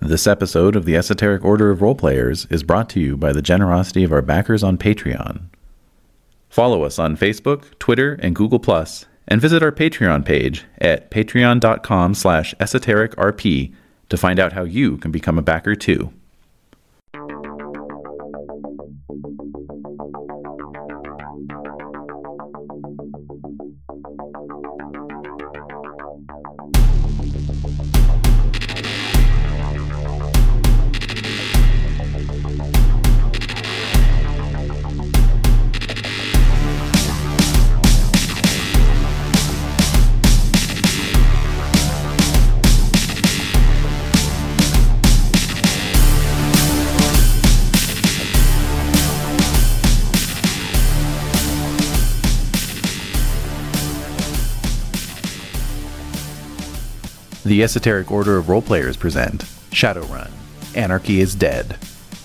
This episode of the Esoteric Order of Roleplayers is brought to you by the generosity of our backers on Patreon. Follow us on Facebook, Twitter, and Google+, and visit our Patreon page at patreon.com slash esotericrp to find out how you can become a backer too. The Esoteric Order of Roleplayers present Shadowrun Anarchy is Dead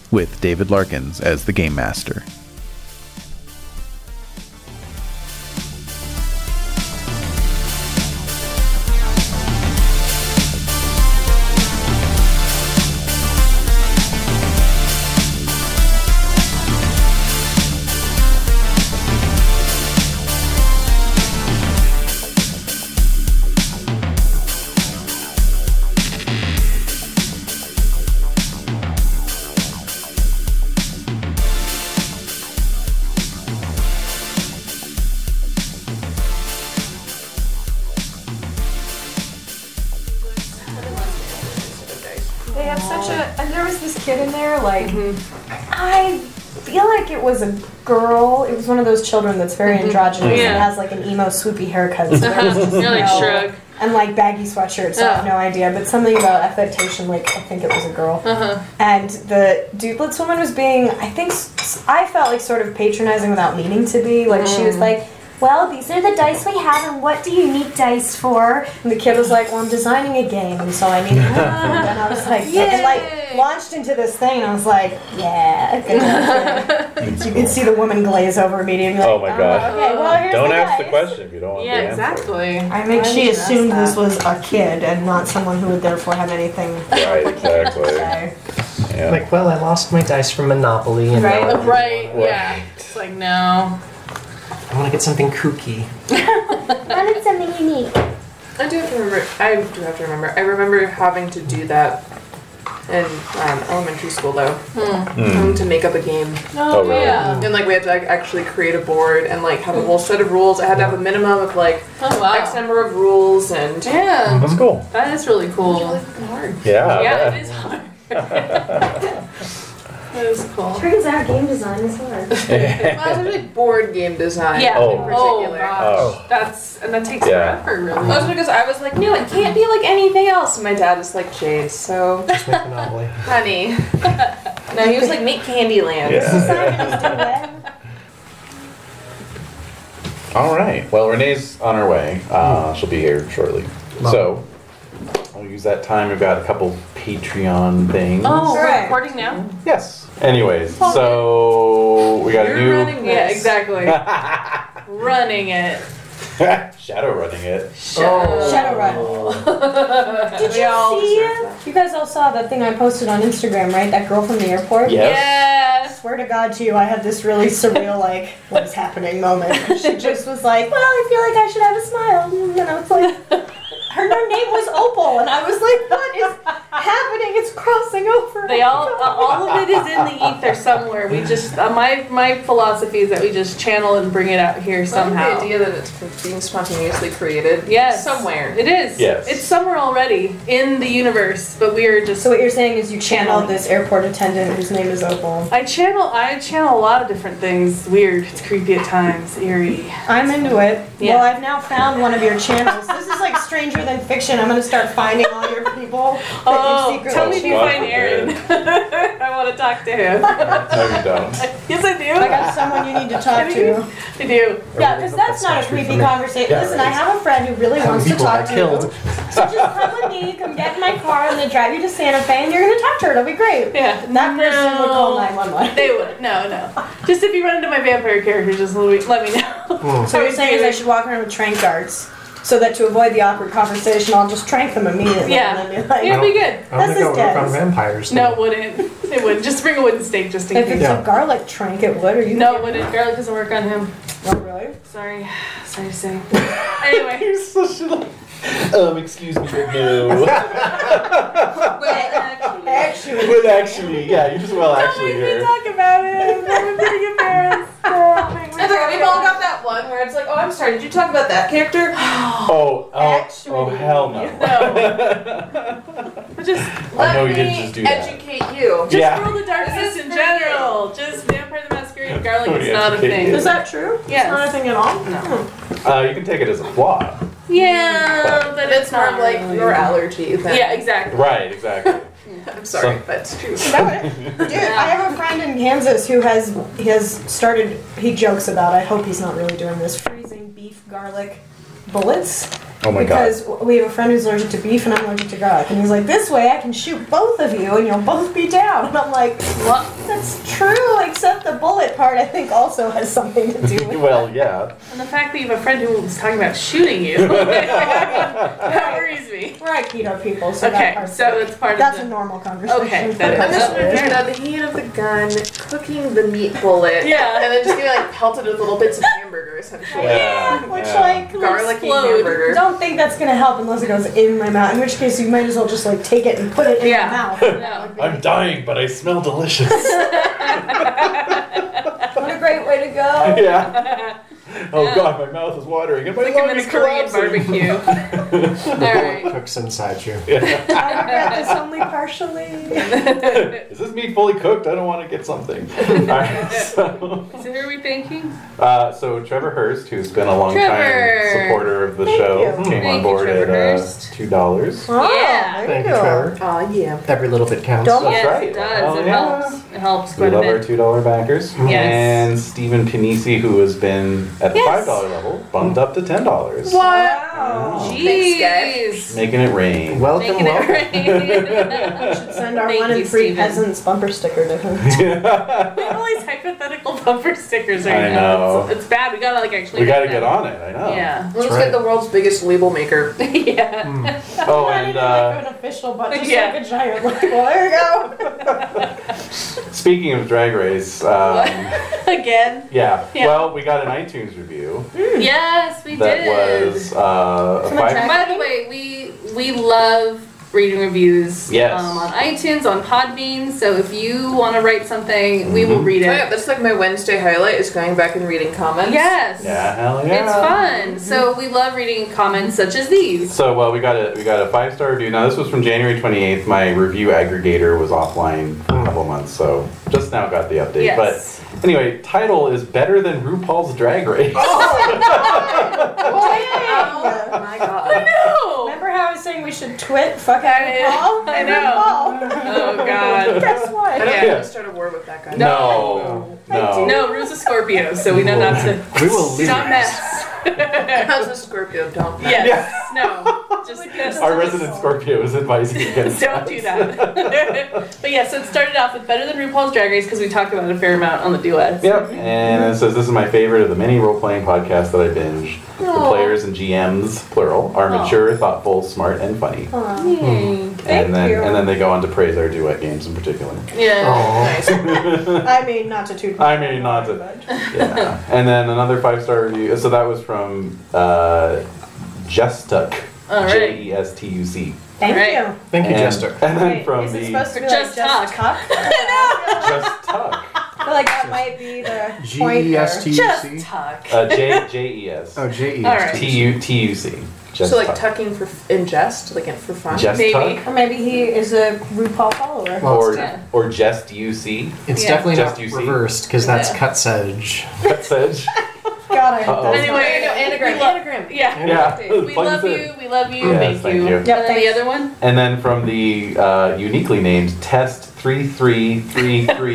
with David Larkins as the Game Master. They have such a, and there was this kid in there, like, I feel like it was a girl. It was one of those children that's very androgynous Yeah. and has like an emo swoopy haircut. So there was just You're like, no- shrug. And like baggy sweatshirts, so I have Oh. no idea. But something about affectation, like I think it was a girl. Uh-huh. And the dudelets woman was being, I think, s- I felt like sort of patronizing without meaning to be. Like she was like, well, these are the dice we have, and what do you need dice for? And the kid was like, well, I'm designing a game, and so I need one. and I was like, and like Yay. launched into this thing, and I was like, yeah. good luck, kid." you could see the woman glaze over me and be like, Oh my Uh, God. Okay, well, here's Don't the ask the dice." question if you don't want the Yeah, answer. exactly. I think she did you ask assumed this that? was a kid and not someone who would therefore have anything. Right, exactly. So, Yeah. Like, well, I lost my dice from Monopoly, and Right. now Right, yeah. It's like, no. I want to get something kooky. wanted something unique. I do have to remember. I do have to remember. I remember having to do that in um, elementary school, though, Um, to make up a game. Oh, really? yeah. And like we had to like, actually create a board and like have a whole set of rules. I had to have a minimum of like Oh, wow. X number of rules, and Yeah, That's cool. that is really cool. hard. Yeah. Yeah, Mm-hmm. that- it is hard. that is cool. Turns out game design is hard. Well, especially board game design. Yeah. in Oh. Oh, particular. gosh. That's, and that takes Yeah. Mm-hmm. forever, That's really. because I was like, no, it can't be like anything else. And my dad is like, Jade, so Just make Monopoly. honey. no, he was like, make Candyland. yeah. Well, All right. Well, Renee's on her way. Uh, she'll be here shortly. So, I'll use that time. We've got a couple Patreon things. Oh, Right. we're recording now? Yes. Anyways, so we got a You're new running Yeah, this. exactly. running it. shadow running it. Shadowrun. Did We all you see? deserve that. You guys all saw that thing I posted on Instagram, right? That girl from the airport. Yes. I Yes. swear to God to you, I had this really surreal, like, what is happening moment. She just was like, well, I feel like I should have a smile. And I was like, her name was Opal. And I was like, what is happening? It's crossing over. They all, uh, all of it is in the ether somewhere. We just, uh, my my philosophy is that we just channel and bring it out here somehow. Somehow. The idea that it's being spontaneously created. Yes. Somewhere. It is. Yes. It's somewhere already in the universe, but we are just. So what you're saying is you channeled this airport attendant whose name is Opal. I channel. I channel a lot of different things. Weird. It's creepy at times. Eerie. I'm into it. Yeah. Well, I've now found one of your channels. This is like Stranger Than Fiction. I'm going to start finding all your people that you Oh, secretly tell me if you Oh, find Aaron. I want to talk to him. No, you don't. yes, I I do. got someone you need to talk to. I do. Yeah, because that's not a creepy conversation. Yeah, Listen, right. I have a friend who really How wants many to people talk I to killed? you. So just come with me, come get in my car, and then drive you to Santa Fe, and you're going to talk to her. It'll be great. Yeah. And that person would call No. 911. They would. No, no. Just if you run into my vampire character, just let me, let me know. So you're saying is I should walk around with trank darts. so that to avoid the awkward conversation, I'll just trank them immediately. Yeah. And then be like, It'd be good. I'm gonna This is go work Dad's. on vampires. No, it then. wouldn't. It would. Just bring a wooden stake just in If it's case. Yeah. a garlic trank, it would. Or you No, it wouldn't. Garlic doesn't work on him. Oh, really? Sorry. Sorry to say. Anyway. Um, excuse me, but no. Actually, well, actually, yeah, you just well Oh, actually here. talk about it. I'm pretty embarrassed. It's like, we've all got that one where it's like, oh, I'm sorry, did you talk about that character? Oh, oh, Actually. oh, hell no. But just Let know me you didn't just do that. educate you. just Yeah. World of Darkness in general. Just Vampire the Masquerade and garlic Oh, is yeah, not a okay, thing. yeah. is that true? Yes. It's not a thing at all. Uh, you can take it as a flaw. Yeah, but It's more like your allergy. Than, Yeah, exactly. Right, exactly. I'm sorry, that's true. No, dude, I have a friend in Kansas who has he has started. He jokes about. I hope he's not really doing this. Freezing beef garlic bullets. Oh my god. because we have a friend who's allergic to beef and I'm allergic to garlic, and he's like, "This way, I can shoot both of you, and you'll both be down." And I'm like, What? "That's true, except the bullet part, I think, also has something to do with." it." Well, yeah. And the fact that you have a friend who was talking about shooting you, that worries me. We're keto people, so that Okay, part's- so it's part that's a of normal conversation. Okay, that I'm just Okay. picturing now the heat of the gun, cooking the meat bullet, Yeah. and then just getting like pelted with little bits of hamburger essentially. yeah, which yeah. like Garlicky Explode. hamburger. Don't think that's gonna help unless it goes in my mouth. In which case, you might as well just like take it and put it in Yeah. your mouth. the. No. I'm dying, but I smell delicious. What a great way to go! yeah. Oh god, my mouth is watering. And my Like a lung is minute Korean collapsing. barbecue. Alright. Cooks inside you. I regret this only partially. Is this meat fully cooked? I don't want to get something. All right, so, So who are we thanking? uh, so Trevor Hurst, who's been a long Trevor. time supporter of the Thank show, you. came Thank you, on board at Trevor uh, Hurst. two dollars. Oh, Yeah. there Thank you you, go. Trevor. Aw, Uh, yeah. Every little bit counts. Double- yes, right. it does. Oh, it yeah. helps. It helps We quite a love our bit. two dollar backers. Yes. And Stephen Panisi, who has been at the Yes. five dollar level, bumped up to ten dollars. Wow. Jeez. Making it rain. Welcome, Making it welcome. rain. should send our Thank one in you, three Steven. peasants bumper sticker to him. we have all these hypothetical bumper stickers right I now. know. It's, it's bad. We gotta like actually. We got to make get them. on it. I know. Yeah. Let's right. get the world's biggest label maker. yeah. Oh, and uh, like an official, but just just Yeah. like a giant. Like, well, there you go. speaking of Drag Race, um, Again. yeah. Yeah. Well, we got an iTunes review Yes, we that did. was uh, a From a five. drag- By the way, we we love reading reviews Yes. um, on iTunes, on Podbean. So if you want to write something, we Mm-hmm. will read Oh, yeah, it. that's like my Wednesday highlight is going back and reading comments. Yes. Yeah, hell yeah. It's fun. So we love reading comments such as these. So well, we got a we got a five star review. Now this was from January twenty eighth. My review aggregator was offline for a couple months, so just now got the update. Yes. But anyway, title is better than RuPaul's Drag Race. Oh my god. No. Oh, Remember how I was saying we should twit fuck out I- of Paul? I And know. Paul. Oh God. Guess I what? don't Yeah. want to start a war with that guy. No, no. No, Rue's a Scorpio, so we know not to. We will leave. Not mess. How's a Scorpio? Don't. Yes. No. Just, just Our resident Scorpio is advising against Don't do that. but yeah, so it started off with better than RuPaul's Drag Race because we talked about it a fair amount on the duets. Yep, and it says this is my favorite of the many role playing podcasts that I binge. The Aw. players and GMs, plural, are Aw. mature, thoughtful, smart, and funny. Aw. Mm-hmm. and then you. and then they go on to praise our duet games in particular. Oh, Yeah. Aw. Nice. I mean, not to toot. I mean, not to- Yeah. and then another five star review. So that was from uh, Jestuck. All right. J E S T U C. Thank Right. you. Thank you, And- Jester. And then Wait, from is it the supposed to be Just like just talk? I Jestuck. feel like that might be the G point E here. S T U Just C. talk. Uh, J J E S. Oh, J E All S right. T T. U T U C. So like Jestuck. tucking for in jest, like for fun. maybe. Jestuck. Or maybe he is a RuPaul follower. Well, Or, Yeah. or just UC. It's Yeah. definitely Just not you see. reversed because that's Yeah. cut sedge. That said, God, I hope Uh-oh. that's Anyway, not- no, anagram, we love- anagram. Yeah. yeah. We plug love this in. you. We love you. Yes, thank, thank you. you. And Yeah, then the thanks. other one. And then from the uh, uniquely named Test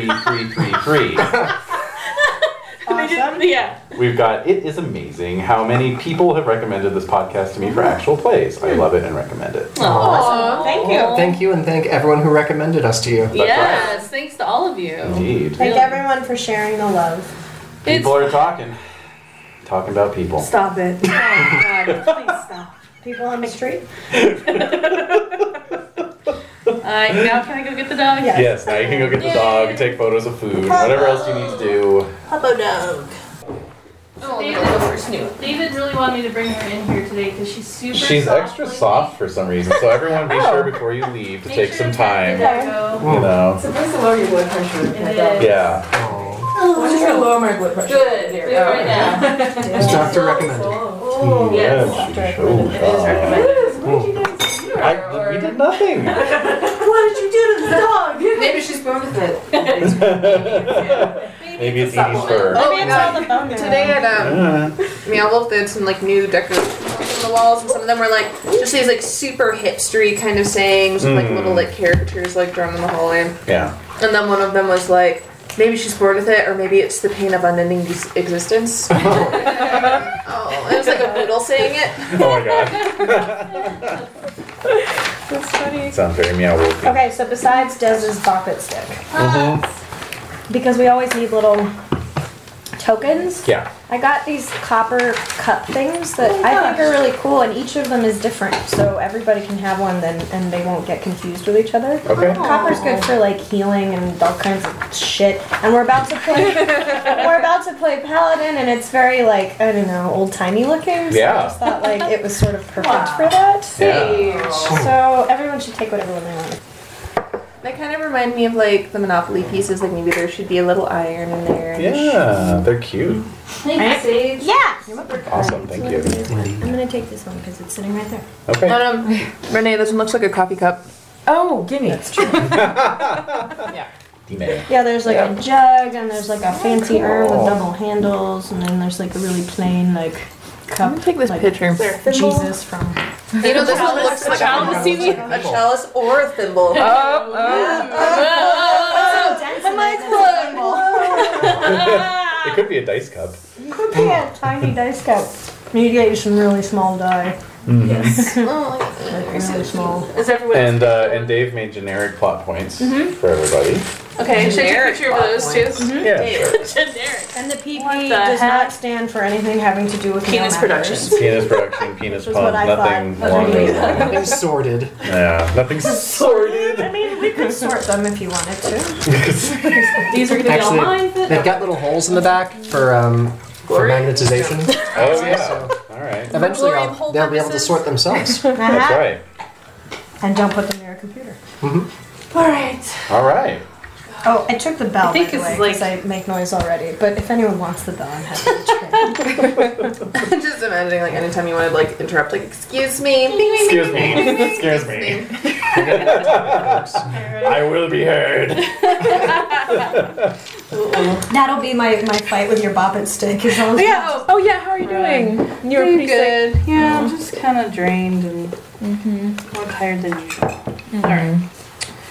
333333, They just- Awesome. yeah. we've got It is amazing how many people have recommended this podcast to me for actual plays. I love it and recommend it. Awesome. Thank you. Thank you, and thank everyone who recommended us to you. Yes. Thanks to all of you. Indeed. Thank everyone for sharing the love. It's People are talking. talking about people. Stop it. Oh, God, please stop. People on the street? Uh, now can I go get the dog? Yeah. Yes, now you can go get the dog, take photos of food, whatever else you need to do. Hubbo dog. Oh, They David, go for Snoop. David really wanted me to bring her in here today because she's super She's soft extra lately. soft for some reason, so everyone be Oh. sure before you leave to Make take sure some to pat time. the dog. You know? Supposed to lower your blood pressure with my It dog. is. Yeah. Oh. I'm just gonna lower my blood pressure. Good. There. Do it right now. It's doctor recommended. Oh, Yes, yes. she- oh, It is God. recommended. What did you guys do to her? I, we Or- did nothing. What did you do to the dog? Maybe she's born with it. Maybe it's a Edie's fur. Oh, Maybe my it's all God. the bone marrow. Today at um, Meow Wolf, they had some like new decorations on the walls, and some of them were like just these like super hipstery kind of sayings, with, like Mm. little like caricatures like drawn in the hallway. Yeah. And then one of them was like, maybe she's bored with it, or maybe it's the pain of unending ex- existence. oh, it was like a poodle saying it. Oh my god. That's funny. Sounds very meow wolfy. Okay, so besides Dez's bop it stick, Uh-huh. because we always need little tokens, Yeah. I got these copper cup things that I think are really cool, and each of them is different, so everybody can have one then, and they won't get confused with each other. Okay. Copper's good for like healing and all kinds of shit. And we're about to play we're about to play Paladin and it's very like, I don't know, old timey looking. So I Yeah. just thought like it was sort of perfect for that. Yeah. So everyone should take whatever one they want. They kind of remind me of like the Monopoly pieces. Like maybe there should be a little iron in there. and Yeah, they're cute. Thank you, Sage. Yeah. Awesome, thank you. I'm gonna take this one because it's sitting right there. Okay. No, no, Renee, this one looks like a coffee cup. Oh, gimme. Dine. Yeah, there's like a jug and there's like a fancy urn with double handles and then there's like a really plain like cup. Take this like, picture. Jesus from You know, this one looks like a a chalice or a thimble. Oh, It could be a dice cup. Could be a tiny dice cup. You need to get you some really small die. Yes. Like really small. Is everyone? And uh, and Dave made generic plot points Mm-hmm. for everybody. Okay, should I take a Generic picture of those too? Yeah, sure. Generic. And the PP the does heck? not stand for anything having to do with male Penis matters. Productions. Penis production, penis That's what pump, I nothing thought. along those Okay. lines. Nothing sorted. Yeah, nothing's sorted. I mean, we could sort them if you wanted to. These are gonna be Actually, all mine. but- They've got little holes in the back for um for magnetization. Oh yeah. All right. Eventually, Glory of they'll, whole they'll be able to purposes. sort themselves. That's Uh-huh. right. And don't put them near a computer. All right. All right. Oh, I took the bell. I think by the it's way, 'cause like- I make noise already. But if anyone wants the bell, I'm happy to trade. Just imagining, like, anytime you want to, like, interrupt, like, excuse me. Bing, bing, Excuse me. Excuse me. I will be heard. That'll be my, my fight with your bop it stick. Is always Yeah. Oh, oh, yeah. How are you doing? You're pretty sick. good. Yeah, I'm just kind of drained and more tired than usual. All right.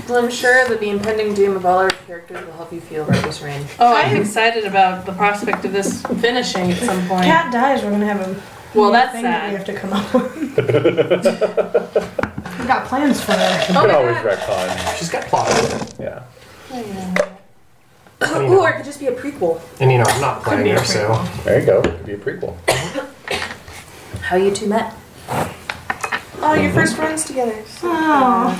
Well, I'm sure that the impending doom of all our characters will help you feel righteous reign. Oh, I'm excited about the prospect of this finishing at some point. Cat dies, we're gonna have a Well, new that's thing that sad. we have to come up with. we got plans for Oh, that. You can always retcon. She's got plot. Yeah. Ooh, or it could just be a prequel. And you know, I'm not playing her, so There you go. Could be a prequel. How you two met. Oh, your first runs together. Oh,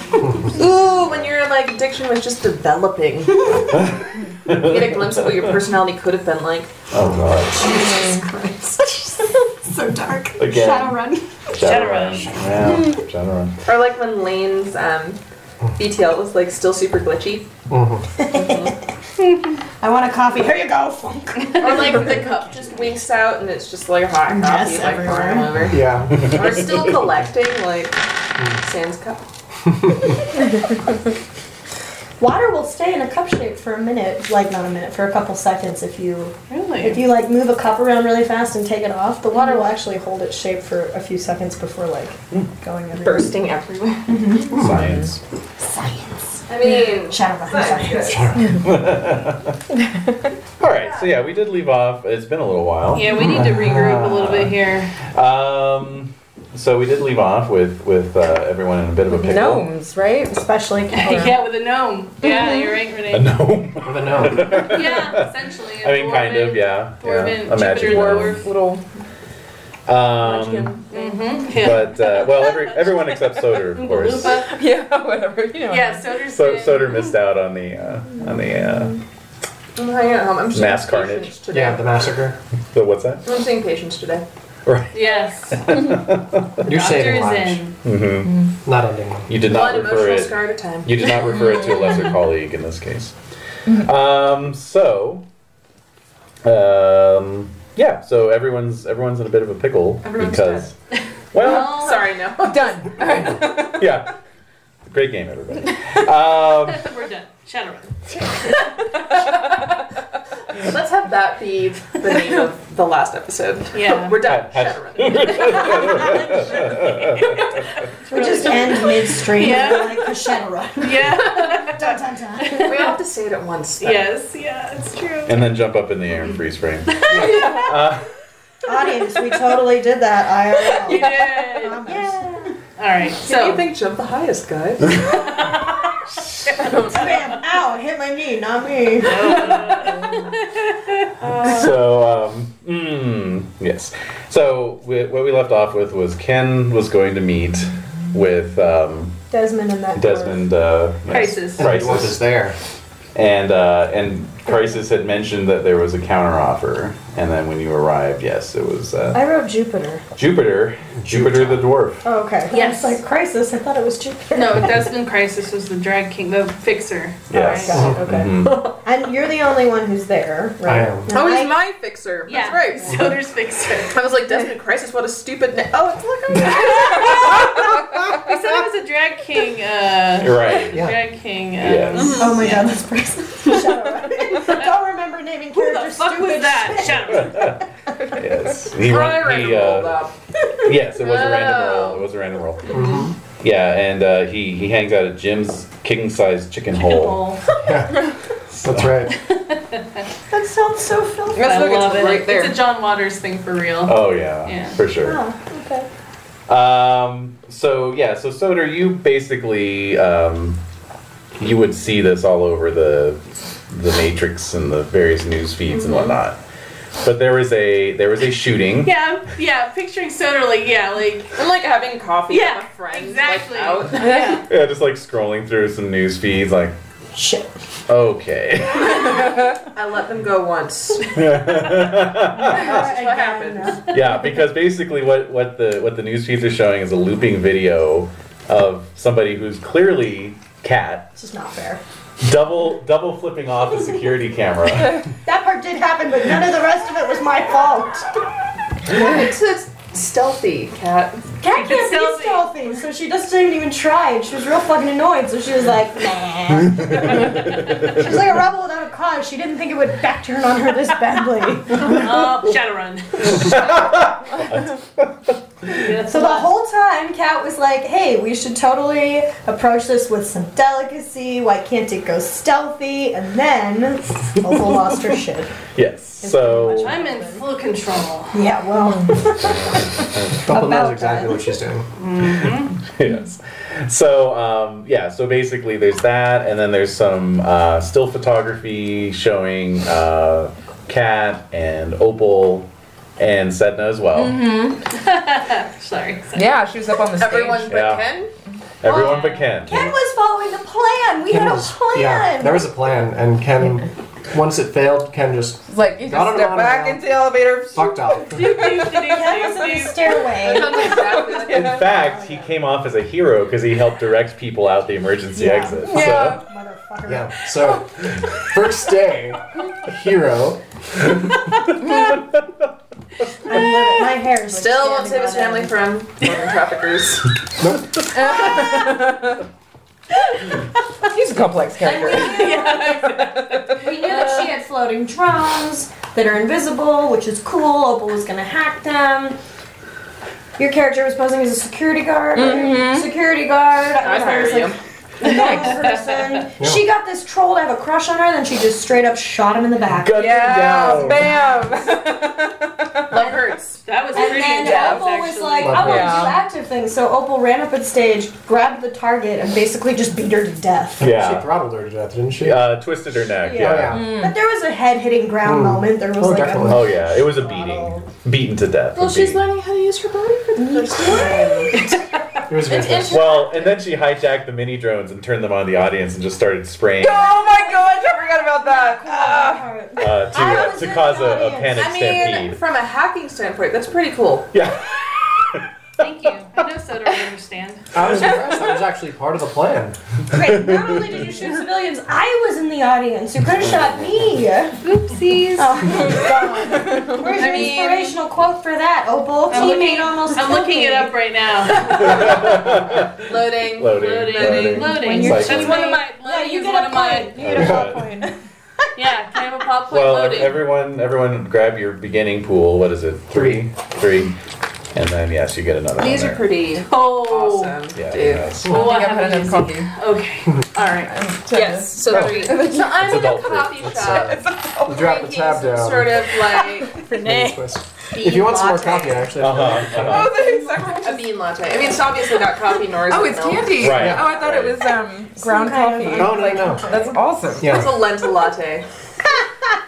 Ooh, when your like addiction was just developing. you get a glimpse of what your personality could have been like. Oh god. Jesus Christ. so dark. Again. Shadowrun. Shadowrun. Yeah. Shadowrun. Or like when Lane's um, BTL was like still super glitchy. I want a coffee. Here you go. Flunk. Or like the cup just winks out and it's just like a hot coffee Mess like pouring all over. yeah. We're still collecting like Sam's cup. Water will stay in a cup shape for a minute, like not a minute, for a couple seconds if you if Really? you like move a cup around really fast and take it off, the water will actually hold its shape for a few seconds before like Hmm. going everywhere. Bursting everywhere. Science. I mean, Shadowrun. Sorry. All right. So yeah, we did leave off. It's been a little while. Yeah, we need to regroup a little bit here. Um, so we did leave off with with uh, everyone in a bit of a pickle. Gnomes, right? Especially yeah, with a gnome. Yeah, you're right, A Renee. gnome. With a gnome. yeah, essentially. a I mean, kind dwarven- of. Yeah. Dwarven, yeah. A magic Jupiter gnome. dwarf. Little Um, Mhm, yeah. but uh, well, every, everyone except Soder, of course. Galupa. yeah, whatever. You know. Yeah, Soder's So, in- Soder missed out on the uh, on the uh, I'm hanging at home. I'm seeing Mass carnage. patients today. Yeah, the massacre. the what's that? I'm seeing patients today. Right. Yes. You're Doctor's saving lives. in. hmm Not ending them. You did One not refer emotional it. scar at a time. You did not refer it to a lesser colleague in this case. Mm-hmm. Um, so, um, yeah. So everyone's everyone's in a bit of a pickle Everyone's because well, Oh. Sorry, no. Done. yeah. Great game, everybody. Um, We're done. Shadowrun. Let's have that be the name of the last episode. Yeah. We're done. Had- Shadowrun. We just end midstream. Yeah. Like crescendo run. Yeah. Dun, dun, dun. we all have to say it at once. though. yes. Yeah, it's true. and then jump up in the air and freeze frame. Audience, we totally did that uh, You IRL. did. All Yeah. right. So what do So you think jump the highest, guys? Bam. Ow, hit my knee, not me. so, um, mm, yes. So we, what we left off with was Ken was going to meet with um, Desmond and that Desmond. Uh, Crisis. And the dwarf is there. And uh, and Crisis had mentioned that there was a counteroffer, and then when you arrived, yes, it was uh, I wrote Jupiter. Jupiter, Jupiter the dwarf. Oh, okay. It's Yes. like crisis. I thought it was Jupiter. no, Desmond Crisis was the drag king, the fixer. Yes. Mm-hmm. All right. Got it, okay. And you're the only one who's there, right? I am. Now, oh, I- he's my fixer. Yeah. That's right. Soder's fixer. I was like, Desmond Crisis, what a stupid name. Oh, it's look at I said it was a drag king. Uh, You're right. Yeah. Drag king. Um, Yes. Oh my god, this person. Shadowrun. Don't remember naming Who the characters fuck stupid was that? shit. Shadowrun. Yes. He I run, ran he, rolled uh, up. yes, it was a random Oh. roll. It was a random roll. Mm-hmm. Yeah, and uh, he he hangs out at Jim's king-sized chicken, hole. Hole. That's right. That sounds so filthy. That's I look, love it's it. right there. It's a John Waters thing for real. Oh yeah, Yeah. for sure. Oh, okay. Um, so yeah, so Soder, you basically um, you would see this all over the the Matrix and the various news feeds and Mm-hmm. whatnot. But there was a there was a shooting. Yeah, I'm- yeah. Picturing Soder like yeah, like I'm like having coffee Yeah, with a friend. like, exactly. out. yeah. Yeah, just like scrolling through some news feeds, like Shit. okay, I let them go once. That's what happens. yeah, because basically what what the what the news feeds are showing is a looping video of somebody who's clearly cat This is not fair. double double flipping off a security camera. That part did happen, but none of the rest of it was my fault. it's a stealthy cat. Cat can't Stealthy. be stealthy, so she just didn't even try, and she was real fucking annoyed, so she was like, nah. She's like a rebel without a cause. She didn't think it would backturn on her this badly. Uh, Shadowrun. So the whole time, Kat was like, hey, we should totally approach this with some delicacy. Why can't it go stealthy? And then, Opal lost her shit. yes, so I'm in full control. Yeah, well, Bumble knows About exactly time. what she's doing. yes. So um, yeah, so basically there's that, and then there's some uh, still photography showing uh, Cat and Opal and Sedna as well. Mm-hmm. Sorry. Yeah, she was up on the stage. Everyne's but Yeah. Ken? Everyone but Ken. Ken was following the plan. We Ken had a was- yeah, plan. there was a plan, and Ken, once it failed, Ken just like you Got him just step on back now. into the elevator. fucked off. Ken was on the stairway. Sounds exactly like In fact, Oh, he came off as a hero because he helped direct people out the emergency Yeah. exit. Yeah. So, Motherfucker. Yeah. So, first day, hero. I love it. My hair is like Still won't save standing his on family end. from modern traffickers. He's a complex character. We knew that she had floating drums that are invisible, which is cool. Opal was gonna hack them. Your character was posing as a security guard. Security guard. I'd I was hire like, Mm-hmm. you. annoying person. She got this troll to have a crush on her, then she just straight up shot him in the back. guns Yeah, down. bam. Love hurts. That was And pretty then intense, Opal was actually. like, I want to Yeah. do active things. So Opal ran up on stage, grabbed the target, and basically just beat her to death. She Yeah. Mm, throttled her to death, didn't she? Uh, twisted her neck. Yeah. yeah. Oh, yeah. Hmm. But there was a head hitting ground Mm. moment. There was Oh, like definitely. Oh yeah, it was a beating, beaten to death. Well, a she's beating. learning how to use her body for the first time. It was It's good. interesting. Well, and then she hijacked the mini drones and turned them on the audience and just started spraying Oh my gosh, I forgot about that. Ah. a. uh, to, I uh, was to in cause the a, a audience. panic I mean, stampede. from a hacking standpoint, that's pretty cool. Yeah. Thank you. I know Soda would understand. I was impressed. That was actually part of the plan. Wait, not only did you shoot civilians, I was in the audience. You could have shot me. Oopsies. Oh, God. Where's I your mean- inspirational quote for that, Opal? I'm Teammate looking- almost I'm killed looking me. it up right now. Loading. Loading. Loading, Loading. loading, When you're That's typing. one of my. Yeah, Loading you is get one a of my. point. You get a plot point. Yeah, can I have a pop point Well, loading? everyone, everyone, grab your beginning pool. What is it? Three, three, and then yes, you get another. These one are there. pretty oh, awesome, Yeah. dude. yes. I oh, I think I've have had enough these. coffee. Okay, all right. Yes. so three. So I'm in a adult coffee fruit. shop. You uh, drop the drinking tab some down. Sort of like Bean twist. If you want some more coffee, I actually have Uh-huh, uh-huh. Oh, they suck. a bean latte. I mean, it's obviously not coffee nor is Oh, it it's milk. candy. Right, Oh, I thought right. it was um, ground kind of- coffee. No, no, no. That's awesome. Yeah. It's a lentil latte.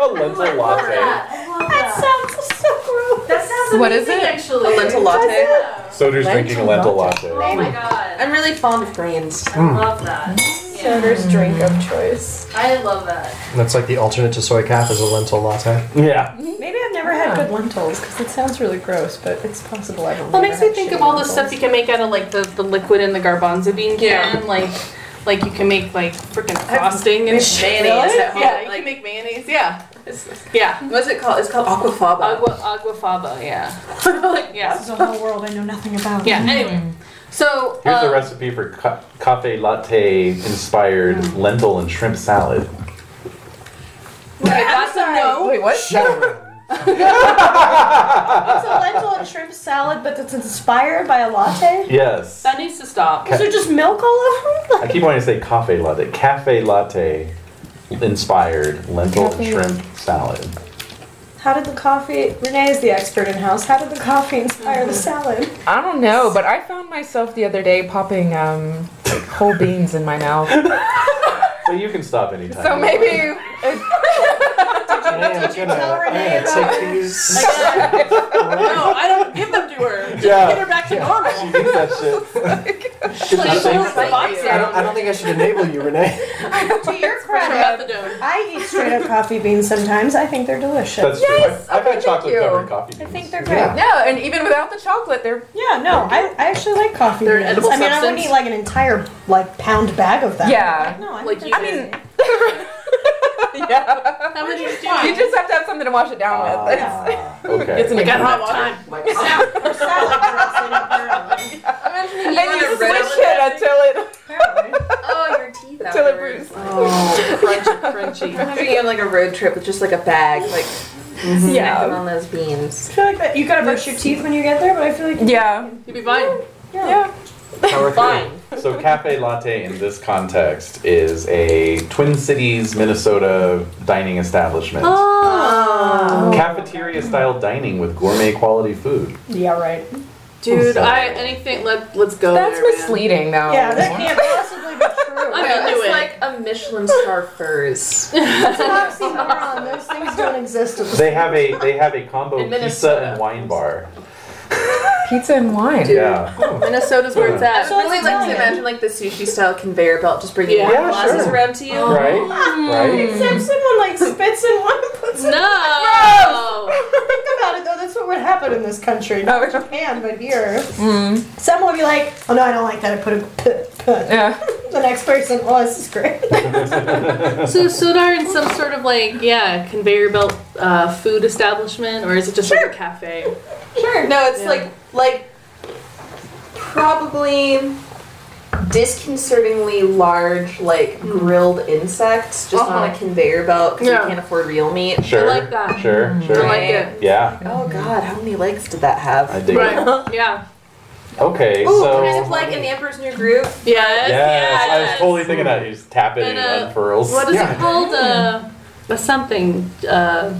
A lentil latte. That sounds so gross. That sounds What is amazing, it? A Actually, lentil latte. Yeah. Soder's drinking a lentil latte. Oh my god, I'm really fond of grains. I love that. Soder's drink of choice. I love that. That's like the alternate to soy cap is a lentil latte. Yeah. Maybe I've never had good lentils because it sounds really gross, but it's possible I don't. Well, it makes me think of all the stuff you can make out of like the, the liquid in the garbanzo bean can, like like you can make like freaking frosting and shit. Mayonnaise at home. Yeah, you Like- can make mayonnaise. Yeah, yeah. What's it called? It's called aquafaba. Agua aguafaba. Yeah, yeah, There's a whole world I know nothing about. yeah. Anyway, so Here's uh, a recipe for ca- cafe latte inspired lentil and shrimp salad. Okay, that's a no. Wait, what? Shadowrun. It's a lentil and shrimp salad, but it's inspired by a latte. Yes. That needs to stop. Is there just milk all over? I keep wanting to say cafe latte. Cafe latte inspired lentil and Cafe- shrimp salad. How did the coffee? Renee is the expert in house. How did the coffee inspire the salad? I don't know, but I found myself the other day popping um, whole beans in my mouth. So you can stop anytime. So maybe I'm gonna, tell I'm Renee gonna take these. No, I don't give them to her. Just Yeah. get her back to normal. She thinks that shit. She's like, Nothing. "Throw the box I down." don't, I don't think I should enable you, Renee. to your Her credit, methadone. I eat straight up coffee beans sometimes. I think they're delicious. That's true. I've, I've had thank chocolate you. covered coffee I beans. think they're great. Yeah. no, and even without the chocolate, they're Yeah, no, I, I actually like coffee. They're an beans. edible I mean, I wouldn't substance? eat like an entire like pound bag of them. Yeah. Like, no, I Like think you I they're- mean, yeah. How would you do? You just have to have something to wash it down Ah, with. okay. It's an got hot improvement. water. Or salad dressing apparently. And You want you a red swish it until it Apparently. Oh, your teeth. until it afterwards. brews. Oh, crunchy, crunchy. I'm being on like a road trip with just like a bag, like snacking Yeah. on those beans. I feel like that you gotta brush your teeth when you get there, but I feel like Yeah. You'd be fine. Yeah. Power Fine. So cafe latte in this context is a Twin Cities, Minnesota dining establiment. Oh. Cafeteria style dining with gourmet quality food. yeah, right. Dude, I anything. Let let's go. That's there, man. misleading, though. Yeah, that can't possibly be true. I'm Yeah, into it's it. like a Michelin star furs. It's an oxymoron. Those things don't exist. At the They have a they have a combo In pizza Minnesota. and wine bar. Pizza and wine. Yeah. Minnesota's where it's at. I really like Italian. to imagine like the sushi style conveyor belt, just bringing Yeah. wine Yeah, glasses sure. around to you. Right? Right? Except someone like spits in one and puts it. No. Think about it though. That's what would happen in this country. Not Oh, Japan, but here. Mm. Someone would be like, "Oh no, I don't like that. I put a p- p- yeah. The next person. Oh, this is great. So Sudar in some sort of like yeah conveyor belt uh, food establishment, or is it just like a cafe? Sure. No, it's Yeah. like like probably disconcertingly large like grilled insects just on a conveyor belt because Yeah. you can't afford real meat. Sure. like that. Sure, I sure. like it. yeah. Oh god, how many legs did that have? I dig it. Right. Yeah. Okay, Ooh, so kind of like in the Emperor's New Groove. Yes. Yes. Yes, I was totally thinking that. You just tap it And, and, it uh, unfurls. What is Yeah. it called? Uh, a something. Uh,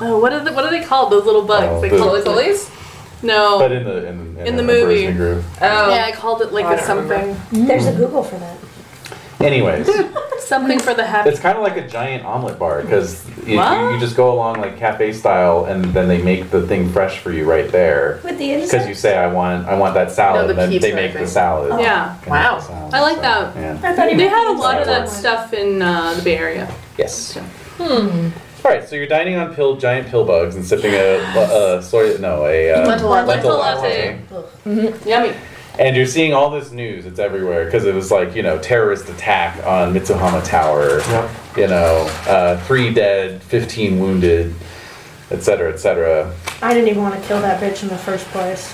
oh, what are the, what are they called? Those little bugs. Oh, they the- call it bullies. No. But in the in, In the a movie. Bergman Group. Oh. yeah, I called it like I a don't remember. something. There's a Google for that. Anyways, Something for the happy. it's kind of like a giant omelet bar because you, What? you just go along like cafe style, and then they make the thing fresh for you right there. With the Because you say, "I want, I want that salad," No, the and then they pizza, I make the think. salad. Oh. Yeah. They make the Wow. salad, I like so, that. Yeah. I thought he They meant had a these lot of that ones. stuff in uh, the Bay Area. Yes. Yeah. All right, so you're dining on pill, giant pill bugs and sipping a, a soy, no, a uh, Lentil latte. Lentil latte. Mm-hmm. Ugh. Yummy. And you're seeing all this news; it's everywhere because it was like you know terrorist attack on Mitsuhama Tower, Yep. you know, uh, three dead, fifteen wounded, et cetera, et cetera. I didn't even want to kill that bitch in the first place.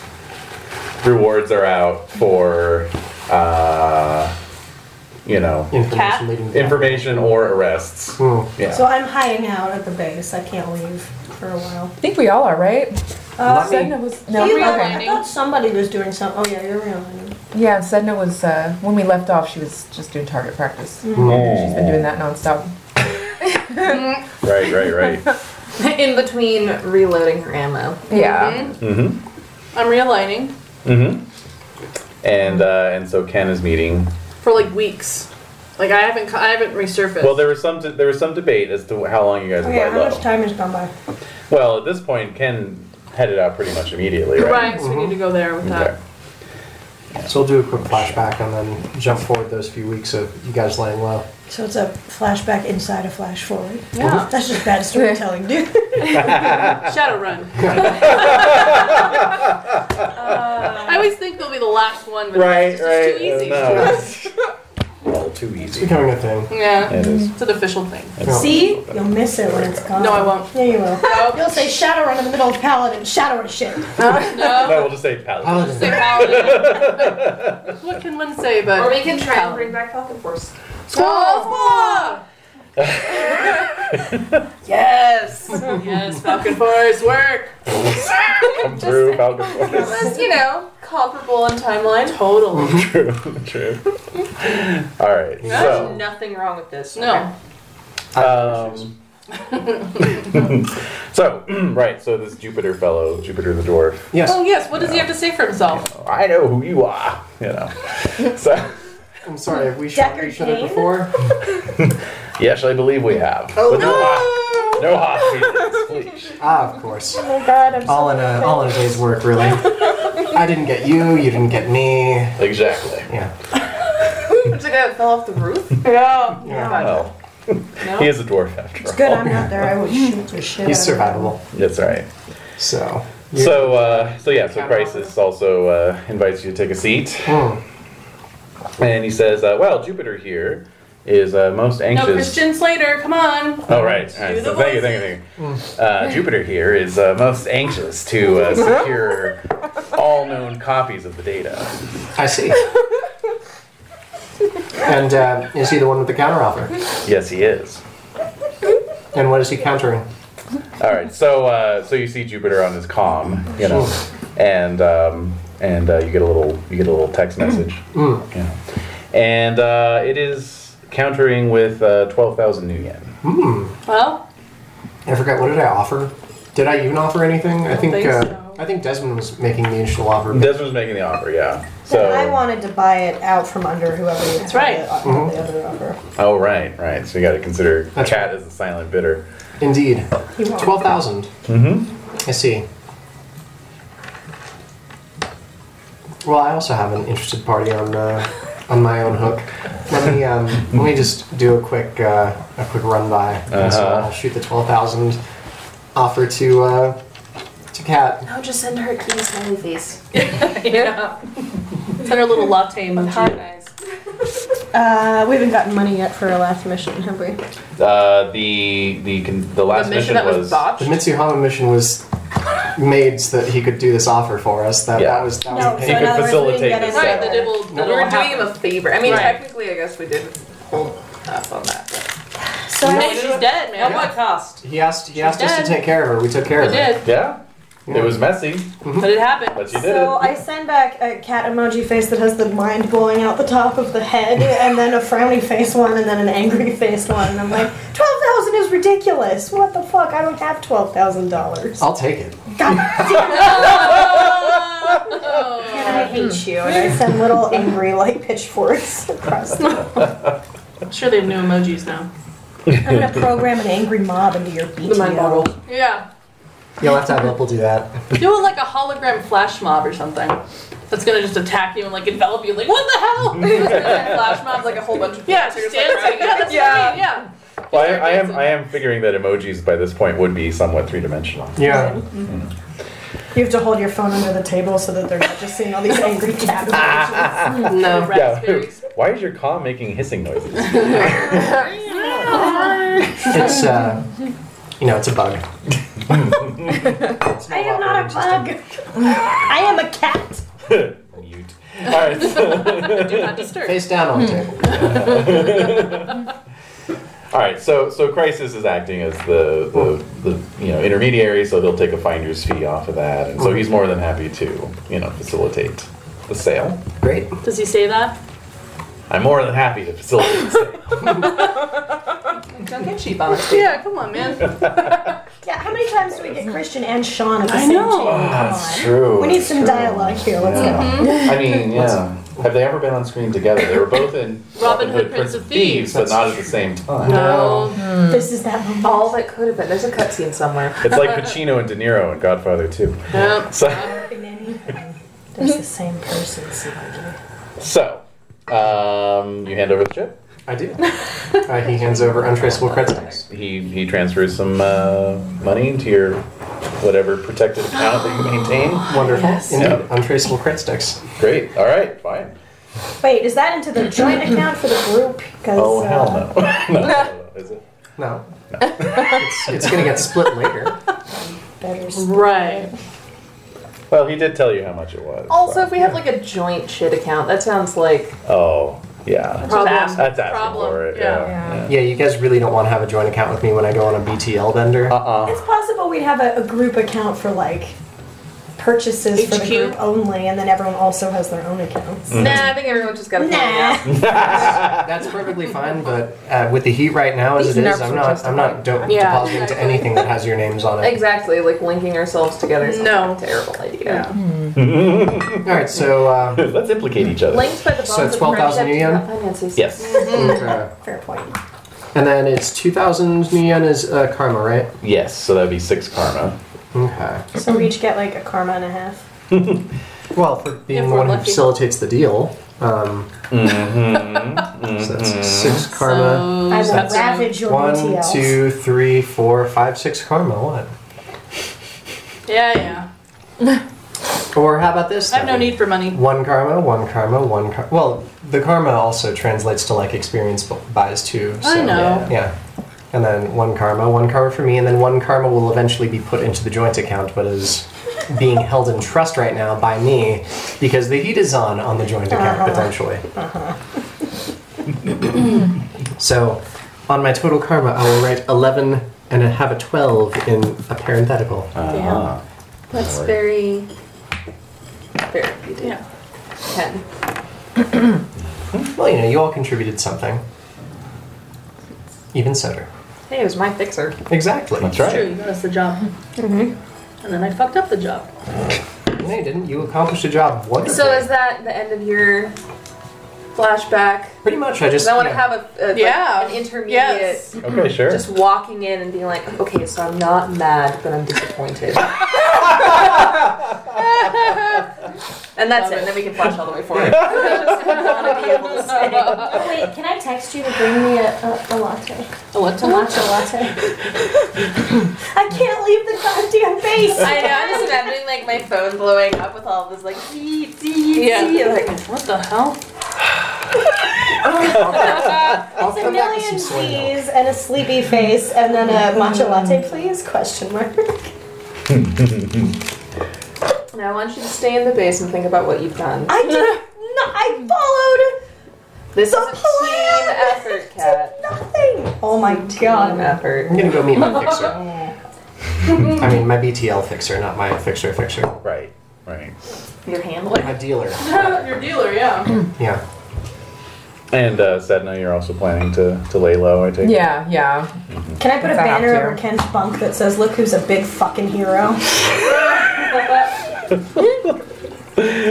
Rewards are out for, uh, you know, Information Cat? leading to- information or arrests. Hmm. Yeah. So I'm hiding out at the base. I can't leave for a while. I think we all are, right? Uh, Sedna was no. you okay. left- I realigning. thought somebody was doing something. Oh yeah, you're realigning. Yeah, Sedna was uh, when we left off. She was just doing target practice. Mm-hmm. She's been doing that nonstop. Right, right, right. in between reloading her ammo. Yeah, mm-hmm. I'm realigning Mm-hmm. And uh, and so Ken is meeting. for like weeks. Like I haven't, I haven't resurfaced. Well, there was some there was some debate as to how long you guys would Okay, let how low. much time has gone by? Well, at this point, Ken headed out pretty much immediately, right, right? so we need to go there with Okay. that. So we'll do a quick flashback and then jump forward those few weeks of you guys laying low. So it's a flashback inside a flash forward. Yeah. That's just bad storytelling, dude. Shadow Run. I always think they'll be the last one, but Right, it's just right. too easy. uh, no. Well, too It's easy. becoming a thing. Yeah, It is. it's an official thing. Yeah. See? You'll miss it when it's gone. No, I won't. Yeah, you will. No, You'll say Shadowrun in the middle of Paladin. Shadowrun shit. Uh, no. No, we'll just say Paladin. Paladin. Say Paladin. what can one say but Or we can try and bring back Falcon Force. Yes! Yes, Falcon Force, work! Come through, Paladin. Just, you know, comparable in timeline. Totally. True, true. All right. There's So, nothing wrong with this. No. um, so right. So this Jupiter fellow, Jupiter the dwarf. Yes. Oh yes, what does he have to say for himself? I know who you are. You know. So I'm sorry, have we shot Deckard each other Cain? before? yes, I believe we have. Oh no! No hot feelings, please. ah, of course. Oh god, I'm All in a all in a day's work, really. I didn't get you. You didn't get me. Exactly. Yeah. It's like I fell off the roof. Yeah. yeah. Oh, he is a dwarf after all. Good, I'm not there. I would shoot the shit. He's out of him. survivable. That's right. So. you- So, uh, so yeah. So Crisis also uh, invites you to take a seat, Hmm. and he says, uh, "Well, Jupiter here is uh, most No, anxious." Christian Slater, come on. Oh right. All right. Do So the thank you, thank you, thank you. Uh, Jupiter here is uh, most anxious to uh, secure all known copies of the data. I see. and uh, is he the one with the counteroffer? Yes, he is. And what is he countering? All right, so uh, so you see Jupiter on his comm, you know, and um, and uh, you get a little you get a little text message, Mm. you know, and uh, it is countering with uh, twelve thousand new yen. Well, I forgot. What did I offer? Did I even offer anything? I think. think uh, so. I think Desmond was making the initial offer. Desmond's making the offer, yeah. So And I wanted to buy it out from under whoever That's right. the, the other offer. oh right, right. So you got to consider That's Cat as a silent bidder. Indeed. He won't. Twelve thousand. Mm-hmm. I see. Well, I also have an interested party on uh, on my own hook. Let me um, let me just do a quick uh, a quick run by. And so Uh-huh. I'll shoot the twelve thousand offer to uh, to Cat. Oh, No, just send her a clean smiley face. yeah. Send her a little latte emoji. Uh, we haven't gotten money yet for our last mission, have we? Uh, the the con- the last The mission that was The botched. Mitsuhama mission was made so that he could do this offer for us. That, Yeah. that was that No, was so in could other words, we didn't facilitate get this it. Right, the dibble, the We dibble were doing him a favor. I mean, Right. technically, I guess we did hold up on that. But So No, I, she's dead, man. At what cost? He asked he asked us to dead. take care of her. We took care I of her. did, Yeah, it was messy, but it happened. but you did so it. I send back a cat emoji face that has the mind blowing out the top of the head, and then a frowny face one, and then an angry face one, and I'm like, twelve thousand is Oh. ridiculous. What the fuck? I don't have twelve thousand dollars. I'll take it. God damn it! Oh. And I Hmm. hate you. And I send little angry like pitchforks across. The- I'm sure they have new emojis now. I'm gonna program an angry mob into your BTO. The mind boggle. Yeah. You'll have to have Whipple do that. Do it like a hologram flash mob or something. That's gonna just attack you and like envelop you. Like what the hell? Flash mobs like a whole bunch of yeah, people, so just you're just like, dancing. Yeah, that's yeah. what Yeah. I mean. Yeah. Well, I, I am I am figuring that emojis by this point would be somewhat three dimensional. Yeah. You have to hold your phone under the table so that they're not just seeing all these angry cat No. Yeah. Raspberries. Why is your comm making hissing noises? It's, uh, you know, it's a bug. It's I am not a operating bug. I am a cat. Mute. All right. Do not system. disturb. Face down on the table. All right, so so Crisis is acting as the, the, the you know intermediary, so they'll take a finder's fee off of that, and so he's more than happy to you know facilitate the sale. Great. Does he say that? I'm more than happy to facilitate the sale. Don't get cheap on us. Yeah, come on, man. Yeah, how many times do we get Christian and Sean at the I same know. table? Come on. true. We need some dialogue here. Let's go. I mean, yeah. Have they ever been on screen together? They were both in Robin Hood, Prince of Thieves. but not at the same time. No. Mm-hmm. This is that moment. All that could have been. There's a cutscene somewhere. It's like Pacino and De Niro in Godfather 2. Nope. So, There's the same person. See, like, so um, you hand over the chip. I do. Uh, he hands over untraceable credit tags. He he transfers some uh, money into your whatever protected account that you maintain. Wonderful. Yes. Indeed. Yeah. Untraceable credit sticks. Great. All right. Fine. Wait, is that into the joint account for the group? Because uh, Oh hell no. no, no, no, Is it? No. it's, it's gonna get split later. better. Right. Well, he did tell you how much it was. Also, so- if we have like a joint shit account, that sounds like Oh yeah. Problem. That's asking Problem, for it. yeah. Yeah. Yeah. Yeah, you guys really don't want to have a joint account with me when I go on a BTL bender. Uh-uh. It's possible we'd have a, a group account for like purchases for the HQ? group only, and then everyone also has their own accounts. Mm. Nah, I think everyone's just got to Nah. uh, That's perfectly fine, but uh, with the heat right now as These it is, nerves I'm are not. just I'm not do- Yeah, depositing to exactly. anything that has your names on it. Exactly, like linking ourselves together. Sounds No. like a terrible idea. All right, so uh, Let's implicate each other. Linked by the bonds So it's of friendship 12,000 yen? Mm, uh, and finances. Mm-hmm. Yes. okay. Fair point. and then it's two thousand new yen is uh, karma, right? Yes. So that'd be six karma. Okay. So we each get like a karma and a half. Well, for being If the we're one who lucky. facilitates the deal, um, so that's six karma. I will that's- ravage your One, BTLs. two, three, four, five, six karma. What? Yeah, yeah. Or how about this? I have no then? need for money. One karma, one karma, one karma. Well, the karma also translates to like experience bu- buys too. So, I know. Yeah. And then one karma, one karma for me, and then one karma will eventually be put into the joint account, but is being held in trust right now by me because the heat is on on the joint account Uh-huh. potentially. so, on my total karma, I will write 11 and I have a 12 in a parenthetical. Uh-huh. That's very fair. You did Yeah. ten. Well, you know, you all contributed something. Even soda. Hey, it was my fixer. Exactly. That's True, right. you got us the job. And then I fucked up the job. No, you didn't. You accomplished a job wonderfully. So is that the end of your flashback? pretty much. I just. Because I want to yeah. have a, a like, Yeah. an intermediate. Yes. Okay. Sure. Just walking in and being like, okay, so I'm not mad, but I'm disappointed. and that's it. And then we can flash all the way forward. want to be able to say. Oh, wait, can I text you to bring me a, a, a latte? Oh, what? A matcha latte? I can't leave the goddamn base. I know. I'm just imagining like my phone blowing up with all this like, zee, zee, Yeah. zee, like What the hell? I'll It's a come back with million some soy milk. Z's and a sleepy face, and then a matcha latte, please? Question mark. Now I want you to stay in the base and think about what you've done. I did not. I followed This the is a team plan. effort, Kat. nothing. Oh my Team god. I'm effort. gonna go meet my fixer. I mean, my BTL fixer, not my fixer fixer. Right. Right. Your handler. My dealer. Your dealer, yeah. Yeah. And uh, Sedna, you're also planning to, to lay low, I take it? Yeah, yeah. Can I put a If I have banner to. over Ken's bunk that says, "Look who's a big fucking hero"?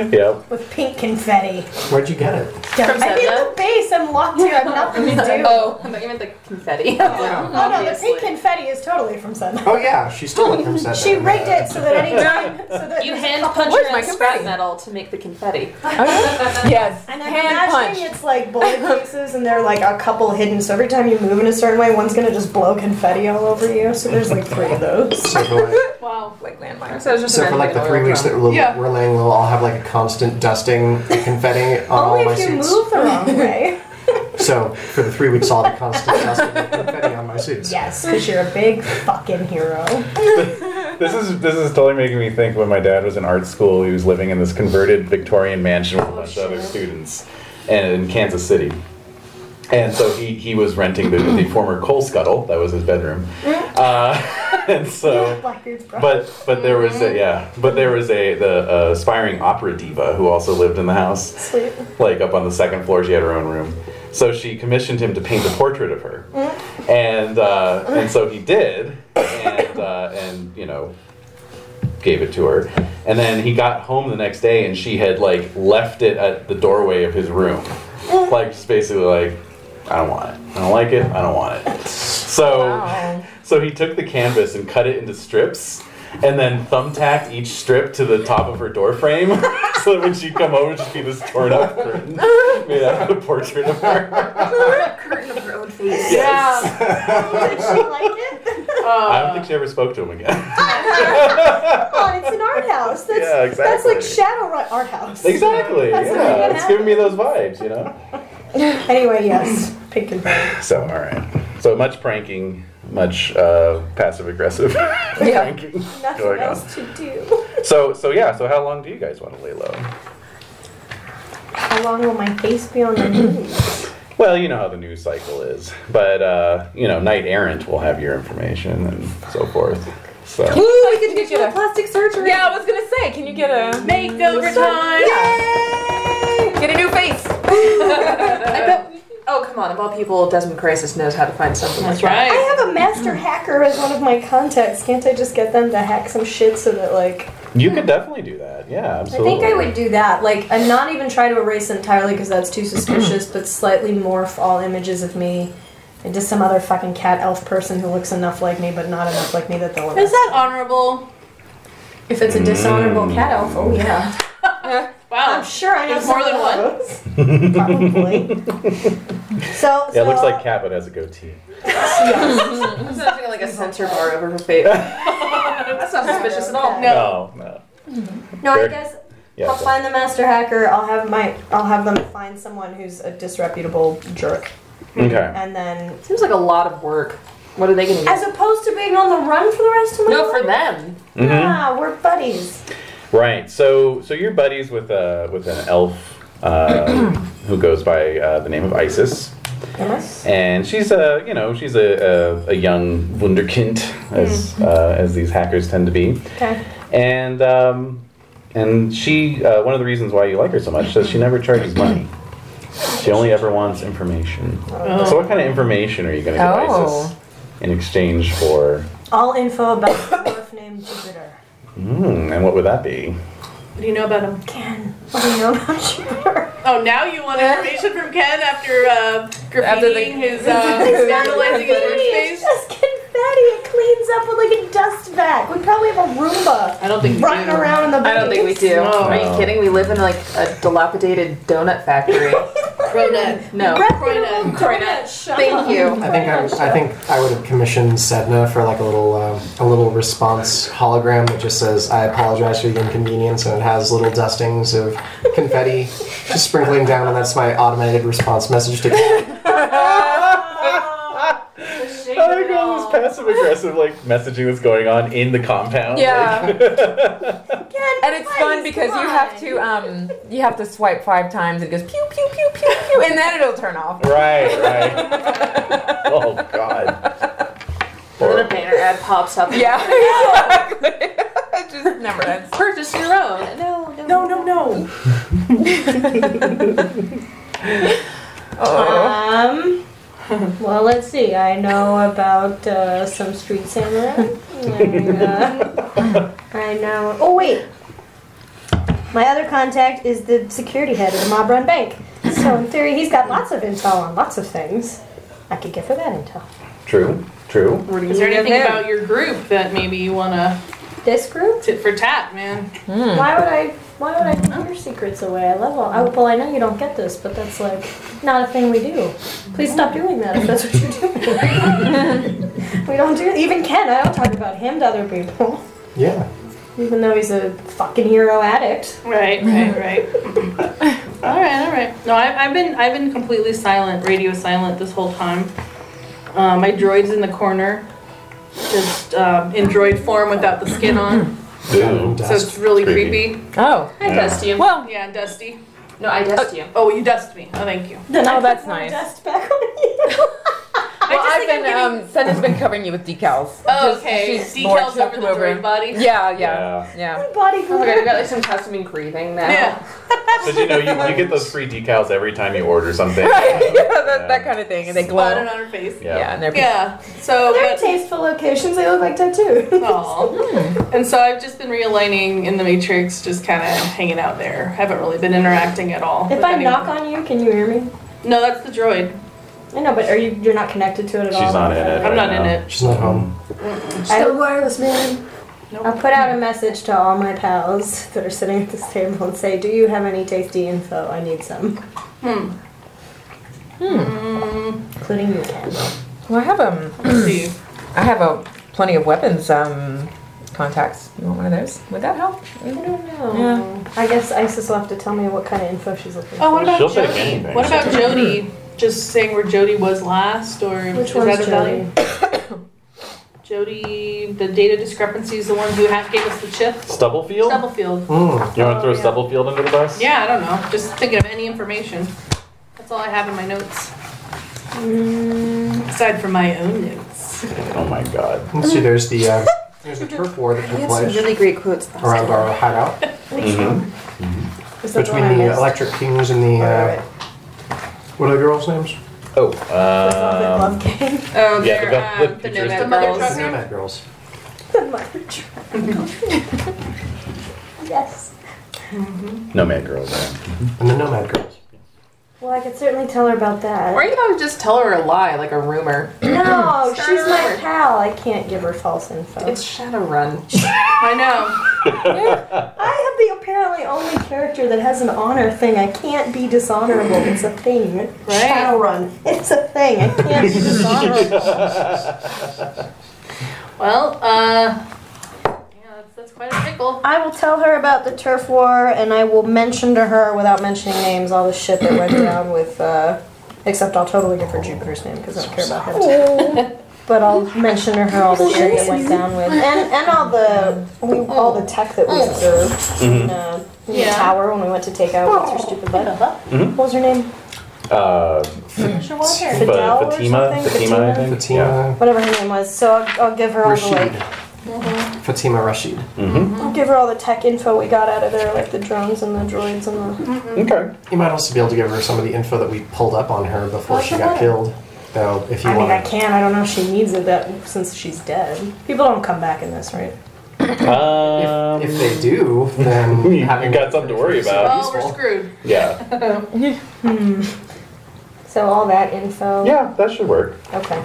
Yep. with pink confetti. Where'd you get it? From I need Zebda? the base and latte. I'm nothing to do. Oh, I thought you meant the confetti. Oh no, the Obviously. pink confetti is totally from Sun. Oh yeah, she stole it from Seth. She rigged it so that anytime, so that You there's a hand couple- punch Where's my around scrap confetti? metal to make the confetti. yes. And I'm Hand imagining punch. it's like bullet cases and they're like a couple hidden. So every time you move in a certain way, one's gonna just blow confetti all over you. So there's like three of those. So for like, Wow. Like landmines. So, it's just so an for like the animal three weeks from- that we're, Yeah. we're laying low, I'll have like a constant dusting of confetti on all Only my if you suits. move the wrong way. So for the three weeks, I'll have a constant dusting of confetti on my suits. Yes, because you're a big fucking hero. This is this is totally making me think when my dad was in art school, he was living in this converted Victorian mansion with a bunch of other students, and in Kansas City. And so he, he was renting the, the former coal scuttle that was his bedroom, uh, and so Blackbeard's brother. But but there was a yeah, but there was a the uh, aspiring opera diva who also lived in the house, Sweet. like up on the second floor. She had her own room, so she commissioned him to paint a portrait of her, and uh, and so he did, and uh, and you know gave it to her, and then he got home the next day and she had like left it at the doorway of his room, like just basically like I don't want it, I don't like it, I don't want it. So. Wow. So he took the canvas and cut it into strips and then thumbtacked each strip to the top of her door frame so that when she'd come over, it'd just be this torn up curtain made out of a portrait of her. curtain of her own face. Yes. Did she like it? I don't think she ever spoke to him again. Oh, it's an art house. That's, Yeah, That's exactly. like Shadowrun art house. exactly. That's what yeah, happened. it's giving me those vibes, you know? Anyway, yes, pink and red. So, all right. So much pranking, much uh, passive aggressive pranking Nothing going on. else to do. So, so yeah. So, how long do you guys want to lay low? How long will my face be on the news? Well, you know how the news cycle is, but uh, you know, Knight Errant will have your information and so forth. So Ooh, we could get you a. Plastic surgery. Yeah, I was gonna say, can you get a Makeover time. get a new face? I bet. Oh come on! Of all people, Desmond Crisis knows how to find something. That's like I right. have a master hacker as one of my contacts. Can't I just get them to hack some shit so that, like, you could definitely do that. Yeah, I absolutely. think I would do that, like, and not even try to erase entirely because that's too suspicious, but slightly morph all images of me into some other fucking cat elf person who looks enough like me but not enough like me that they'll Is arrest. that honorable? If it's a dishonorable cat elf, oh yeah, Wow. I'm sure I know There's more some than of one? probably. those. so, Yeah, so, it looks like Cat, but has a goatee. I'm just having like a censor bar over her face. That's not suspicious at all. No. No, Oh, no. No, I Fair. guess Yeah, I'll so- find the master hacker. I'll have my, I'll have them find someone who's a disreputable jerk, okay. and then Seems like a lot of work. What are they going to as opposed to being on the run for the rest of do? my No, life. for them. Mm-hmm. Yeah, we're buddies. Right. So, so you're buddies with uh, with an elf uh, who goes by uh, the name of Isis, and she's a you know she's a, a, a young wunderkind as uh, as these hackers tend to be. Okay. and um, and she uh, one of the reasons why you like her so much is she never charges money. She only ever wants information. So what kind of information are you going to give Oh. ISIS in exchange for? All info about a dwarf named Jupiter. Hmm, and what would that be? What do you know about him? Ken, what do you know about Jupiter? Oh, now you want information from Ken after uh, graffitiing After the- his, uh, vandalizing his workspace? It's just confetti. It cleans up with like a dust vac. We probably have a Roomba I don't think running around in the. I don't think we buildings. do. No. Are you kidding? We live in like a dilapidated donut factory. Cronut. No. Reputable Croydon. donut shop. Thank you. I think I, would- I think I would have commissioned Sedna for like a little uh, a little response hologram that just says I apologize for the inconvenience and it has little dustings of confetti just sprinkling down and that's my automated response message to I like all this passive aggressive like messaging that's going on in the compound. Ken, And it's fun because you have to um you have to swipe five times and it goes pew pew pew pew pew and then it'll turn off. Like, right. Right. oh God. Then a Or, banner ad pops up. Yeah, exactly. it just never ends. Purchase your own. No, no, no, no, no. Oh. Um, well, let's see. I know about uh, some street samurai. And, uh, I know. Oh wait, My other contact is the security head of the mob run bank. So in theory, he's got lots of intel on lots of things. I could give her that intel. True. True. Is there anything about your group that maybe you want to This group? tit for tat, man? Why would I? Why would I give your secrets away? I love all. I, well, I know you don't get this, but that's like not a thing we do. Please stop doing that if that's what you're doing. we don't do even Ken. I don't talk about him to other people, Yeah. even though he's a fucking hero addict. Right, right, Mm-hmm. right. all right, all right. No, I've, I've been I've been completely silent, radio silent this whole time. Uh, my droid's in the corner, just uh, in droid form without the skin Mm-hmm. on, Ooh. so it's Dust. really Creepy. creepy. Oh. Yeah. I dust you. Well, Uh, Yeah, dusty. No, I dust you. Oh, you dust me. Oh, thank you. Then Oh, I that's put more nice. Dust back on you. I well just I've think I'm been, getting- um, Senna's been covering you with decals. Oh, Just- okay. she's bored, Decals she'll over come the droid body. Yeah, yeah, Yeah. yeah. Body Oh my glue. god, you got like some costuming creathing now. Yeah. So you know you, you get those free decals every time you order something. Right, yeah, that, Yeah. that kind of thing, and they Spotted glow. on her face. Yeah. Yeah, and they're Yeah. So, They're but, tasteful locations. They look like tattoos. Aw. and so I've just been realigning in the Matrix, just kind of hanging out there. Haven't really been interacting at all. If I knock on you, can you hear me? no, that's the droid. I know, but are you? You're not connected to it at all. She's not in it. I'm not in now. it. She's not home. Still wireless, man. Nope. I'll put out a message to all my pals that are sitting at this table and say, "Do you have any tasty info? I need some." Hmm. Hmm. Including you, Ken. Well, I have um, Let's see. I have a plenty of weapons um contacts. You want one of those? Would that help? I don't know. I guess Isis will have to tell me what kind of info she's looking Oh, what about She'll take Jody? anything. What about Jody? Just saying where Jody was last, or for. is Which that one's a value? Jody? Jody, the data discrepancy is the one who ha- gave us the chip. Stubblefield? Stubblefield. Mm. You want to throw Oh, yeah. Stubblefield under the bus? Yeah, I don't know. Just thinking of any information. That's all I have in my notes, Mm, aside from my own notes. Oh my god. Let's see, there's the, uh, there's the turf war that You took have some place really great quotes. around our hideout which Mhm. one? Is that between one I the missed? Electric Kings and the, uh, what are the girls' names? Oh. That's all that Um, love game. Oh, Yeah, the they're, belt- the um, pictures nomad that- mother Girls. trucker. Nomad Girls. The mother triangle. yes. Nomad Girls. yeah. And the Nomad Girls. Well, I could certainly tell her about that. Or you could always just tell her a lie, like a rumor. No, Start she's my over. pal. I can't give her false info. It's Shadowrun. I know. I am the apparently only character that has an honor thing. I can't be dishonorable. It's a thing. Right. Shadowrun. It's a thing. I can't be dishonorable. Well, uh, yeah, that's, that's quite a pickle. I will tell her about the turf war, and I will mention to her without mentioning names all the shit that went down with. Uh, except I'll totally give her Jupiter's name because I don't care about him. Oh. But I'll mention to her all the shit that went down with, and and all the we, all the tech that we observed in, uh, in the Oh. Mm-hmm. Yeah. Oh. tower when we went to take out what's her stupid butt. Mhm. What was her name? Uh, Fidel Fa- or something? Fatima, Fatima, I Fatima? think. Fatima Whatever her name was. So I'll, I'll give her all the Rashid. like, Fatima Rashid. Mm-hmm. I'll give her all the tech info we got out of there, like the drones and the droids and the. Mm-hmm. Okay. You might also be able to give her some of the info that we pulled up on her before she got killed. Though, if you I mean, I want to. can. I don't know if she needs it that since she's dead. People don't come back in this, right? Um, If they do, then You having got something to worry about. Well, Oh, we're screwed. yeah. So all that info. Yeah, that should work. Okay.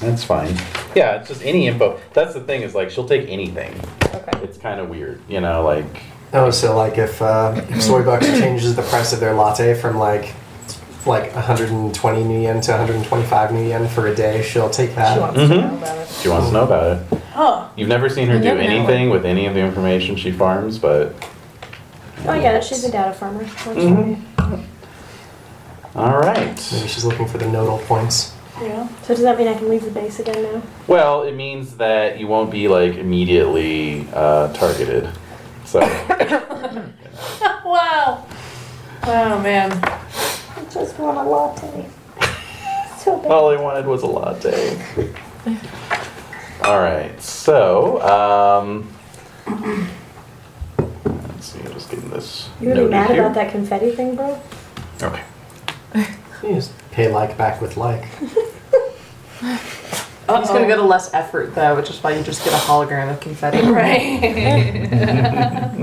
That's fine. Yeah, it's just any info. That's the thing is like she'll take anything. Okay. It's kind of weird, you know, like Oh, so like if, uh, if Soybucks changes the price of their latte from like like 120 new yen to 125 new yen for a day, she'll take She that. wants to know about it. she wants to know about it. Huh. You've never seen her do never know. anything with any of the information she farms, but Oh yeah, she's a data farmer. Works for Mm-hmm. me. all right. Maybe she's looking for the nodal points. Yeah. So does that mean I can leave the base again now? Well, it means that you won't be like immediately uh, targeted. So Wow. Oh man. I just want a latte. so bad. all I wanted was a latte. All right. So um, let's see. I'm just getting this. You really noted mad here. about that confetti thing, bro? Okay. You just pay like back with like. It's gonna go to less effort though, which is why you just get a hologram of confetti. Right.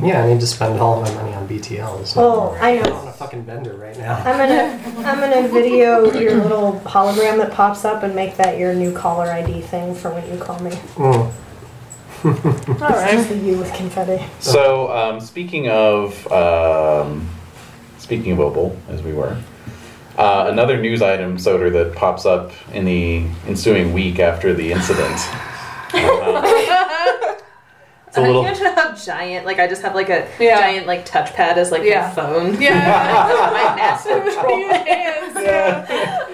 Yeah, I need to spend all my money on BTLs. Oh, I know. I'm on a fucking bender right now. I'm gonna I'm gonna video your little hologram that pops up and make that your new caller ID thing for when you call me. Mm. All right. Just the you with confetti. So um, speaking of um, speaking of Opal, as we were, uh, another news item, Soder, that pops up in the ensuing week after the incident. Um, it's a I little. can't how giant. Like I just have like a Yeah. giant like touchpad as like Yeah. my phone. Yeah. my massive control.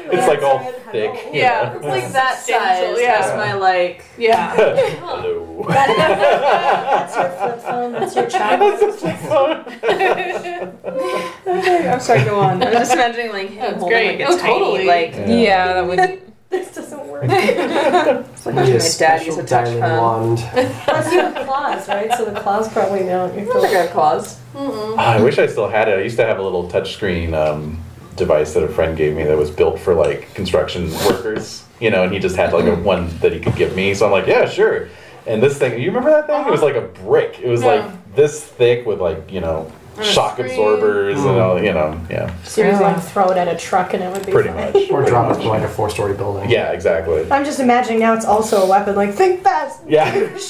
It's like all thick. you Yeah, know. It's like that size. Substantial, yeah. That's my like. Yeah. Hello. That's your flip phone. That's your child. That's just like so- I'm sorry. Go on. I'm just imagining like That's him holding great. like a Oh, tiny totally. like. Yeah, that would. This doesn't work. It's like I need my a dad special used a touch dialing phone. wand. Plus you have claws, right? So the claws probably don't. You I think I have claws. Ah, I wish I still had it. I used to have a little touchscreen um, device that a friend gave me that was built for like construction workers, you know, and he just had like a one that he could give me. So I'm like, yeah, sure. And this thing, you remember that thing? It was like a brick. It was like this thick with like you know shock screen. absorbers and all, you know, yeah, Seriously, like throw it at a truck and it would be pretty fine. much. Or pretty drop it much. from like a four story building. Yeah, exactly. I'm just imagining now it's also a weapon. Like think fast. Yeah.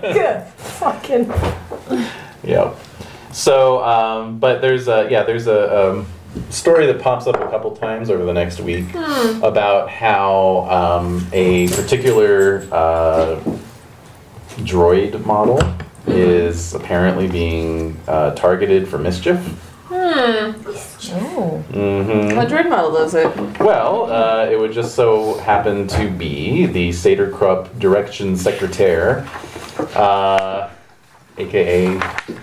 Good. Fucking. Yep. So, um, but there's a yeah, there's a um, story that pops up a couple times over the next week about how um, a particular uh, droid model is apparently being uh, targeted for mischief. Oh. hmm Hmm. My droid model loves it. Well, uh, it would just so happen to be the Saterkrupp Direction Secretaire, uh, aka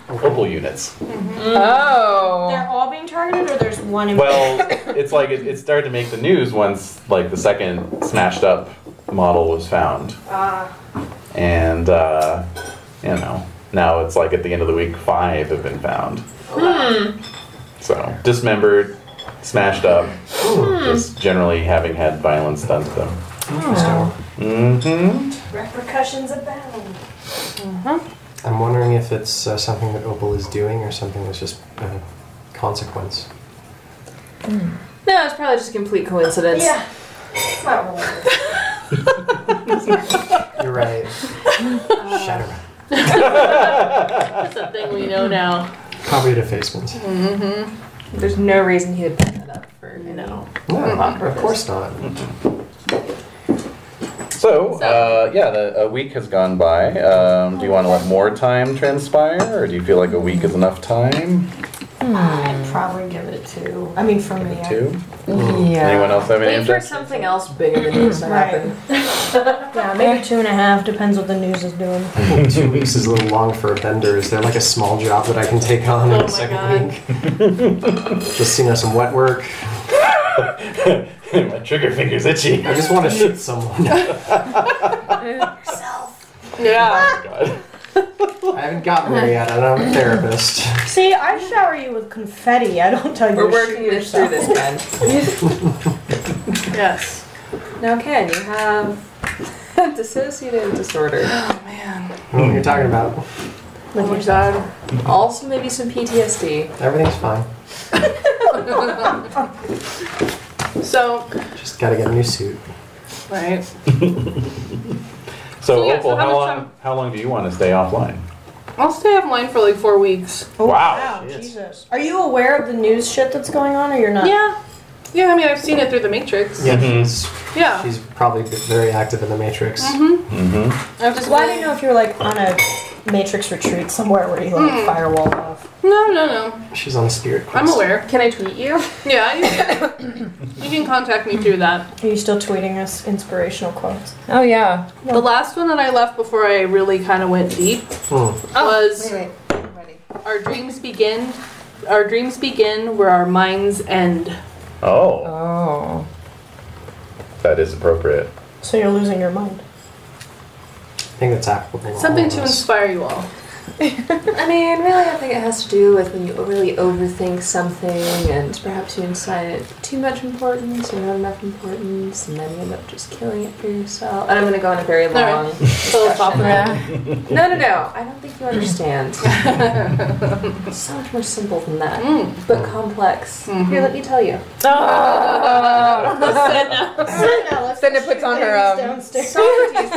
Opal Units. Oh. Mm-hmm. They're all being targeted, or there's one. In- Well, it's like it, it started to make the news once like the second smashed up model was found. And uh, you know, now it's like at the end of the week, five have been found. So dismembered, smashed up, Hmm. just generally having had violence done to them. Mm-hmm. Repercussions abound. Mm-hmm. I'm wondering if it's uh, something that Opal is doing or something that's just uh, consequence. No, it's probably just a complete coincidence. Yeah. It's not related. You're right. Shatter. That's a thing we know now. Mm-hmm. Copy to basement. There's no reason he would put that up for you know. No, of course not. So, uh, yeah, the, a week has gone by. Um, do you want to let more time transpire, or do you feel like a week is enough time? I'd probably give it a two. I mean, for me, I- Two. Anyone Yeah. else have any Wait for interest? something else bigger than needs to happen. yeah, maybe two and a half. Depends what the news is doing. Two weeks is a little long for a bender. Is there like a small job that I can take on in the second week? just you know, some wet work. My trigger finger's itchy. I just want to shoot someone. I Yeah. Oh, God. haven't gotten there yet. and I'm a therapist. See, I shower you with confetti. I don't tell you. We're to shoot working this yourself. through this, Ben. Yes. Now, Ken, you have dissociative disorder. I don't know what you're talking about. Oh my god. Also, maybe some PTSD. Everything's fine. So, Just gotta get a new suit. right. So, So, yeah, so how Opal, how much long? time- How long do you want to stay offline? I'll stay offline for like four weeks. Oh, Wow. wow, Jesus. Are you aware of the news shit that's going on, or you're not? Yeah. Yeah, I mean, I've seen it through the Matrix. Yeah, she's, Yeah. she's probably been very active in the Matrix. I've just Well, I didn't know if you were like on a Matrix retreat somewhere where you Hmm. like firewall off. No, no, no. She's on a spirit quest. I'm aware. Can I tweet you? Yeah, you can, you can contact me through that. Are you still tweeting us inspirational quotes? Oh yeah. The last one that I left before I really kind of went deep Hmm. was Our dreams begin. Our dreams begin where our minds end. Oh, Oh. that is appropriate. So you're losing your mind. I think that's applicable. Something all to of us. inspire you all. I mean, really, I think it has to do with when you really overthink something and perhaps you assign it too much importance or not enough importance, and then you end up just killing it for yourself. And I'm going to go on a very right. long. Philosophical. Yeah. No, no, no. I don't think you understand. It's so much more simple than that, but complex. Here, let me tell you. Senda puts on her um, downstairs. Socrates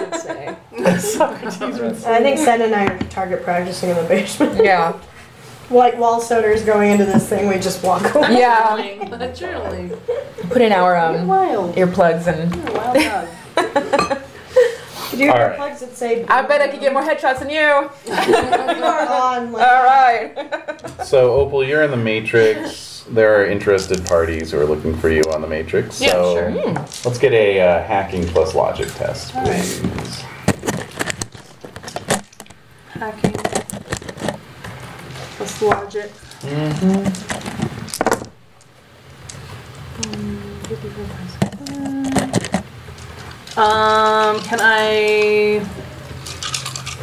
would say. I think Sen and I are target practicing in the basement. yeah, like while Soder's going into this thing, we just walk away. yeah. Journaling. Journaling. Put in our um Wild. earplugs and. You're a wild dog. Could you have Alright. plugs that say I bet I could get more headshots than you. you are on like All right. So, Opal, you're in the Matrix. There are interested parties who are looking for you on the Matrix. Yeah, so sure. let's get a uh, hacking plus logic test, please. Hacking. Plus logic. Mm-hmm. Um, can I?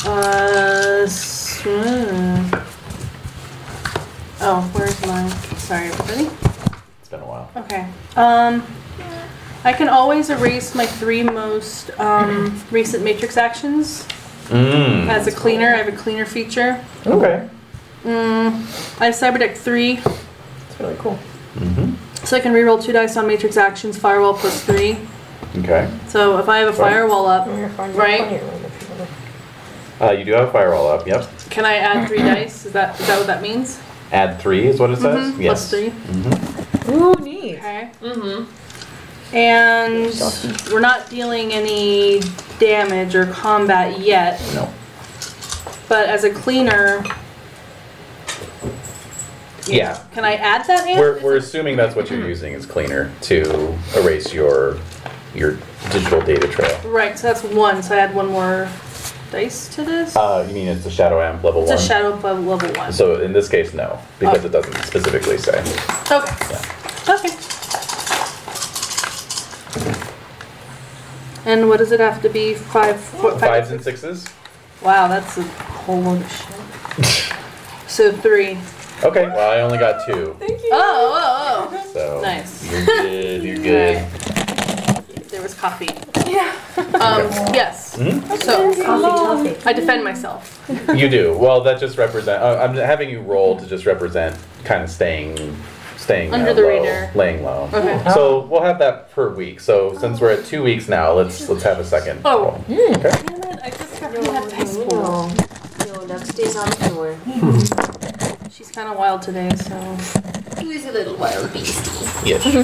Uh, s- hmm. Oh, where's my? Sorry, everybody. It's been a while. Okay. Um, I can always erase my three most um, recent Matrix actions Mm. as a cleaner. I have a cleaner feature. Okay. Mm, I have Cyber Deck three, it's really cool. so I can reroll two dice on Matrix actions. Firewall plus three. Okay. So if I have a firewall up, You're fine. Right. You're fine. You're fine. Uh, you do have firewall up. Yep. can I add three dice? Is that is that what that means? Add three is what it says. Mhm, Plus Yes. three. Ooh, neat. Okay. Mm-hmm. And we're not dealing any damage or combat yet, No. but as a cleaner, Yeah. can I add that in? We're, we're assuming that's what you're using is cleaner to erase your your digital data trail. right, so that's one. So I add one more dice to this. Uh, you mean it's a shadow amp level it's one? a Oh. shadow above level one. so in this case, no, because it doesn't specifically say. Okay. Okay. And what does it have to be? Five, four, five- Fives and sixes. Wow, that's a whole load of shit. so three. Okay. Well, I only got two. Oh, oh, oh. So Nice. You're good. You're good. There was coffee. Yeah. Um, yes. So Coffee, toffee. I defend myself. You do well. That just represent. Uh, I'm having you roll to just represent kind of staying, staying uh, Under the low, radar. laying low. Okay. So we'll have that per week. So since we're at two weeks now, let's let's have a second. Oh. roll. Damn it, I just got to have dice pool. No, that stays on the floor. She's kind of wild today, so. He's a little wild beast. Yes. do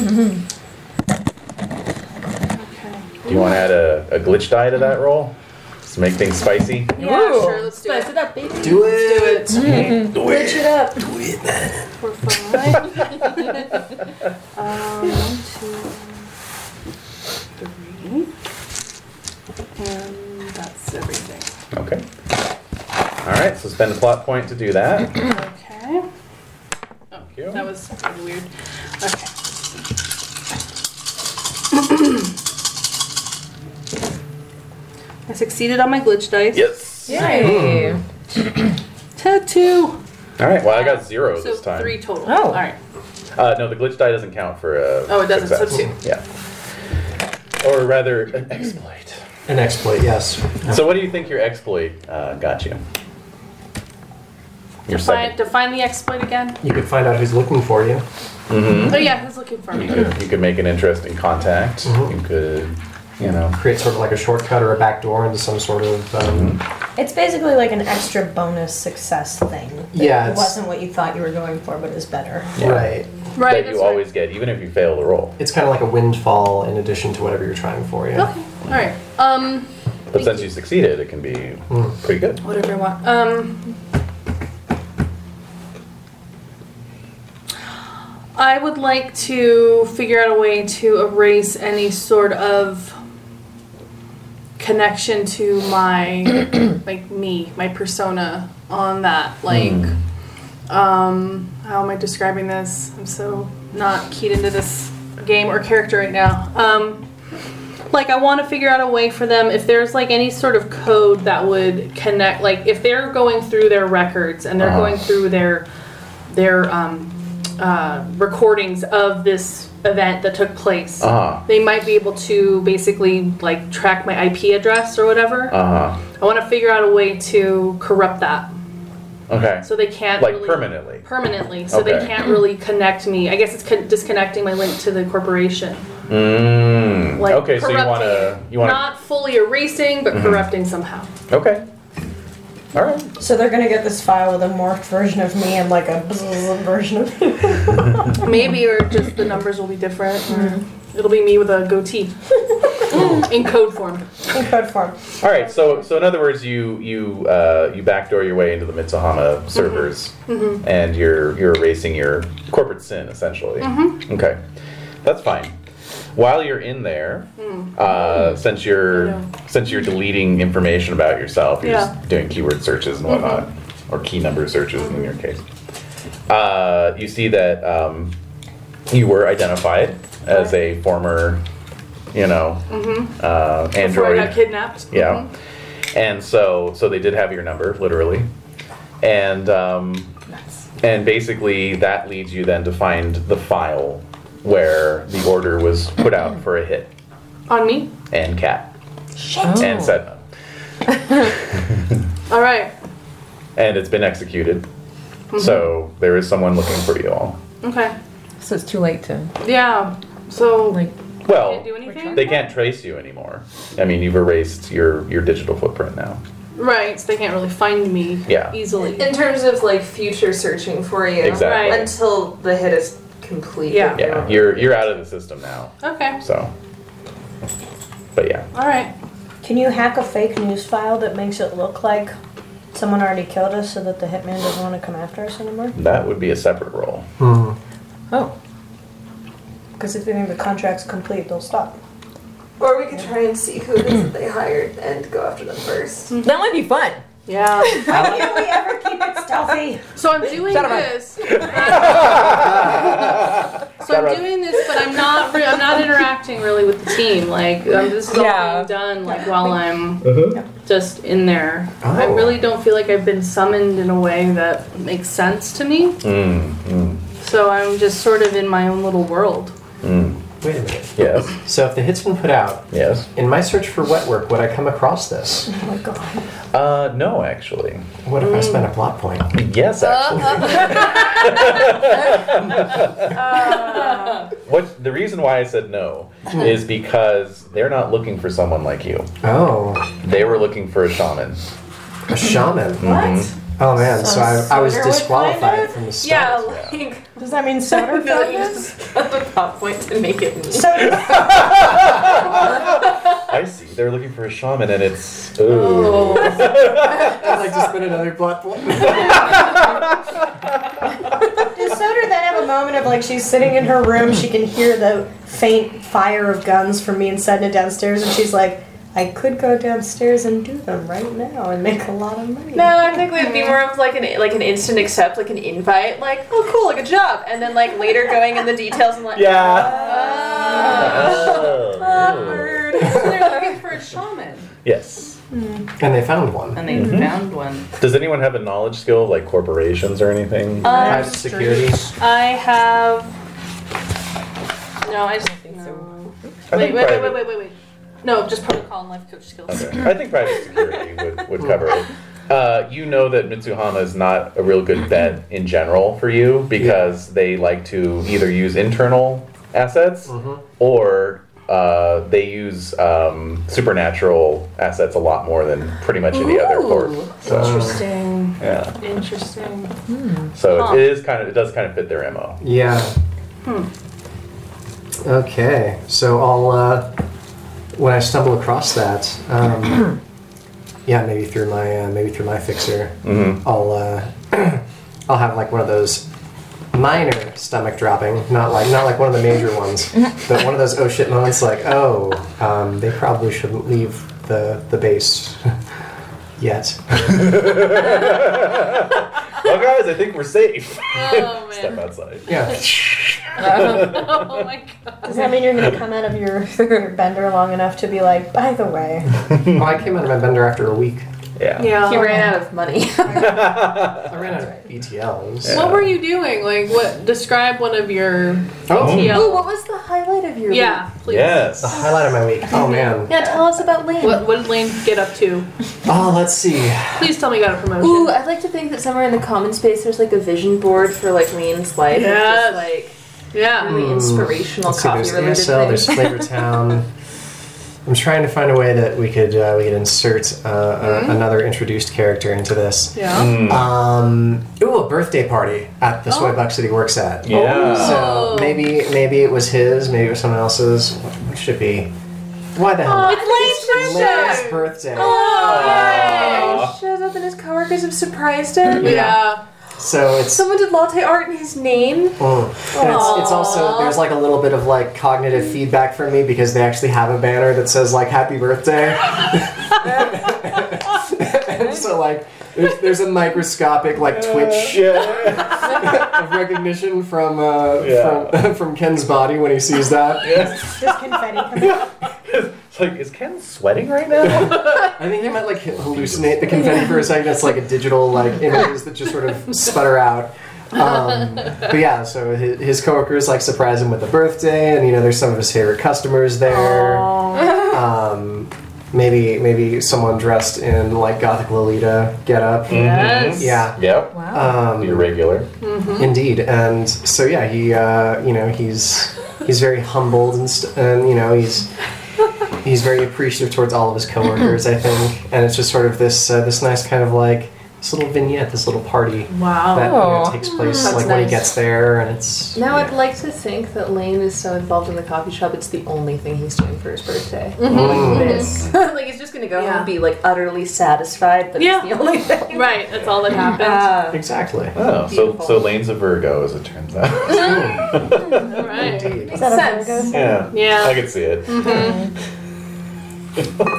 Okay. you want to add a, a glitch die to that roll? Just make things spicy. Yeah, Ooh. sure, let's do it. up, baby. Do it. Switch it up. For five. um, one, two, three. And that's everything. Okay. All right. So spend a plot point to do that. Thank Okay. you. That was kinda weird. Okay. I succeeded on my glitch dice. yes. Yay. Tattoo. All right. Well, I got zero So this time. three total. Oh. All right. Uh, no, the glitch die doesn't count for. Uh, Oh, it doesn't, so success. Yeah. Or rather, an exploit. An exploit, yes. So, what do you think your exploit uh, got you? Your Define, second. define the exploit again. You could find out who's looking for you. Mm-hmm. Oh yeah, he's looking for me. You could make an interesting contact. Mhm. You could, you know. Create sort of like a shortcut or a backdoor into some sort of. Um, It's basically like an extra bonus success thing. Yeah, It it's- wasn't what you thought you were going for, but it was better. Yeah. Right. Right. Mm-hmm. that that's you right. always get, even if you fail the roll. It's kind of like a windfall in addition to whatever you're trying for, yeah. Okay. All right. Um, But since you succeeded, it can be pretty good. whatever I want. Um, I would like to figure out a way to erase any sort of connection to my like me, my persona on that. Like, um, how am I describing this? I'm so not keyed into this game or character right now. Um, like I want to figure out a way for them if there's like any sort of code that would connect like if they're going through their records and they're Uh-huh. going through their their um, uh, recordings of this event that took place Uh-huh. they might be able to basically like track my IP address or whatever Uh huh. I want to figure out a way to corrupt that Okay. so they can't Like really- permanently. permanently so Okay. they can't really connect me I guess it's con- disconnecting my link to the corporation Mm. Like okay, so you want to corrupting. you Mm-hmm. want not fully erasing but corrupting somehow to Okay. All right. So they're gonna get this file with a morphed version of me and like a bzzz version of me. Maybe, or just the numbers will be different. Or it'll be me with a goatee in code form. in code form. All right. So so in other words, you you uh, you backdoor your way into the Mitsuhama servers, Mm-hmm. and you're you're erasing your corporate sin essentially. Mm-hmm. Okay, that's fine. While you're in there, Mm. uh, since you're since you're deleting information about yourself, you're just doing keyword searches and whatnot, Mm-hmm. or key number searches in your case. Uh, you see that um, you were identified as a former, you know, uh, Mm-hmm. Before android. I got kidnapped. Yeah. And so so they did have your number, literally. And um, and basically that leads you then to find the file where the order was put out for a hit On me. and cat Oh. and Sedna. Mm-hmm. All right. And it's been executed. So there is someone looking for you all. Okay. So it's too late to Yeah. So like. Well, can't do anything. they can't trace you anymore. I mean, you've erased your your digital footprint now. right. So they can't really find me. Yeah. Easily. In terms of like future searching for you, Exactly. Right. until the hit is complete. Yeah. Yeah, you're you're out of the system now. Okay. So But yeah. All right. Can you hack a fake news file that makes it look like someone already killed us so that the hitman doesn't want to come after us anymore? That would be a separate role. Oh, Because if they think the contract's complete, they'll stop. Or we could try and see who it is that they hired and go after them first. that might be fun. Yeah. Can we ever keep it stealthy? So I'm doing Shut up, man. this. so I'm doing this, but I'm not. Re- I'm not interacting really with the team. Like um, this is all Yeah. being done like while I'm just in there. I Oh. really don't feel like I've been summoned in a way that makes sense to me. Mm, mm, So I'm just sort of in my own little world. mm. Wait a minute. Yes, So if the hit's been put out, yes. in my search for wet work, would I come across this? Oh my god. Uh, no, actually. What if I spent a plot point? Yes, actually. What the reason why I said no is because they're not looking for someone like you. Oh, They were looking for a shaman. a shaman. Mhm. Oh man, so, I, I was Soder would find disqualified it? from the Yeah, start. like Does that mean soda? no, you just got the plot point to make it me. Soda. I see. They're looking for a shaman, and it's I'd like to spend another plot point. Does Soder then have a moment of like she's sitting in her room, she can hear the faint fire of guns from me and Sedna downstairs, and she's like, I could go downstairs and do them right now and make a lot of money. No, I think it'd be more of like an like an instant accept, like an invite, like oh cool, like a job, and then like later going in the details and like "Ah, yeah. awkward. They're looking for a shaman, yes. And they found one. and they Mm-hmm. found one. Does anyone have a knowledge skill of, like corporations or anything? Private security. I have. No, I just think so. Wait, I think wait, wait, private- wait, wait, wait, wait. No, just protocol and life coach skills. Okay. I think private security would, would cover it. Uh, you know that Mitsuhama is not a real good bet in general for you because they like to either use internal assets or uh, they use um, supernatural assets a lot more than pretty much any other corp. So, Interesting. yeah. Interesting. so Huh. it is kind of it does kind of fit their mo. Yeah. Okay, so I'll uh, when I stumble across that, um, yeah, maybe through my uh, maybe through my fixer, I'll uh, I'll have like one of those minor stomach dropping, not like not like one of the major ones, but one of those oh shit moments, like oh, um, they probably shouldn't leave the the base yet. Well, guys, I think we're safe. Oh Step man. outside. Yeah. oh my god. Does that mean you're going to come out of your bender long enough to be like, by the way? Oh, I came out of my bender after a week. Yeah. Yeah. He ran out of money. I ran out of ETLs. What were you doing? Like, what? Describe one of your Oh, Ooh, TL. what was the highlight of your Yeah, please. the Yes. highlight of my week. Oh man. week? Yeah, tell us about Lane. What, what did Lane get up to? Oh, let's see. Please tell me you got a promotion. Ooh, I'd like to think that somewhere in the common space there's like a vision board for like Lane's life. It's Yes. Just, like Hmm. yeah. really inspirational Hmm. Let's see, coffee there's related ASL, there's things. Flavor Town. I'm trying to find a way that we could uh, we could insert uh, Mm-hmm. a, another introduced character into this. Hmm. Yeah. Hmm. Um, ooh, a birthday party at the Oh. Soy Bucks that he works at. Oh. Yeah. So maybe maybe it was his, maybe it was someone else's. What should be? Why the Oh, Oh, hell? It's Lane's Lynn's birthday. Oh, shows up and his coworkers have surprised him. Yeah. So it's Someone did latte art in his name. Mm. And It's, it's also there's like a little bit of like cognitive feedback from me because they actually have a banner that says like happy birthday. and so like there's, there's a microscopic like twitch Yeah. of recognition from uh, Yeah. from from Ken's body when he sees that. Just confetti coming out. It's like, is Ken sweating right now? I think they might like hallucinate the confetti for a second. It's like a digital like images that just sort of sputter out. Um, but yeah, so his, his coworkers like surprise him with a birthday, and you know there's some of his favorite customers there. Um, maybe maybe someone dressed in like gothic Lolita getup. Hmm. Yes. Yeah. yep. Wow. Your Um, regular. indeed, and so yeah, he uh, you know he's he's very humbled and st- and you know he's he's very appreciative towards all of his coworkers, I think, and it's just sort of this uh, this nice kind of like this little vignette, this little party Wow. that you know, Oh. takes place That's like when he nice. gets there, and it's Now I'd like to think that Lane is so involved in the coffee shop, it's the only thing he's doing for his birthday. Mm, Like this. like he's just gonna go home Yeah. and be like utterly satisfied, but Yeah. it's the only thing. Right. That's all that happened. Uh, exactly. Oh, so, Beautiful. so Lane's a Virgo, as it turns out. right. makes that a sense. yeah. Mm-hmm. I Yeah. can see it.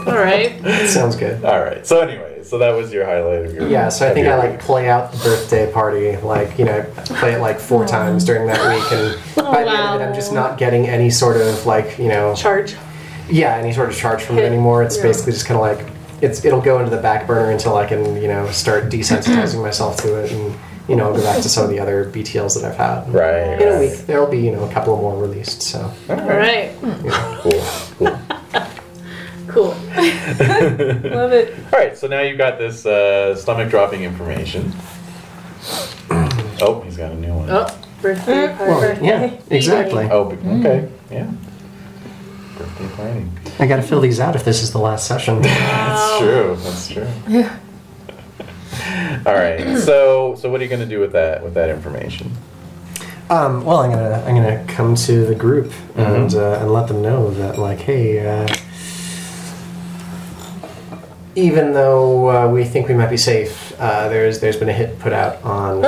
All right. Sounds good. All right. So anyway, so that was your highlight of your Yeah, so I of think your I like week. play out the birthday party, like you know, play it like four times during that week, and by the end of it, I'm just not getting any sort of like you know, Charge. yeah, any sort of charge from it anymore. It's basically just kind of like it's it'll go into the back burner until I can you know start desensitizing myself to it, and you know, go back to some of the other BTLs that I've had. right In a right. week, there'll be you know a couple more released. So All right. Cool. cool. Cool. Love it. All right. So now you've got this uh, stomach dropping information. oh, he's got a new one. Oh, Mm. Oh, birthday well, yeah, exactly. b- okay. Yeah. Birthday planning. I got to fill these out if this is the last session. That's true. That's true. Yeah. All right. So so what are you going to do with that with that information? Um, well, I'm gonna I'm gonna come to the group and uh, and let them know that like, hey, uh, even though uh, we think we might be safe, uh, there's there's been a hit put out on.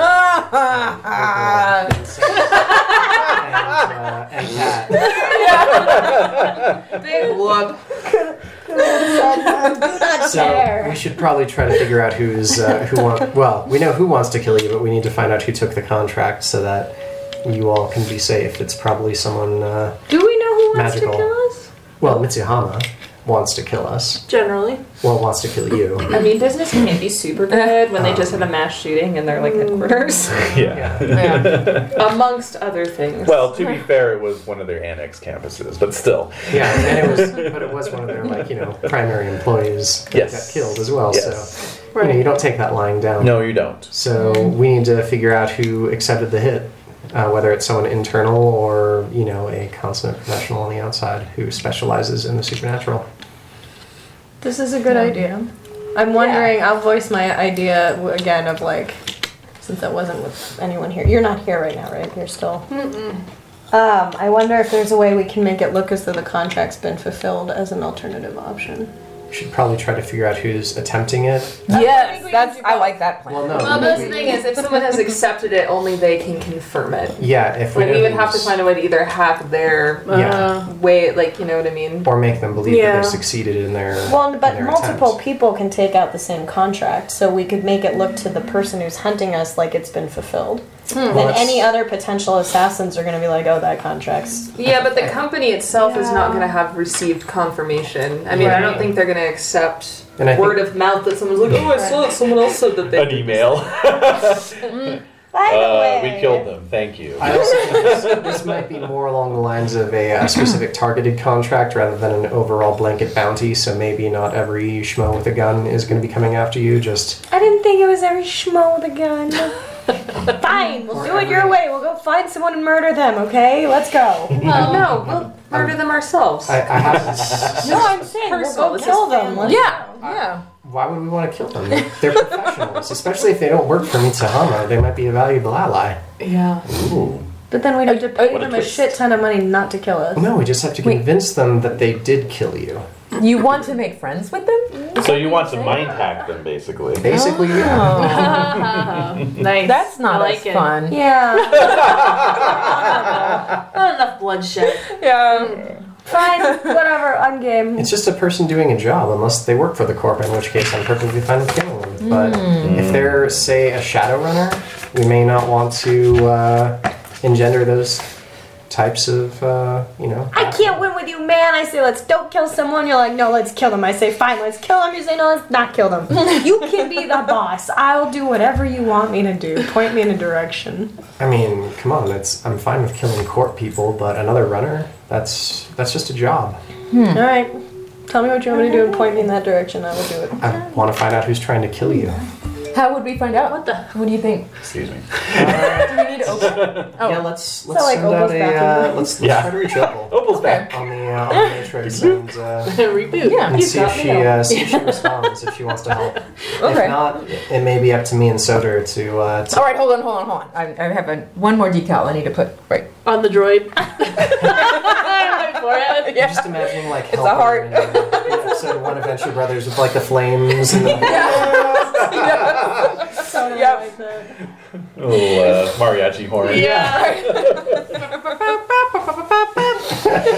uh, and that. Big blood. So we should probably try to figure out who's uh, who want. Well, we know who wants to kill you, but we need to find out who took the contract so that you all can be safe. It's probably someone. Uh, Do we know who wants Magical. to kill us? well, Mitsuhama wants to kill us. Generally. Well, wants to kill you. I mean, business can't be super good when they just had a mass shooting and they're like Mm. headquarters, Yeah. Yeah. amongst other things. Well, to be fair, it was one of their annex campuses, but still. Yeah, and it was, but it was one of their like you know primary employees that Yes. got killed as well. Yes. So you know you don't take that lying down. No, you don't. So we need to figure out who accepted the hit, uh, whether it's someone internal or you know a consummate professional on the outside who specializes in the supernatural. This is a good idea. I'm wondering, I'll voice my idea w- again of like, since I wasn't with anyone here. You're not here right now, right? You're still. Um, I wonder if there's a way we can make it look as though the contract's been fulfilled as an alternative option. We should probably try to figure out who's attempting it. yes, that's I like that plan. Well, no. Well, that's the thing is, if someone has accepted it, only they can confirm it. yeah, if we, Like, we would have to lose- find a way Uh, to either hack their Yeah. uh, way, like, you know what I mean? or make them believe that Yeah. they succeeded in their Hmm, Well, in but their multiple attempts. people can take out the same contract, so we could make it look to the person who's hunting us like it's been fulfilled. Then any other potential assassins are going to be like, oh, that contract's. Yeah, but the company itself is not going to have received confirmation. I mean, I don't Right. think they're going to accept And I think- word of mouth that someone's like, oh, I saw it. Someone else said that they. An email. By the uh, way, we killed them. Thank you. I also think this, this might be more along the lines of a uh, specific targeted contract rather than an overall blanket bounty. So maybe not every schmo with a gun is going to be coming after you. Just I didn't think it was every schmo with a gun. Fine, we'll do it your way. We'll go find someone and murder them, okay? Let's go. Well, no, we'll murder them ourselves. I, I have. No, I'm saying we'll Personal, go this kill is them. Let's- Yeah, yeah. Why would we want to kill them? They're professionals, especially if they don't work for Mitsuhama. They might be a valuable ally. yeah. Ooh. But then we'd have to pay What a them a twist. shit ton of money not to kill us. No, we just have to convince them that they did kill you. You want to make friends with them? So you want to mind hack them, basically. Basically, yeah. Ah. Oh, Nice. that's not I like as it. fun. Yeah, Not enough bloodshed. Yeah. fine, whatever, I'm game. It's just a person doing a job, unless they work for the corp, in which case I'm perfectly fine with killing them. But Hmm. if they're, say, a shadow runner, we may not want to uh, engender those types of, uh, you know. I can't win with you, man. I say, let's don't kill someone. You're like, no, let's kill them. I say, fine, let's kill them. You say, no, let's not kill them. you can be the boss. I'll do whatever you want me to do. Point me in a direction. I mean, come on, it's, I'm fine with killing corp people, but another runner, that's that's just a job. All Hmm. right. Tell me what you want me to do and point me in that direction. I will do it. I want to find out who's trying to kill you. How would we find out? What the? What do you think? Excuse me. Do we need to open? Yeah, let's let's Oh. like send out Opal's a back uh, let's, let's Yeah. try to reach Opal Opal's back. on the uh, on the matrix and. Uh, Reboot. Yeah. and You see got if me she now. uh, see if she responds if she wants to help. Okay. If not, it may be up to me and Soder to. Uh, to All right, hold on, hold on, hold on. I, I have a, one more decal I need to put. Right. On the droid. My forehead. I'm just imagining like it's a heart. episode one of Venture Brothers with like the flames and the, Yep. Little uh, mariachi horn. Yeah.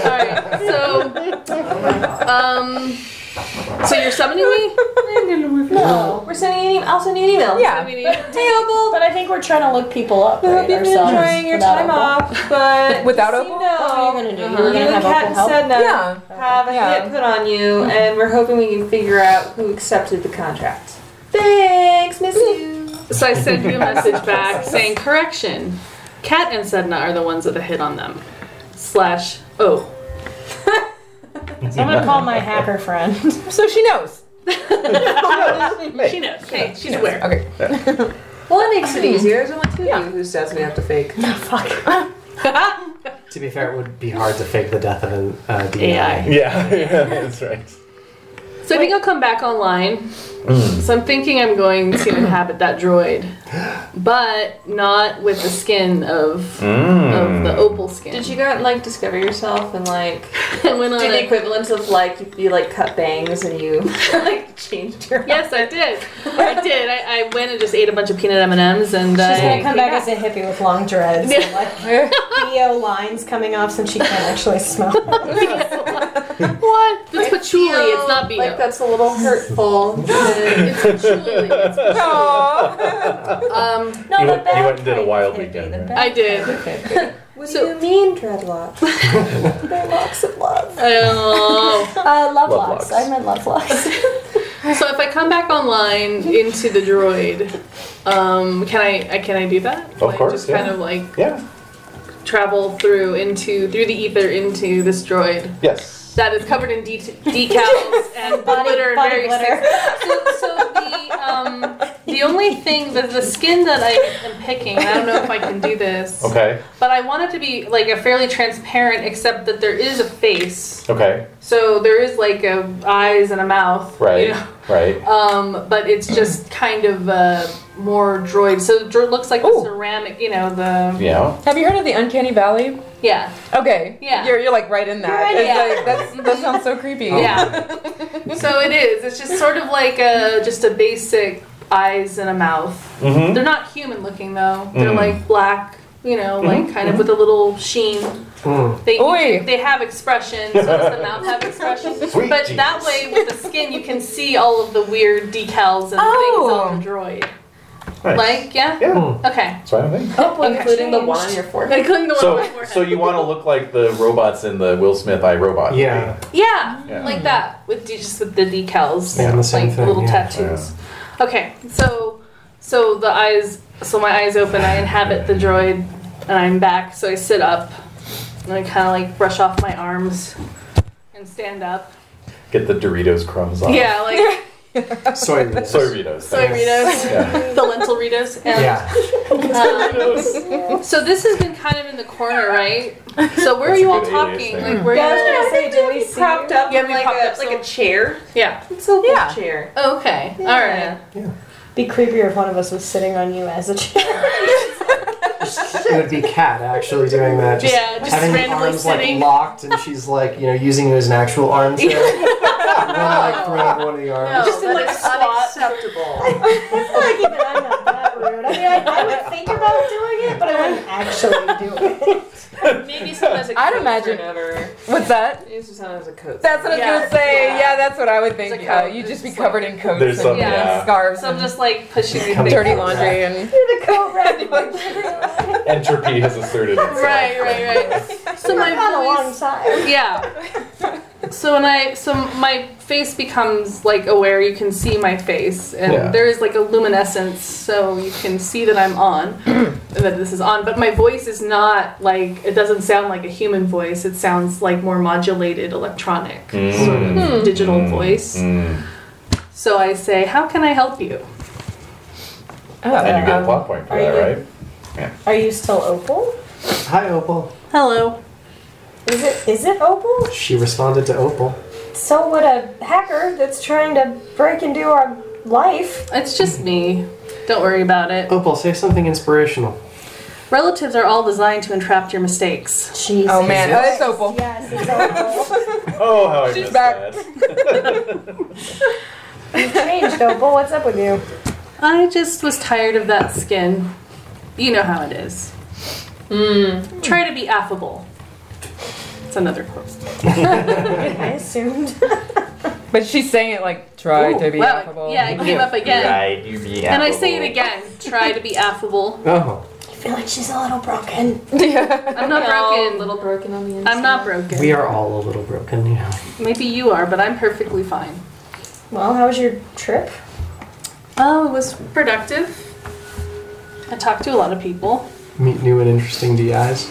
Alright, so. Um. So you're summoning me? No, we're sending an email. I'll send you an email. Yeah. But I think we're trying to look people up. Right, you've been ourselves enjoying your without time Opal. off, but Without Opal? What are you gonna do? You're You gonna and have Kat Opal and Sedna help? Yeah. have a Yeah. hit put on you, and we're hoping we can figure out who accepted the contract. Thanks, miss you. So I sent you a message back saying, correction. Kat and Sedna are the ones with a hit on them. Slash, oh. So I'm gonna call my hacker friend. So she knows. She knows. Okay, she's aware. Okay. Well, it makes it easier. There's only two of you who says we have to fake. to be fair, it would be hard to fake the death of an uh, DI. AI. Yeah, yeah, that's right. So I think I'll come back online. So I'm thinking I'm going to inhabit that droid, but not with the skin of of the opal skin. Did you go out and like discover yourself and like I went on do the a, equivalent of like you, you like cut bangs and you like changed your yes, I did. I did. I, I went and just ate a bunch of peanut M and M's, and She's gonna I come back as a hippie with long dreads. and, like Theo lines coming off since she can't actually smell. what? That's patchouli. feel It's not beer. Like that's a little hurtful. it's patchouli. It's um, No, the You went- you bad went and did a kind wild of hippie, weekend, the right? bad I did. what So- do you mean dreadlocks? dreadlocks of love. Oh. Uh, love, Love locks. locks. I meant love locks. So if I come back online into the droid, um, can I I- can I do that? Of like, course, Just yeah. kind of like Yeah. travel through into through the ether into this droid Yes. that is covered in de- decals and glitter and Body various glitter. things. So the um, the only thing the, the skin that I am picking, and I don't know if I can do this, Okay. but I want it to be like a fairly transparent, except that there is a face. Okay. So there is like a eyes and a mouth, you Right. know? Right. Um, but it's just kind of uh, more droid. So droid looks like the Ooh. ceramic, you know, the Yeah. Have you heard of the Uncanny Valley? yeah, Okay. Yeah. You're, you're like right in that. You're right in it's like, that's, that sounds so creepy. Oh. yeah. so it is. It's just sort of like a just a basic eyes and a mouth. Mm-hmm. They're not human looking though. They're Mm. Mm-hmm. like black, you know, like kind of with a little sheen. Mm. They Oi. they have expression. So does the mouth have expression? Sweet but that Jesus. way with the skin, you can see all of the weird decals and Oh. things on the droid. Nice. Like, yeah? yeah, Okay. that's what I think. including the one on your forehead. Including the Oh, one on my So, forehead. so you want to look like the robots in the Will Smith iRobot? movie. Yeah. Yeah, Yeah. like that with the- just with the decals, Yeah, the same like thing, little yeah. tattoos. Okay, so so the eyes, so my eyes open. I inhabit the droid, and I'm back. So I sit up, and I kind of like brush off my arms and stand up. Get the Doritos crumbs off. Yeah, like Oh, Soy Reels. Soy Doritos. soy Ritos, Yeah. the lentil Ritos, and Yeah. Doritos. so this has been kind of in the corner, right? So where are That's you a all good alias talking? thing. Like where? Yeah, I was you gonna say, do we see propped you? up You have in me like propped a up, like so- a chair. Yeah. It's a little Yeah. chair. Okay. All right. Be creepier if one of us was sitting on you as a child. It would be Kat actually doing that. Just Yeah, just having the randomly arms sitting. like locked, and she's like, you know, using it as an actual armchair. One like throwing one of the arms. Just in, That like, is squat. unacceptable. I feel like even I'm not that rude. I mean, I, I would think about doing it, but I wouldn't actually do it. Maybe someone has a I'd coat for imagine- Never. What's that? It used to sound as a coat. That's what I Yeah. was gonna say. Yeah, Yeah. that's what I would think. It's a Uh, coat. you'd just be It's covered in coats There's and some- yeah, yeah. scarves So I'm and just like pushing these Come big dirty things out. laundry and The coat rack. Entropy has asserted itself. Right, right, right. So my Not a long voice, time. yeah. So when I, so my face becomes like aware. You can see my face, and Yeah. there is like a luminescence, so you can see that I'm on, and that this is on. But my voice is not like it doesn't sound like a human voice. It sounds like more modulated, electronic, sort of Mm. digital Mm. voice. Mm. So I say, "How can I help you?" And you get a oh, plot point for that, right? Are you still Opal? Hi, Opal. Hello. Is it is it Opal? She responded to Opal. So would a hacker that's trying to break into our life. It's just me. Don't worry about it. Opal, say something inspirational. Relatives are all designed to entrap your mistakes. Jesus. oh man, oh, it's opal. Yes, it's Opal. Oh, how I She's missed back. that. You've changed, Opal. What's up with you? I just was tired of that skin. You know how it is. Mm. Try to be affable. It's another quote. I assumed. But she's saying it like try to be Wow, affable. Yeah, it came up again. Right, you be And I say it again. Try to be affable. Oh, I feel like she's a little broken. I'm not A broken. little broken on the inside. I'm not broken. we are all a little broken, you know. Maybe you are, but I'm perfectly fine. Well, how was your trip? Oh, it was productive. I talked to a lot of people. Meet new and interesting DIs.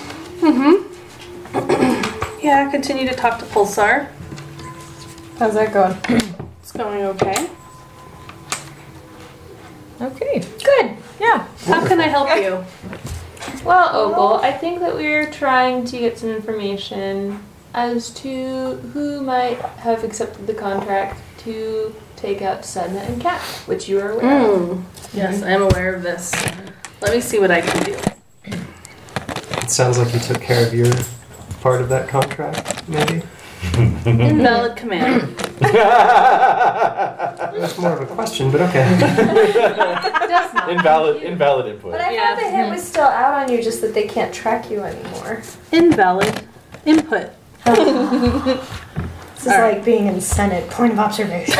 Yeah, I continue to talk to Pulsar. How's that going? It's going okay. Okay. Good. Yeah. How can I help you? Well, Opal, I think that we're trying to get some information as to who might have accepted the contract to take out Sedna and Kat, which you are aware of. Yes, I am aware of this. Let me see what I can do. It sounds like you took care of your part of that contract, maybe. Invalid command. That's more of a question, but okay. Invalid, invalid input. But I Yeah. thought the hit was still out on you, just that they can't track you anymore. Invalid input. This is like being in Senate. Point of observation.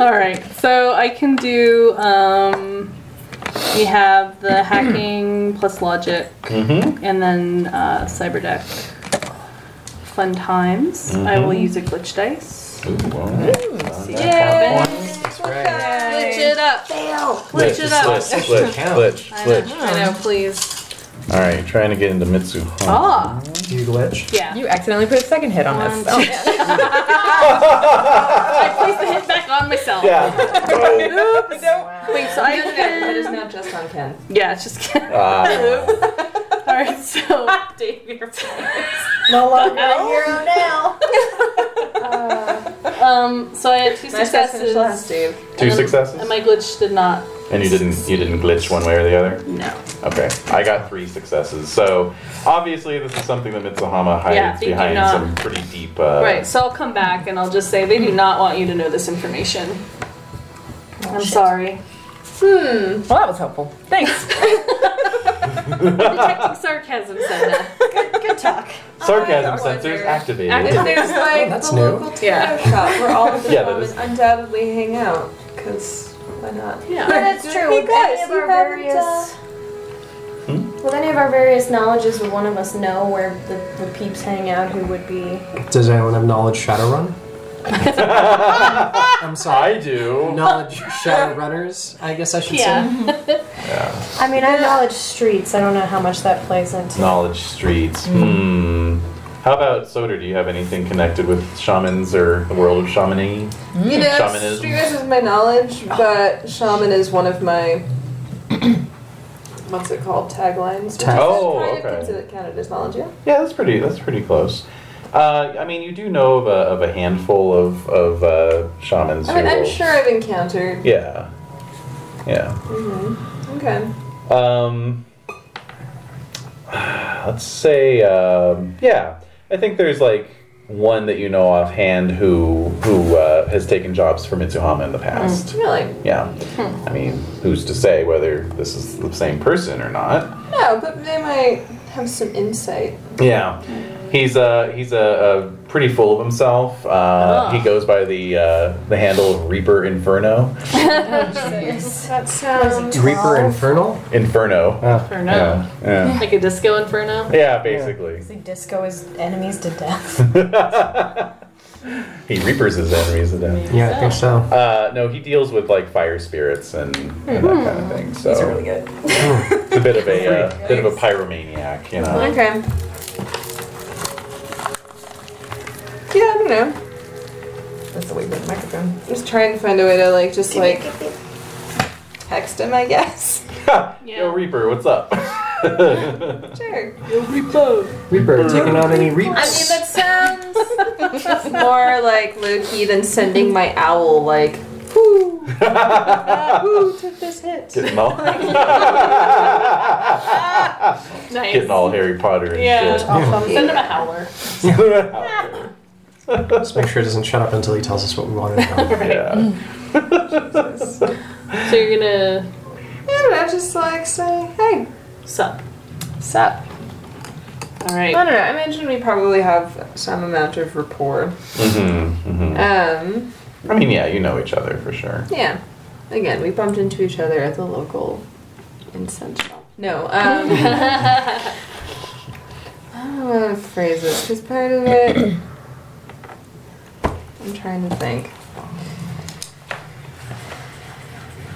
All right, so I can do. Um, we have the hacking plus logic, Mm-hmm. and then uh, cyberdeck. Fun times. I will Mm-hmm. use a glitch dice. That's right. Glitch it up. Glitch it up. Glitch, glitch, glitch, I know, glitch. I know, please. All right, trying to get into Mitsu. Huh? Ah, You glitch. yeah. You accidentally put a second hit on us. Oh, I placed the hit back on myself. Yeah. Wait, so I That is can. not just on Ken. Yeah, it's just kidding. Ah. All right, so No longer a hero now. um, so I had two successes, Dave. Two and successes, my glitch did not. and you didn't you didn't glitch one way or the other. No. Okay, I got three successes. So obviously, this is something that Mitsuhama hides Yeah, they do behind not. some pretty deep. Uh, Right, so I'll come back and I'll just say they Hmm. do not want you to know this information. Oh, I'm sorry. well, that was helpful. Thanks. Detecting sarcasm said that. Sarcasm sensors activated. Activated. There's like That's the new. local tattoo Yeah. shop where all of the Yeah, that women is- undoubtedly hang out because Why not? But that's true. Hey With guys, any of you our haven't, various, uh, with any of our various knowledges, would one of us know where the, the peeps hang out? Who would be? Does anyone have knowledge Shadowrun? I'm I sorry. do. Knowledge Shadowrunners, I guess I should say. Yeah. I mean, I knowledge streets. I don't know how much that plays into. Knowledge streets. Hmm. How about Soder? Do you have anything connected with shamans or the world of shamany? You know, Shamanism. streetwise is my knowledge, but shaman is one of my what's it called taglines. which Tag- I Oh, kind okay. Of consider counted as knowledge. Yeah. Yeah, that's pretty. That's pretty close. Uh, I mean, you do know of a, of a handful of of uh, shamans. I mean, who I'm will- sure I've encountered. Yeah. Yeah. Okay. Um, let's say, um, yeah, I think there's like one that you know offhand who who uh, has taken jobs for Mitsuhama in the past. Really? Yeah, I mean, who's to say whether this is the same person or not? No, but they might have some insight. Yeah, he's uh, he's a, a pretty full of himself. Uh, He goes by the uh, the handle of Reaper Inferno. That sounds Reaper Infernal? Oh, Inferno. Inferno. Yeah. Yeah. Like a disco inferno. yeah, basically. like disco is enemies to death. he reapers his enemies to death. Yeah, I think so. Uh, no, he deals with like fire spirits and, and that kind of thing. So it's Hmm. really good. a bit of a uh, bit of a pyromaniac, you know. Okay. Yeah, I don't know. That's the way the microphone. Just trying to find a way to like just like text him, I guess. Yo, Reaper, what's up? Sure. Reaper, taking out any I mean, reaps? that sounds more like Loki than sending my owl like, whoo, uh, whoo, took this hit. Getting all Nice. getting all Harry Potter and Yeah. shit. Awesome. Send him a howler. Just make sure it doesn't shut up until he tells us what we want to know. Yeah. So you're gonna I don't know, just like say, hey, sup. sup. All I right. don't know. I imagine we probably have some amount of rapport. Mm-hmm, hmm Um, I mean, yeah, you know each other for sure. yeah. Again, we bumped into each other at the local incense shop. No. Um, I don't know how to phrase this because part of it. I'm trying to think.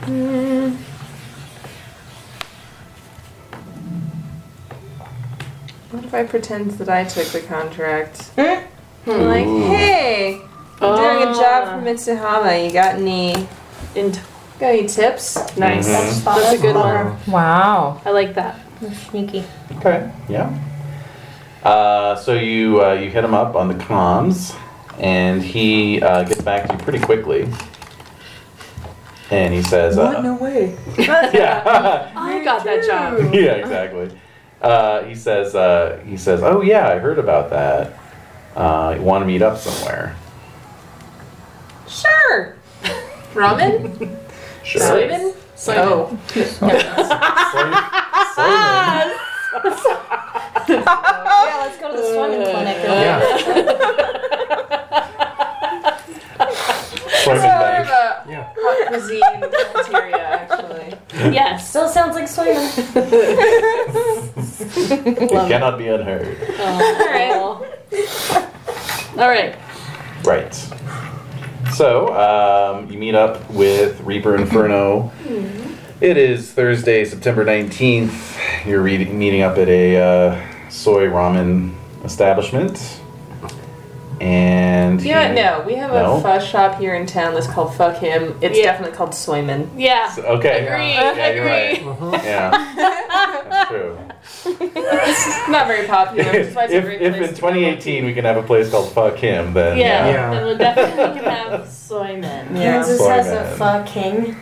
Mm. What if I pretend that I took the contract? I'm like, Ooh. hey, I'm doing a job for Mitsuhama. You got any Int- got any tips? nice. Mhm. That's a good one. Wow. I like that. Sneaky. Okay. Yeah. Uh, so you uh, you hit him up on the comms, and he uh, gets back to you pretty quickly. And he says, uh, way. "Yeah, I got that job. yeah, exactly." Uh, he says, uh, "He says, oh yeah, I heard about that. Uh, want to meet up somewhere? Sure. Ramen? Sure. Soybean? Oh. Soybean. Yeah, let's go to the swimming clinic. Yeah, Soybean Sort of bank. a yeah. hot cuisine cafeteria, actually. Yes. Still sounds like swimming. It cannot be unheard. All right. All right. Right. So um, you meet up with Reaper Inferno. Mm-hmm. It is Thursday, September 19th. You're re- meeting up at a uh, soy ramen establishment. And. You know what? he- No, we have No? a pho shop here in town that's called Fuck Him. It's Yeah. definitely called Soyman. Yeah. Okay. Agree. Yeah, you're right. Mm-hmm. Agree. Yeah. That's true. It's not very popular. which is if why it's a if, great if place in to go. 2018 we can have a place called Fuck Him, then. Yeah. Yeah. Then we'll definitely can have soymen. Yeah. Kansas Boy has band. a fucking.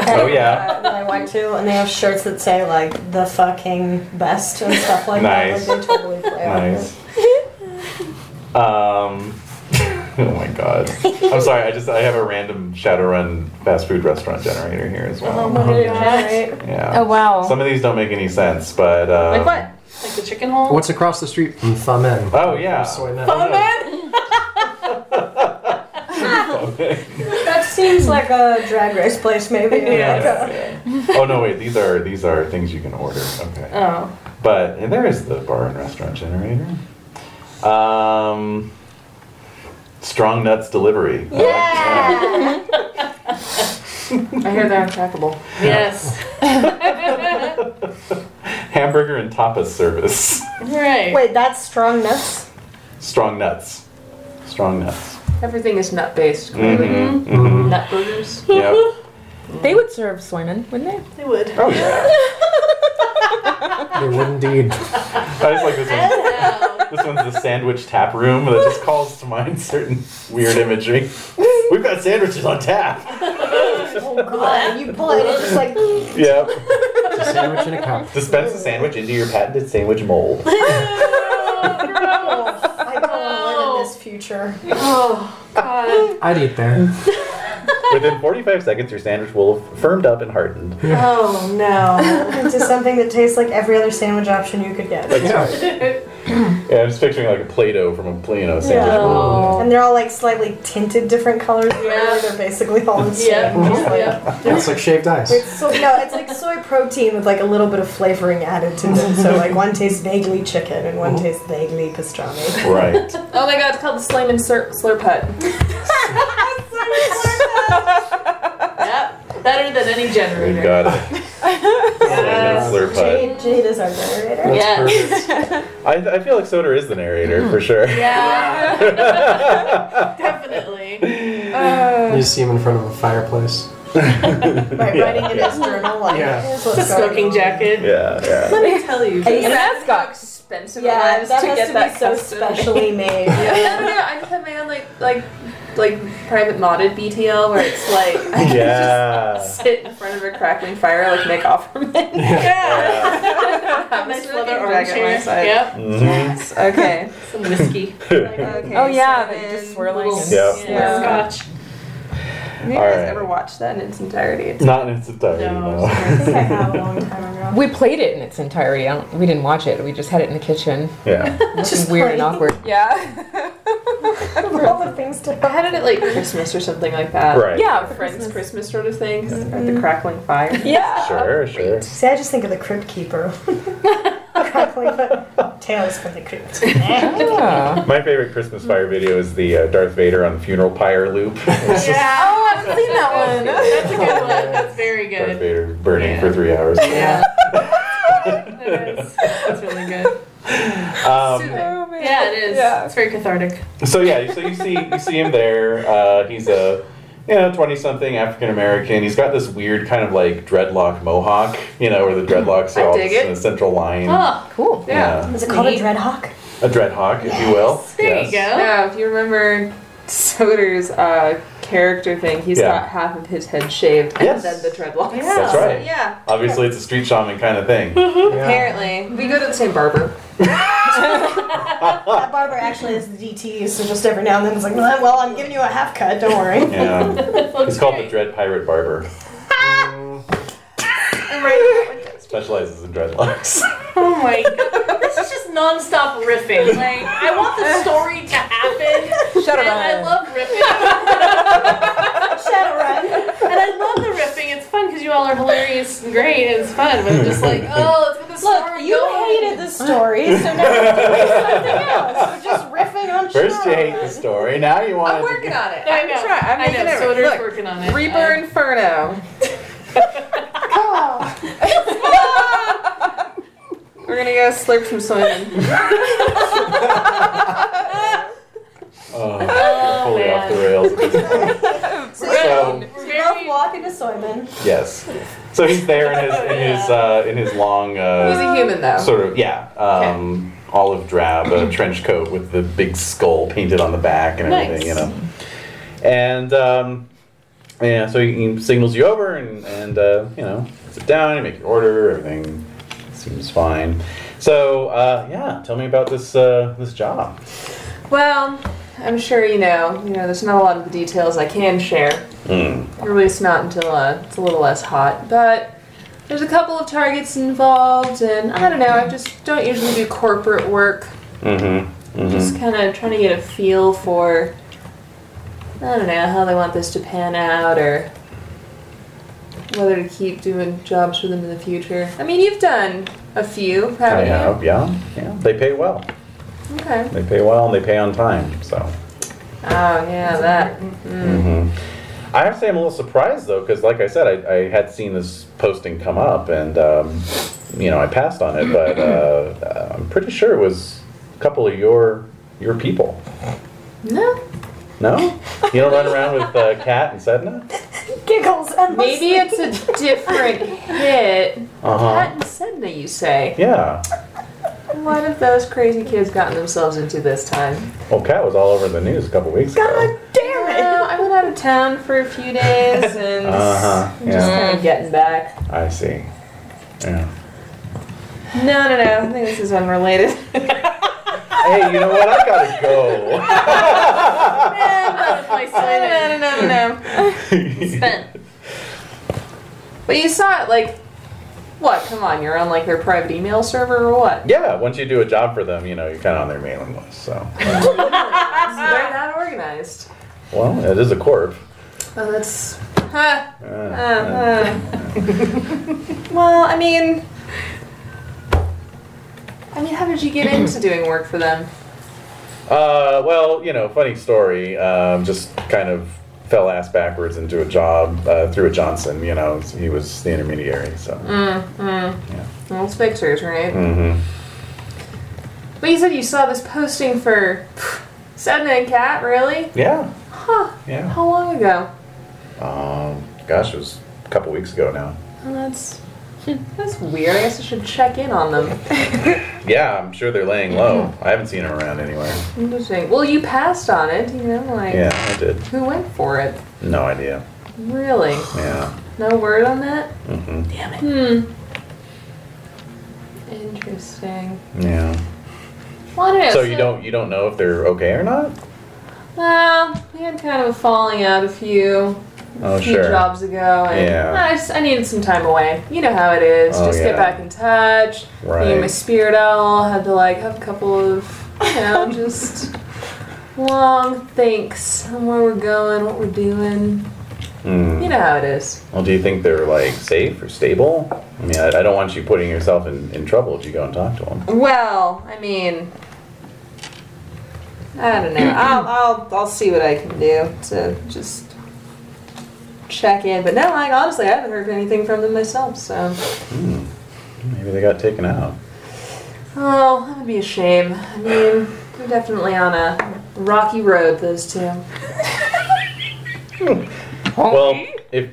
Oh, yeah. That I went to, and they have shirts that say like the fucking best and stuff like Nice. that. Like, they totally play on it. Nice. um. Oh my god. I'm sorry. I just I have a random Shadowrun fast food restaurant generator here as well. Oh Oh, Yeah. wow. Some of these don't make any sense, but uh, Like what? Like the chicken hole. What's across the street from Famen? Oh yeah. Soy men. Oh, no. That's Seems like a drag race place, maybe. Yeah, yeah. Oh no, wait. These are these are things you can order. Okay. Oh. But and there is the bar and restaurant generator. Um, strong nuts delivery. I like that. I hear they're untrackable. Yes. Hamburger and tapas service. right. Wait, that's strong nuts? strong nuts. Strong nuts. Everything is nut based. Mhm, mhm. Nut burgers. Yep. They would serve soymen, wouldn't they? They would. Oh yeah. They would indeed. I just like this one. This one's the sandwich tap room that just calls to mind certain weird imagery. We've got sandwiches on tap. Oh god, you pull it, it's just like Yep. It's a sandwich in a cup. Dispense a sandwich into your patented sandwich mold. I don't want to live in this future. I'd eat there. Within 45 seconds, your sandwich will have firmed up and hardened. Oh no. Into something that tastes like every other sandwich option you could get. Yeah. Yeah, I'm just picturing like a Play-Doh from a you know sandwich. Yeah. mold. And they're all like slightly tinted different colors. Yeah. They're basically all in soy. Yeah. Just like- It's like shaved ice. It's so, no, it's like soy protein with like a little bit of flavoring added to it. So like one tastes vaguely chicken and one tastes vaguely pastrami. Right. Oh my god, it's called the Slam and Slur- Slurp Hut. Yep. Better than any We generator. got it. Slam and slurp hut. Jade, Jade is our generator. That's Yeah. perfect. I, I feel like Soder is the narrator for sure. Yeah. Definitely. You see him in front of a fireplace. Right, writing in his journal like Yeah. here's what's The smoking going on. jacket. Yeah, yeah. Let me tell you. Hey, guys, that's how got- expensive Yeah, it was that to has get to that be so custom. specially made. I don't know. Oh, I just have my own like like like private modded BTL where it's like I can Yeah. just sit in front of a crackling fire like Nick Offerman. yeah. have Nice a leather smoking armchair. jacket on my side. Yep. Mhm. Yes, Okay. Some whiskey. okay. Oh yeah, so they're just then- swirling. and- Yeah. Yeah. Scotch. Have you All guys right. ever watched that in its entirety? It's Not in its entirety, No. no. I think I have a long time ago. We played it in its entirety. I don't, we didn't watch it. We just had it in the kitchen. Yeah. Just weird and awkward. Yeah. Of all the things to I had it at like Christmas or something like that. Right. yeah. A for friend's Christmas. Christmas sort of thing. At the crackling fire. Yeah. Sure, sure. See, I just think of the Crypt Keeper. Crackling, but Tales from the Crypt. Yeah. My favorite Christmas fire video is the uh, Darth Vader on funeral pyre loop. Darth Yeah. Oh, I've seen that one. That's a good one. That's very good. Vader burning for three hours. Yeah. That is. That's really good. Um, Oh, man. Yeah, it is. Yeah. It's very cathartic. so yeah, so you see you see him there. Uh, he's a you know twenty something African American. He's got this weird kind of like dreadlock mohawk. You know where the dreadlocks are I all dig just in it. a central line. Oh, Cool. Yeah. Is it called a Dreadhawk? a dreadhawk, if you will. there Yes. you go. Yeah, if you remember Soder's uh, character thing, he's Yeah. got half of his head shaved Yes. and then the dreadlocks. Yeah. That's So, right. yeah. Obviously, it's a street shaman kind of thing. Yeah. Apparently, we go to the same barber. That barber actually is the DT, so just every now and then it's like, well, I'm giving you a half cut, don't worry. Yeah. Looks He's called the great. Dread Pirate Barber. Specializes in dreadlocks. Oh my god. This is just nonstop riffing. Like, I want the story to happen. Shut up. and I love riffing. Shadowrun. And I love the riffing. It's fun because you all are hilarious and great and it's fun. But I'm just like, oh, it's with the Look, story you going. hated the story, so now we're doing something else. We're just riffing on First you hate Shadowrun. the story, now you want I'm it to working on it. I I'm know. trying. I'm I making know. it. Soder's Look, working on it. Reaper Uh, Inferno. Oh, We're gonna go slurp some soybean. Oh, we're fully man. off the rails at this point. So, We're love very- walking to Soyman. yes. So he's there in his in his uh, in his long He's a uh, human though. sort of yeah um, olive drab uh, trench coat with the big skull painted on the back and everything, you Nice. know. And um, yeah, so he, he signals you over and and uh, you know sit down, you make your order, everything seems fine. So uh, yeah, tell me about this uh, this job. Well, I'm sure you know. You know, there's not a lot of the details I can share. Or at least not until uh, it's a little less hot. But there's a couple of targets involved, and I don't know. I just don't usually do corporate work. Mm-hmm. Just kind of trying to get a feel for I don't know how they want this to pan out or whether to keep doing jobs for them in the future. I mean, you've done a few, I haven't have, yeah, yeah. They pay well. you? Okay. They pay well and they pay on time. So. Oh, yeah, that. hmm Mm-hmm. I have to say I'm a little surprised though, because like I said, I, I had seen this posting come up, and um, you know I passed on it, but uh, I'm pretty sure it was a couple of your your people. No. No, you don't run around with uh, Kat and Sedna. Giggles and Maybe it's a different hit. Uh Pat huh. and Sedna, you say. Yeah. What have those crazy kids gotten themselves into this time? Well, Kat was all over the news a couple weeks ago. Well, I went out of town for a few days and Uh huh. just Yeah. kind of getting back. I see. Yeah. No, no, no. I think this is unrelated. Hey, you know what? I gotta go. Oh, My no, son no, no, no, no. spent. But you saw it like, what? Come on, you're on like their private email server or what? yeah. Once you do a job for them, you know you're kind of on their mailing list. So. They're not organized. Well, it is a corp. Oh, that's. Huh. Uh, Uh, uh. well, I mean. I mean, how did you get into doing work for them? Uh, well, you know, funny story. Um, just kind of fell ass backwards into a job uh, through a Johnson. You know, he was the intermediary. So. Well, it's pictures, right? Mhm. But you said you saw this posting for Sedna and Cat, really? Yeah. Huh. Yeah. How long ago? Um, gosh, it was a couple weeks ago now. Well, that's that's weird. I guess I should check in on them. Yeah, I'm sure they're laying low. Mm-hmm. I haven't seen him around anywhere. Interesting. Well, you passed on it, you know, like Yeah, I did. who went for it? No idea. Really? Yeah. No word on that? hmm Hmm. Interesting. Yeah. Well, I don't know. So you don't you don't know if they're okay or not? Well, we had kind of a falling out a few, Oh, a few sure. jobs ago, and Yeah. I, just, I needed some time away. You know how it is. Oh, just yeah. get back in touch. Me and my Right. spirit owl had to like have a couple of, you know, just long thinks on where we're going, what we're doing. Mm. You know how it is. Well, do you think they're like safe or stable? I mean, I, I don't want you putting yourself in, in trouble if you go and talk to them. Well, I mean, I don't know. I'll, I'll, I'll see what I can do to just check in. But no, like honestly, I haven't heard anything from them myself. So, Maybe they got taken out. oh, that would be a shame. I mean, they're definitely on a rocky road. Those two. Well, if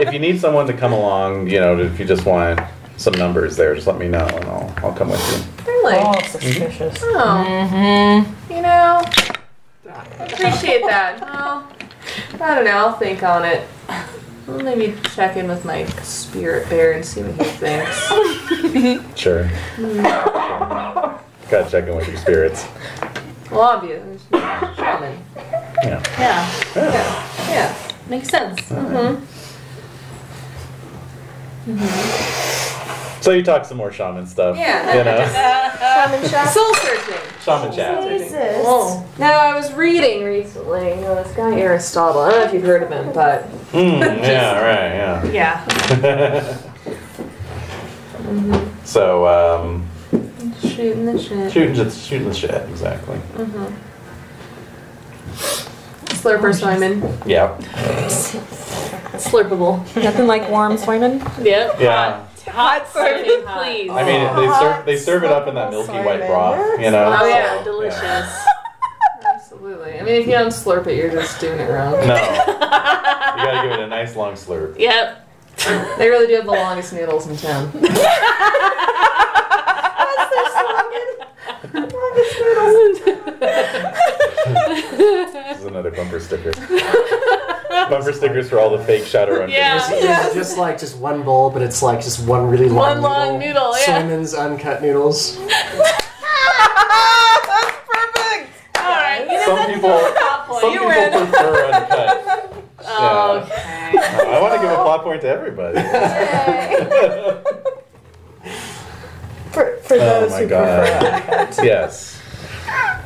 if you need someone to come along, you know, if you just want some numbers there, just let me know and I'll I'll come with you. Really? Oh, suspicious. Oh, you know, I appreciate that. Well, I don't know. I'll think on it. I'll maybe check in with my spirit bear and see what he thinks. Sure. Mm. Gotta check in with your spirits. Well, obviously, shaman. Yeah. Yeah, Yeah. Yeah. makes sense. So you talk some more shaman stuff. Yeah. You know, Soul searching. shaman chat. Whoa. No, I was reading recently. You know, this guy Aristotle. I don't know if you've heard of him, but Mm, yeah. Right. Yeah. Yeah. So um, shooting the shit. shooting just shooting the shit exactly. Slurper Simon. Yeah. Slurpable. Nothing like warm swimming. Yep. Yeah. Hot serving, hot. please. I mean, they serve they serve it up in that milky white broth. You know. Oh, yeah, so, Delicious. Absolutely. I mean, if you don't slurp it, you're just doing it wrong. No. you gotta give it a nice long slurp. Yep. They really do have the longest noodles in town. This is another bumper sticker. bumper stickers for all the fake Shadowrun. Yeah. figures. This is just like just one bowl, but it's like just one really long One long noodle, yeah. Simon's uncut noodles. All right. Some people, some people prefer uncut. Yeah. Oh, I want to give a plot point to everybody. for, for oh those my who god. Yes.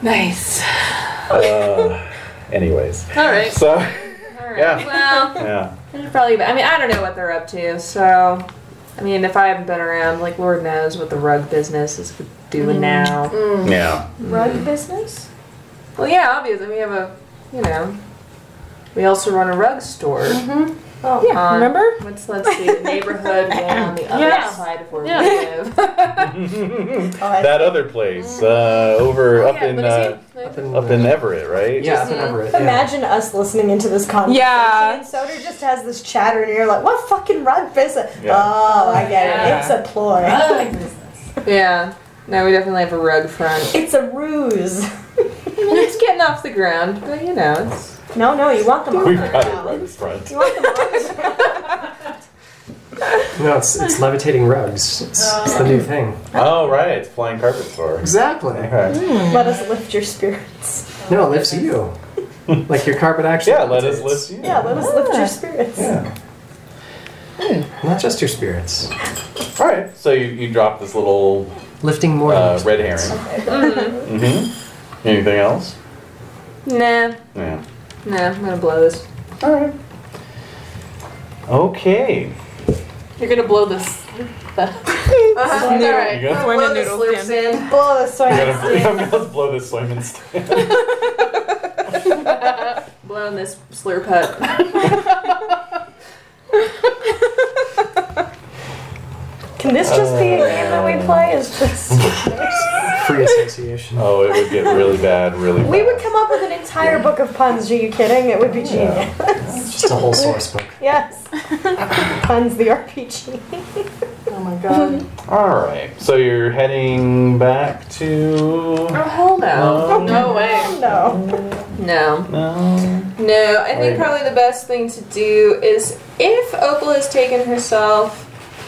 Nice. Uh, Anyways, All right. so All right. Yeah. Well, yeah, there's probably. I mean, I don't know what they're up to. So, I mean, if I haven't been around, like Lord knows what the rug business is doing now. Mm. yeah, Mm. Rug business? Well, yeah, obviously we have a, you know, we also run a rug store. Oh. Yeah, remember? Let's let's see the neighborhood one on the other Yeah. side of where Yeah. we live. Oh, that other place uh, over up Oh, Yeah, in what is uh, he? Like, in, up in Everett, right? yeah, up in Everett. Yeah. Imagine us listening into this conversation. Yeah. And Soder just has this chatter, and you're like, what fucking rug business? Yeah. Oh, I get Yeah. it. It's a ploy. Yeah. No, we definitely have a rug front. It's a ruse. it's getting off the ground, but you know, it's No, no, you want them on We've the got it ground. right in front. You want them on the ground. No, it's, it's levitating rugs. It's, it's the new thing. Oh right, it's flying carpet store. Exactly. Okay. Let us lift your spirits. No, it lifts you. like your carpet actually. Yeah, let us levitates. list you. Yeah, let us lift your spirits. Yeah. Not just your spirits. All right. So you, you drop this little Lifting more. than uh, your red spirits. herring. Mm-hmm. Anything else? nah, Yeah. nah, I'm gonna blow this. All right. Okay. You're gonna blow this. Uh-huh. All right. You go. Women noodle Blow the soy. I'm gonna, let's blow this swim instead. Blowing this slurp up. Can this just be a Oh. game that we play? Is just Free association. oh, it would get really bad, really bad. we would come up with an entire book of puns. Are you kidding? It would be genius. Yeah. Just a whole source book. Yes, puns the RPG. Oh my god. All right. So you're heading back to. Oh hell no. Um, No way. No, No. no. No, I Right. think probably the best thing to do is if Opal has taken herself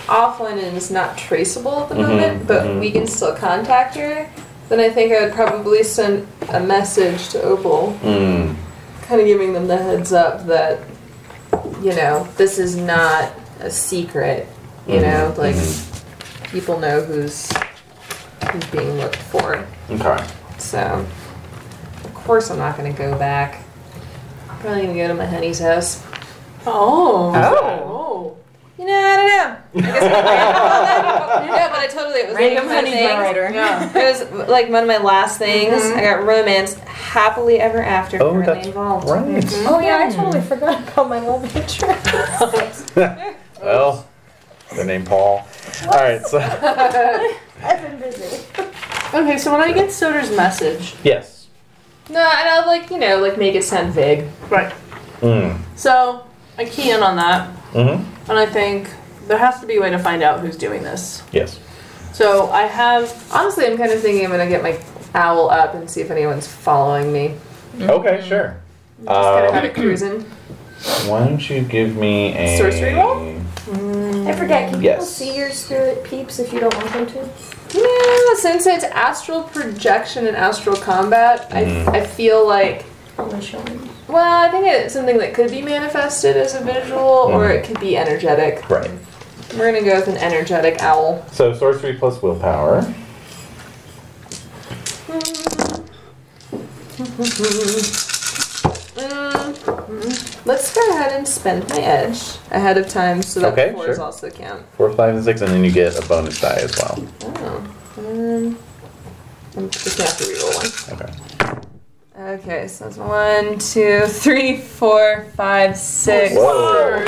offline and is not traceable at the Mhm, moment, but mhm. we can still contact her, then I think I would probably send a message to Opal, Mm. kind of giving them the heads up that, you know, this is not a secret. You know, Mhm, like mhm. people know who's who's being looked for. Okay. So, of course, I'm not gonna go back. Probably gonna go to my honey's house. Oh. Oh. You know, I don't know. I guess my grandma- no, but I totally it was Random like one of honey the things- generator. Yeah. It was like one of my last things. I got romance happily ever after Oh, currently that's involved. Mm-hmm. Right. oh yeah, I totally forgot about my love interest. Well, the name Paul. All right. So I've been busy. Okay, so when I get Soder's message, yes. No, and I'll like you know like make it sound vague. right? Mm. So I key in on that, Mm-hmm. and I think there has to be a way to find out who's doing this. Yes. So I have. Honestly, I'm kind of thinking I'm gonna get my owl up and see if anyone's following me. Okay. Sure. Mm-hmm. Just kind of have Um, it cruising. why don't you give me a Sorcery roll? I forget. Can people Yes. see your spirit peeps if you don't want them to? Yeah, since it's astral projection and astral combat, I, I feel like On the shoulder. well, I think it's something that could be manifested as a visual or it could be energetic. Right. We're gonna go with an energetic owl. So sorcery plus willpower. Mm, let's go ahead and spend my edge ahead of time so that Okay, fours sure. also count. Four, five, and six, and then you get a bonus die as well. Oh, um, I'm just gonna have to reroll one. Okay. Okay, so that's one, two, three, four, five, six, Whoa.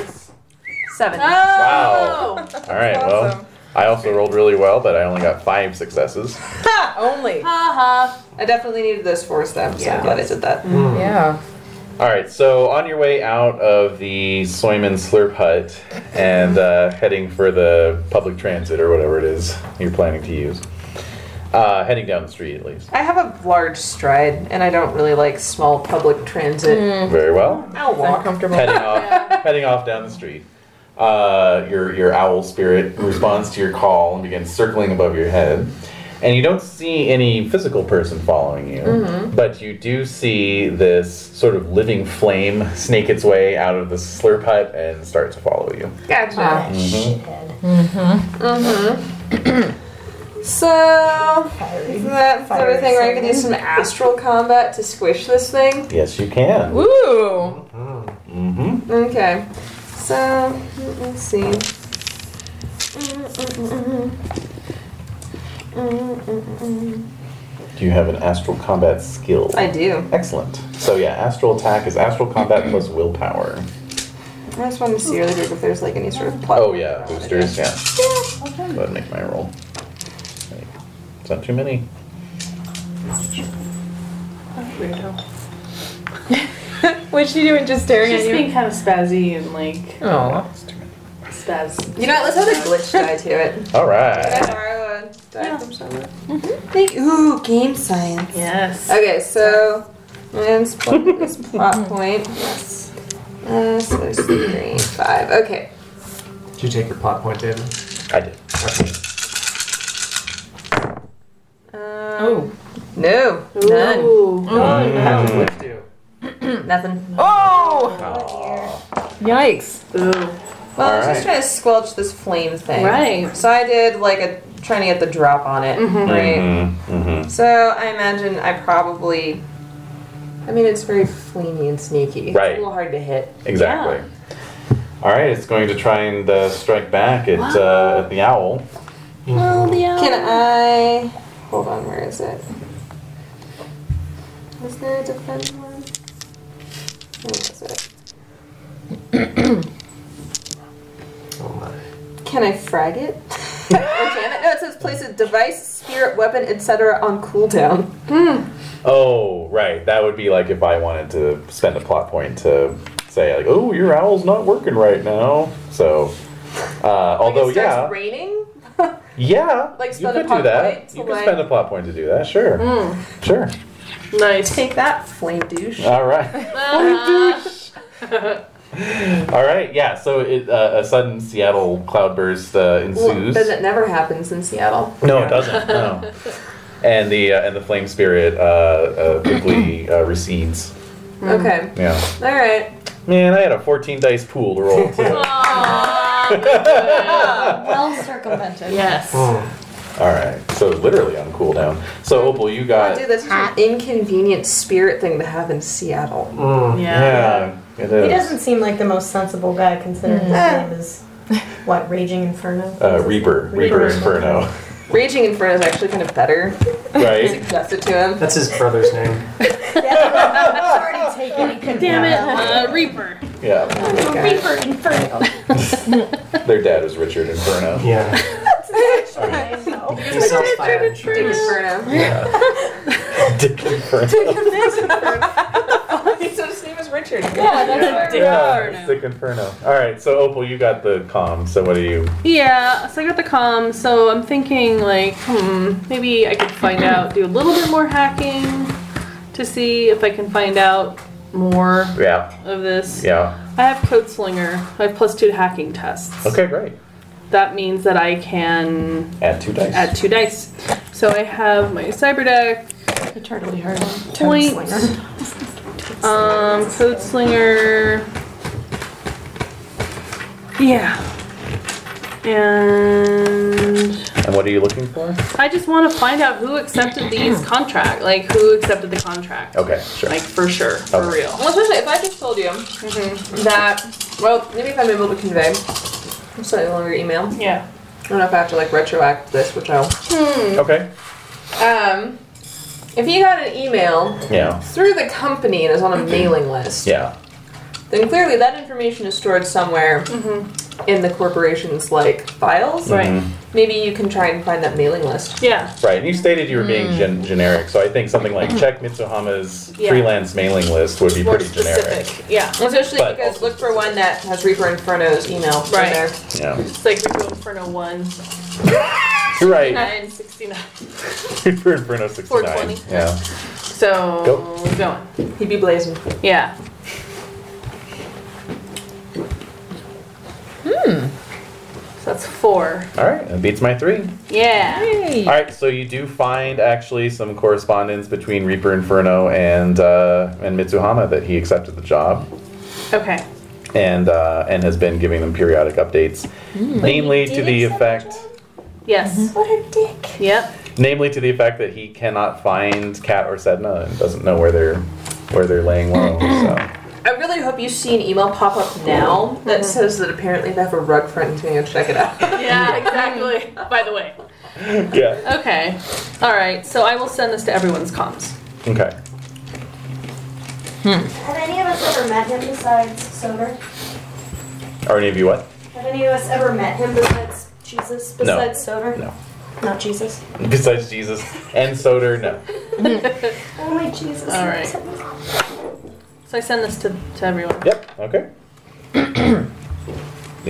seven. Oh, Wow. All right. Well, I also rolled really well, but I only got five successes. Only. Haha. I definitely needed those fours though, so I'm glad I did that. Yeah. All right. So on your way out of the Soyman Slurp Hut and uh, heading for the public transit or whatever it is you're planning to use, uh, heading down the street at least. I have a large stride, and I don't really like small public transit. Very well. I'll It's walk. uncomfortable. heading off heading off down the street. Uh, your your owl spirit responds to your call and begins circling above your head. And you don't see any physical person following you, but you do see this sort of living flame snake its way out of the slurp hut and start to follow you. Gotcha. Shithead. So Fiery. isn't that Fire everything where I can do someone. some astral combat to squish this thing? Yes, you can. Ooh. Mm-hmm. Okay. So mm, let's see. Mm, mm, mm, mm. Mm, mm, mm, mm. Do you have an astral combat skill? I do. Excellent. So yeah, astral attack is astral combat plus willpower. I just wanted to see really quick if there's like any sort of plot. Oh yeah, boosters. Yeah. Go ahead and make my roll. Right. It's not too many. Weirdo. What's she doing? Just staring She's at you? being kind of spazzy and like oh. It's too many. spaz. You know what? Let's have a glitch die to it. All Can I right. borrow a die from someone? Mm-hmm. Thank Ooh, game science. Yes. Okay, so man's plot, this plot point. Yes. Uh, so there's three, five. Okay. Did you take your plot point, David? I did. Um, Oh. No. None. Ooh. Nothing. Oh! Aw. Yikes. Ooh. Well, I was Alright. just trying to squelch this flame thing. Right. So I did like a trying to get the drop on it. Right. Mhm, mhm. So I imagine I probably. I mean, it's very fleamy and sneaky. Right. It's a little hard to hit. Exactly. All right, it's going to try and uh, strike back at, uh, at the owl. Can I? Hold on, where is it? Is there a defend one? Where is it? Oh my. Can I frag it? or jam it? No, it says place a device, spirit, weapon, etc. on cooldown. Oh, right. That would be like if I wanted to spend a plot point to say like, "Oh, your owl's not working right now." So, uh, although like it starts yeah, raining. yeah, like, you spend a could do plot that. point to, Hmm. You could like- spend a plot point to do that. Sure, sure. Nice. Take that, flame douche. All right. All right. Yeah. So it, uh, a sudden Seattle cloudburst uh, Well, ensues. but it never happens in Seattle. No, it doesn't. No. And the uh, and the flame spirit uh, uh, quickly uh, recedes. Mm. Okay. Yeah. All right. Man, I had a 14 dice pool to roll. too. Well circumvented. Yes. Oh. All right. So literally on cooldown. So Opal, you got Dude, that's such an inconvenient spirit thing to have in Seattle. Mm. Yeah. yeah. It He is doesn't seem like the most sensible guy considering his name is what Raging Inferno. uh, Reaper, Reaper Inferno, Raging Inferno is actually kind of better. right? That's it to him. That's his brother's name. Already taken. He couldn't Damn it, uh, Reaper. Yeah. Reaper Inferno. Their dad was Richard Inferno. Yeah. he sells fire Raging insurance. Inferno. Yeah. Dick Inferno. so his name is Richard. Yeah, that's Yeah, it's Dick Inferno. All right. So Opal, you got the comm. So what do you? Yeah, so I got the com, so I'm thinking like, hmm, maybe I could find out, do a little bit more hacking to see if I can find out more Yeah. of this. Yeah. I have Code Slinger. I have plus two to hacking tests. Okay. Great. That means that I can Add two dice. add two dice. So I have my cyber deck. I tried really hard on points. Um, code slinger. Yeah. And And what are you looking for? I just want to find out who accepted these contract, like who accepted the contract, Okay. Sure. like for sure, for Oh. Okay. real. Well, especially if I just told you Mm-hmm. that, well, maybe if I'm able to convey a slightly longer email. Yeah. I don't know if I have to like retroact this, which I'll. Okay. Um, if you got an email Yeah. through the company and is on a mailing list, Yeah. then clearly that information is stored somewhere in the corporation's like files. Right. Mm-hmm. Maybe you can try and find that mailing list. Yeah. Right, and you stated you were being gen- generic, so I think something like check Mitsuhama's Hmm. Yeah. freelance mailing list would be More pretty specific. generic. Yeah. Especially But if you guys also- look for one that has Reaper Inferno's email in Right. there. Yeah, It's like we're going for no one. you're right. 969. Super Inferno 69. 420. Yeah. So Go. going. He'd be blazing. Yeah. Hmm. So that's four. All right, that beats my three. Yeah. All right, so you do find actually some correspondence between Reaper Inferno and uh, and Mitsuhama that he accepted the job Okay. and uh, and has been giving them periodic updates, namely to the effect. Yes. What a dick. Yep. Namely, to the effect that he cannot find Kat or Sedna and doesn't know where they're where they're laying low. So I really hope you see an email pop up now that says that apparently they have a rug front and going to go check it out. Yeah, exactly. By the way. yeah, Okay. All right. So I will send this to everyone's comms. okay. Have any of us ever met him besides Sober? Are any of you what? Have any of us ever met him besides Jesus? No. Besides Sober? No. Not Jesus. Besides Jesus and Soder, no. Mm. Only Jesus. All right. So I send this to, to everyone. Yep. Okay. the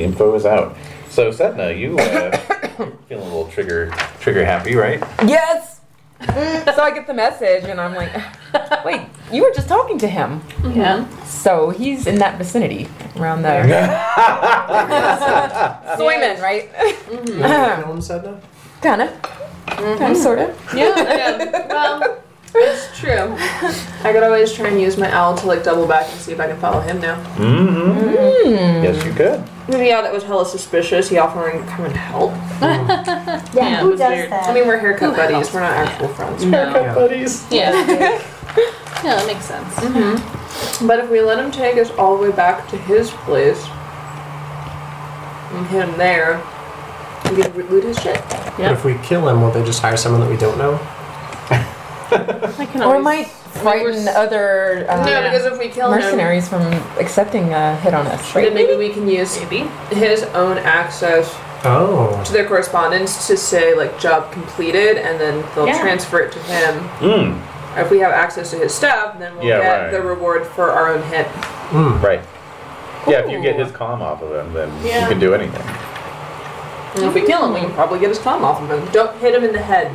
info is out. So Sedna, you uh, feeling a little trigger trigger happy, right? Yes. Mm. so I get the message, and I'm like, wait, you were just talking to him. Mm-hmm. Yeah. So he's in that vicinity, around there. Soyman, right? Kill him, Sedna? Kinda. Mm-hmm. Kinda, sorta. yeah, yeah. Well, it's true. I could always try and use my owl to like double back and see if I can follow him now. Mm-hmm. Yes, you could. Maybe yeah, that was hella suspicious. He offering to come and help. Yeah, Yeah, it who was does weird. that? I mean, we're haircut buddies. We're not actual friends. Yeah. Buddies. Yeah. yeah, that makes sense. Mm-hmm. But if we let him take us all the way back to his place, and him there, we could re- loot his shit. But if we kill him, won't they just hire someone that we don't know? I can Or it always. might frighten other uh, No, because if we kill him, mercenaries from accepting a hit on us, then right? maybe we can use Maybe. his own access Oh. to their correspondence to say like job completed, and then they'll Yeah. transfer it to him. Mm. If we have access to his stuff, then we'll Yeah, get right. Hmm. the reward for our own hit. Mm. Right. Yeah, if you get his comm off of him, then you Yeah. can do anything. And if we kill him, we can probably get his thumb off of him. Don't hit him in the head.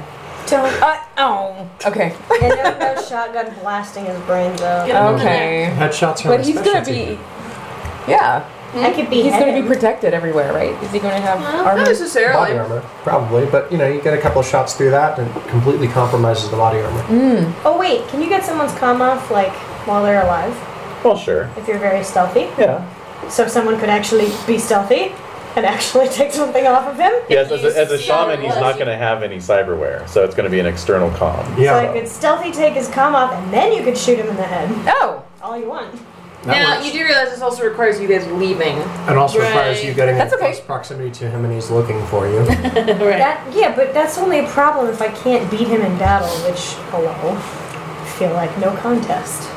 Don't. Uh, oh. Okay. And no, no shotgun blasting his brains out. Get him in the neck. Okay. Headshots are my But he's gonna specialty. be. Yeah. I could be He's going to be protected everywhere, right? Is he going to have armor? Not necessarily. Body armor, probably, but you know, you get a couple of shots through that and it completely compromises the body armor. Oh wait, can you get someone's comm off like while they're alive Well, sure. if you're very stealthy? Yeah. So someone could actually be stealthy and actually take something off of him. Yes, as a, as a see how shaman, it he's was. not going to have any cyberware, so it's going to be an external comm. So Yeah. I could stealthy take his comm off and then you could shoot him in the head. Oh, All you want. Now you do realize this also requires you guys leaving. It also requires you getting That's in okay. close proximity to him and he's looking for you. Right. That yeah, but that's only a problem if I can't beat him in battle, which hello. I feel like no contest.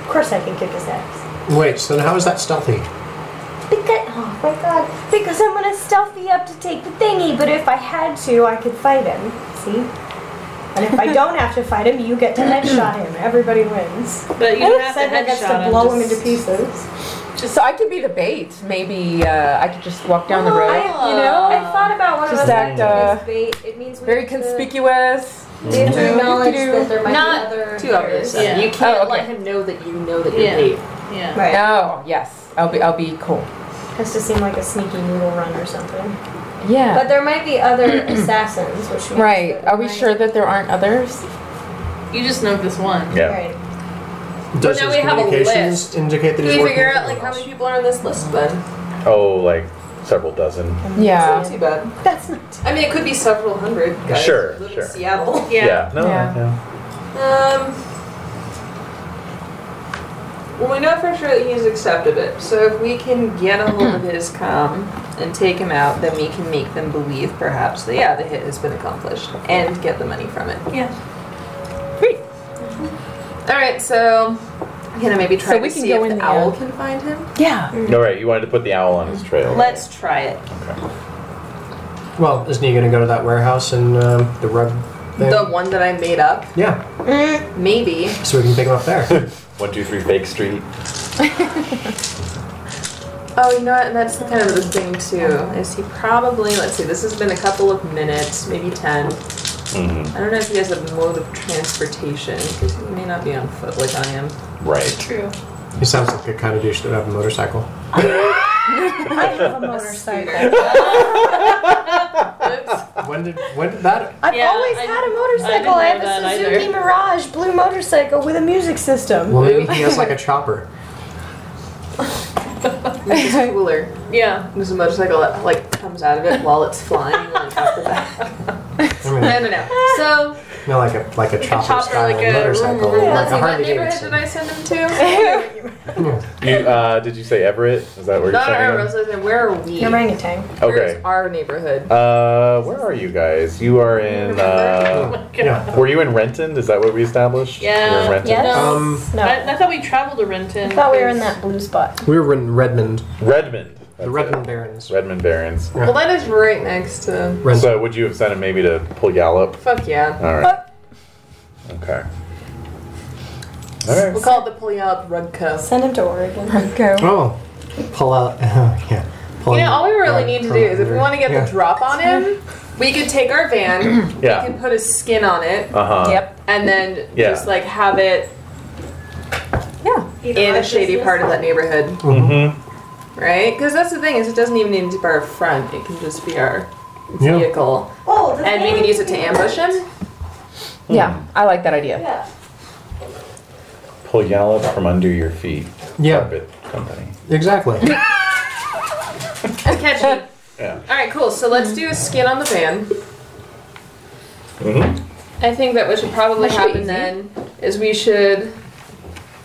Of course I can kick his ass. Wait, so then how is that stealthy? Because, oh my god. Because I'm gonna stealthy up to take the thingy, but if I had to, I could fight him. See? And if I don't have to fight him, you get to headshot him. Everybody wins. But you I don't would have say that to gets headshot to him, blow him just- into pieces. so I could be the bait. Maybe uh, I could just walk down the I, road. you know, I thought about one Just of those act uh, bait. It means we very Mm-hmm. have to- conspicuous. We have to acknowledge Do-do-do. that there might Not be other. Too obvious. Yeah. You can't Oh, okay. let him know that you know that you're Yeah. late. Yeah. Right. Oh, yes. I'll be. I'll be cool. Has to seem like a sneaky noodle run or something. Yeah. But there might be other assassins, which means right. that Are we might- sure that there aren't others? You just know this one. Yeah. Right. Does now his we have a communications indicate that Can he's we working figure with out like anyone how many else? people are on this list then? Oh, like several dozen. Yeah. Not too bad. That's not I mean, it could be several hundred guys. Sure, who live sure. In Seattle. Yeah. Oh, No. Yeah. yeah. Um. Well, we know for sure that he's accepted it. So if we can get a hold of his com and take him out, then we can make them believe, perhaps, that yeah, the hit has been accomplished and get the money from it. Mm-hmm. Yeah. All right, so can I maybe try So to we can see go if in the there. owl can find him? Yeah. All right. You wanted to put the owl on his trail. Let's try it. Well, isn't he going to go to that warehouse and um, the rug thing? The one that I made up, yeah, maybe. so we can pick him up there. One, two, three, Fake Street. Oh, you know what? That's the kind of the thing too. Is he probably? Let's see. This has been a couple of minutes, maybe ten. Mhm. I don't know if he has a mode of transportation because he may not be on foot like I am. Right. True. he sounds like the kind of douche that would have a motorcycle. a motorcycle. When did when did that? I've Yeah, always I- had a didn't motorcycle. know I, have that a either. Suzuki Mirage blue motorcycle with a music system. Well, maybe he has like a chopper. which is cooler. Yeah. There's a motorcycle that like comes out of it while it's flying like out the back. I mean, I don't know. So no, like a like a chopper, chopper, style like a- motorcycle, like let's a see, what Harley neighborhood Davidson. did I send him to? You, uh, did you say Everett? Is that where you're Not our sending him? resident. Where are we? Orangutan. Okay. Where's our neighborhood? Uh, where are you guys? You are in. oh Uh, Yeah. were you in Renton? Is that what we established? You were in Yeah. Renton. Yes. Um, No. I, I thought we traveled to Renton. Oh. I thought we were in that blue spot. we were in Redmond, Redmond. That's the it. Redmond Barons. Redmond Barons. Well, that is right next to. Redmond. So would you have sent him maybe to pull Yallop? Fuck yeah. All right. Okay. All We'll right. call it the pulley up Rugco. Send him to Oregon. Go. Oh, pull out. yeah. Pull You know, all we really need to do is if we want to get yeah. the drop on him, we could take our van, we Yeah. could put a skin on it, Uh huh. Yep. and then Yeah. just like have it Yeah. in a shady part of that neighborhood, Mm-hmm. right? Because that's the thing is it doesn't even need to be our front; it can just be our Yeah. vehicle, Oh, the and we thing- can use it to ambush him. Yeah. I like that idea. Yeah. Pull Yallop from under your feet. Yeah, Carpet company. exactly. Catch me. Yeah. All right, cool. So let's do a skin on the van. Mm-hmm. I think that what should probably That should be happen easy. then is we should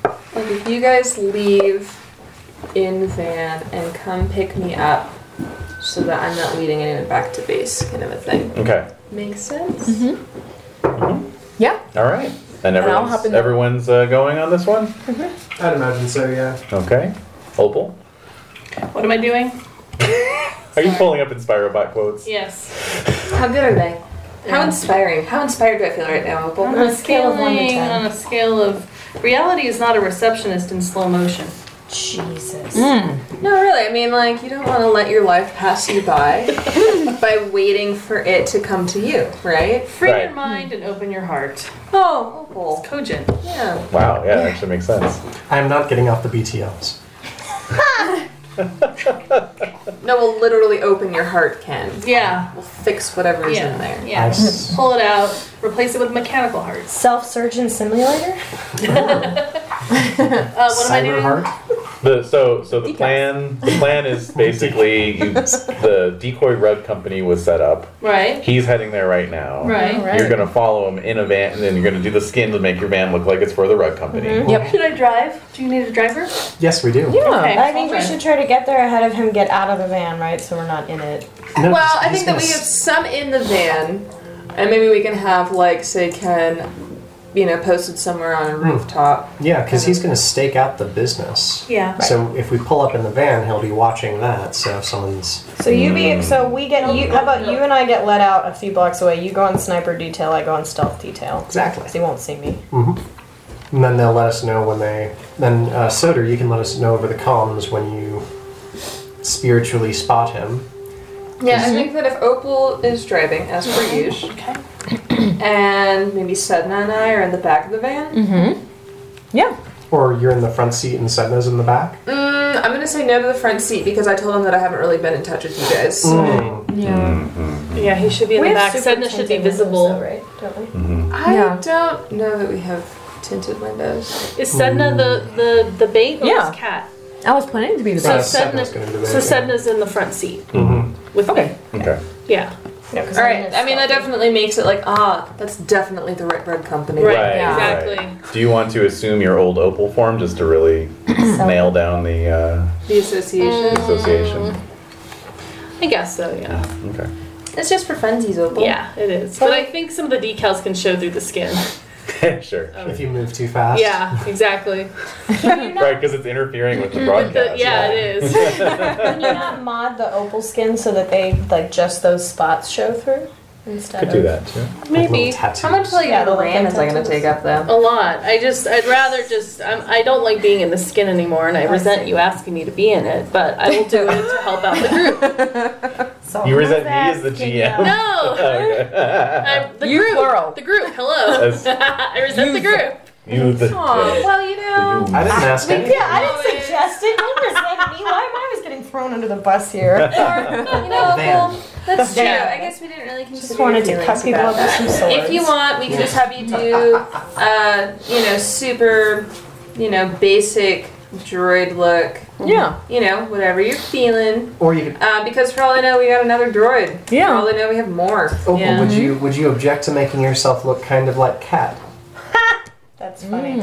like if you guys leave in the van and come pick me up so that I'm not leading anyone back to base kind of a thing. Okay. Makes sense. Mm-hmm. Yeah. All right. And I'll everyone's, hop in the- everyone's uh, going on this one? I'd imagine so. Yeah. Okay. Opal? What am I doing? Are you pulling up Inspirobot quotes? Yes. How good are they? How inspiring. How inspired do I feel right now, Opal? On a a scale scale of one to ten. on a scale of reality is not a receptionist in slow motion. Jesus. No, really. I mean, like, you don't want to let your life pass you by by waiting for it to come to you, right? Free Right. your mind and open your heart. Oh, Opal. Cogent. Yeah. Wow, yeah, that actually makes sense. I'm not getting off the BTLs. No, we'll literally open your heart, Ken. Yeah. We'll fix whatever is yeah. in there. Yeah. Nice. Pull it out. Replace it with mechanical hearts. Self surgeon simulator? Uh, what am I Cyber doing? heart. The, so, so the plan the plan is basically you, the decoy rug company was set up. Right. He's heading there right now. Right. You're gonna follow him in a van, and then you're gonna do the skin to make your van look like it's for the rug company. Should I drive? Do you need a driver? Yes, we do. Yeah. Okay. Oh, I think we should try to get there ahead of him get out of the van, right? So we're not in it. No, Well, he's- I he's think that gonna we have s- some in the van, and maybe we can have like say Ken, you know, posted somewhere on a rooftop. Yeah, because he's going to stake out the business. Yeah. So if we pull up in the van, he'll be watching that. So if someone's So you be so we get you how about you and I get let out a few blocks away. You go on sniper detail, I go on stealth detail. exactly, 'Cause he won't see me. and then they'll let us know when they. Then uh, Soder, you can let us know over the comms when you spiritually spot him. Yeah, I think that if Opal is driving as per usual, Okay. and maybe Sedna and I are in the back of the van, Yeah. Or you're in the front seat and Sedna's in the back. mm, I'm gonna say no to the front seat because I told him that I haven't really been in touch with you guys. Mm. Hmm. Yeah, he should be in the back. Sedna should be visible. right? Don't we? I Yeah. don't know that we have tinted windows. Is Sedna the the the bait or Yeah. is Cat? I was planning to be the So Uh, best. Sedna, Sedna's gonna do that, so yeah. Sedna's in the front seat with Okay. Okay. me. Yeah. No, 'cause All I'm right. gonna I mean, that stealth. definitely makes it like ah, that's definitely the Red Bread Company. Right. yeah. Exactly. right. Do you want to assume your old Opal form just to really nail down the uh, The association. association? I guess so. Yeah. Okay. It's just for funsies, Opal. Yeah, it is. But I think some of the decals can show through the skin. sure. sure. Oh, If you move too fast. Yeah. Exactly. Right, because it's interfering with the broadcast. Mm-hmm. The- yeah, it is. Can you not mod the opal skin so that they like just those spots show through instead Could of do that too. Like little Maybe. tattoos. How much like Yeah, the land is that going to tattoos. take up though? A lot. I just, I'd rather just, I'm, I don't like being in the skin anymore, and I resent you asking me to be in it, but I will do it to help out the group. You resent me as the GM. No! Okay. I'm, the You group. plural. The group, hello. As I resent the group. you the. Aw, well, you know. I didn't ask him. Yeah, I didn't suggest it. You resent me. Why am I always getting thrown under the bus here? Or, you know, Van. well, that's true. Van. I guess we didn't really consider Just wanted your to feelings cut people about up with that. some swords. If you want, we can just have you do, uh, you know, super, you know, basic droid look. Yeah. You know, whatever you're feeling. Or you could. Uh, because for all I know, we got another droid. Yeah. For all I know, we have more. Oh, yeah. would you would you object to making yourself look kind of like Cat? That's funny.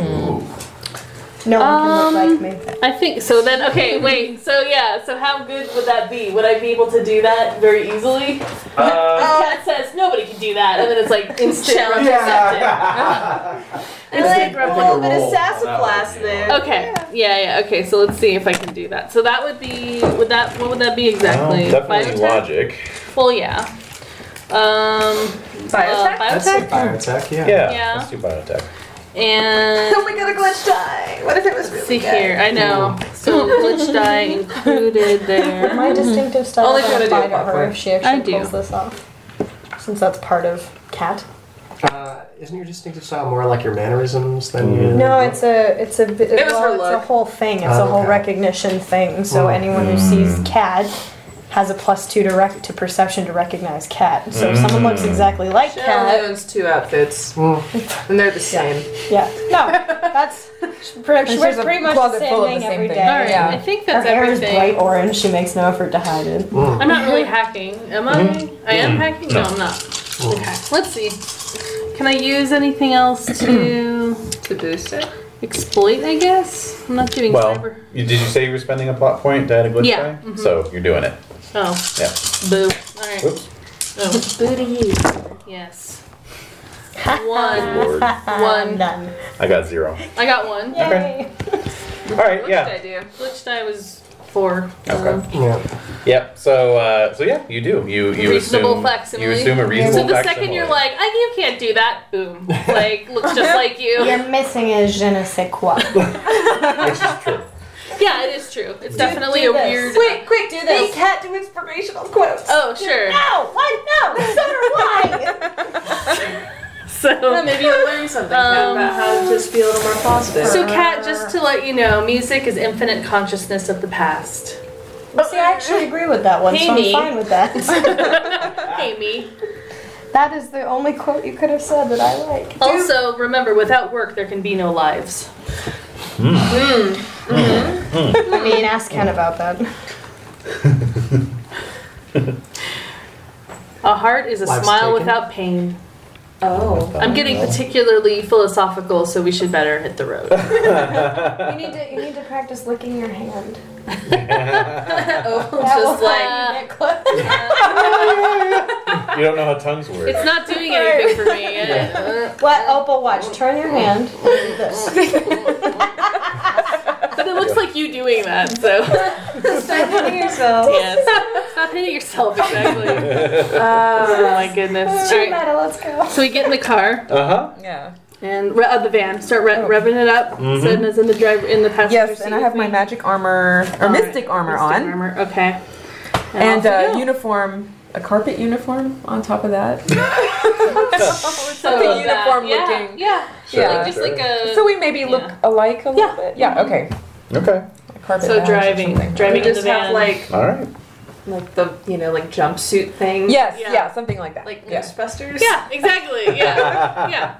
No one can look like me. I think so. Then okay, wait. So yeah. So how good would that be? Would I be able to do that very easily? Uh, Cat says nobody can do that, and then it's like instant Oh. challenge I like like a a little bit roll. of sassafras That would be there. awesome. Okay. Yeah. yeah. Okay. So let's see if I can do that. So that would be. Would that? What would that be exactly? well, Um, definitely Biotech? logic. Well, yeah. Um. Biotech. I'd say biotech, yeah. Yeah, Yeah. let's do biotech. And Oh my god, a glitch die. What if it was really see good? here. I know. So glitch die included there. My distinctive style Only Only if you going to to her wanna do it properly. if she actually I do. pulls this off. Since that's part of cat. Uh, isn't your distinctive style more like your mannerisms than Mm-hmm. your? No, it's a it's a bit- It was well, her it's a look. whole thing. It's Oh, a whole okay. recognition thing. So Mm. anyone who sees cat has a plus two to rec- to perception to recognize cat. So if someone looks exactly like She cat, only owns two outfits, Mm. and they're the same. yeah, no, that's she pretty, she wears There's a pretty much the closet same full of the thing same every thing. day. All right. Yeah. I think Her that's hair is everything. bright orange. She makes no effort to hide it. I'm not really hacking, am I? I am hacking? No, I'm not. Okay, let's see. Can I use anything else to To boost it. exploit, I guess? I'm not doing Well, cyber. you, did you say you were spending a plot point to add a glitch Yeah, Mm-hmm. die? So you're doing it. Oh, Yeah. boo. Alright. Oops. Oh, Boo to you. yes. One. Lord. One. None. I got zero. I got one. Okay. All right. What Yeah. did I do? Mm-hmm. Glitch die was four. Okay. Um, Yeah. Yep. So, uh, so yeah, you do. You you Reasonable assume facsimile. you assume a reasonable so the second facsimile. you're like, I, you can't do that, boom. Like, looks just like you. You're missing a je ne sais quoi. which is true. Yeah, it is true. It's definitely a this. weird. Wait, quick, do this. Make cat do inspirational quotes. Oh, sure. No, what? No, so why? So, Maybe you'll learn something Kat, about how to just be a little more positive. so Kat, just to let you know, music is infinite consciousness of the past. See, I actually agree with that one, Hey, so I'm me. fine with that. Hey, me. that is the only quote you could have said that I like. Also, remember, without work, there can be no lives. I mean, ask Ken about that. A heart is a Lives smile taken. without pain. oh. I'm getting particularly philosophical, so we should better hit the road. You need to you need to practice licking your hand. Oh, Just like. Uh, You don't know how tongues work. it's not doing anything for me. Uh, What Opal watch? Turn your hand. and do This. But it looks like you doing that, so. Stop hitting yourself. Yes. Stop hitting yourself, exactly. oh my goodness. All right, Meta, let's go. so we get in the car. Uh huh. Yeah. and re- uh, the van start Oh. re- revving it up. Sedna's in the driver in the passenger Yes, seat and I with have my me. magic armor or All right, mystic armor mystic on, Armor, okay. and off we uh, go. uniform, a carpet uniform on top of that. Oh, So the that- uniform yeah, looking- Yeah, Sure, Yeah. just sure. like a So we maybe look Yeah. alike a little bit. Yeah. Okay. Okay. A carpet so badge or driving, something. We driving in the just have van. like All right. like the you know like jumpsuit thing. Yes. Yeah. Yeah. Something like that. Like yeah. Ghostbusters. yeah, exactly. Yeah, yeah.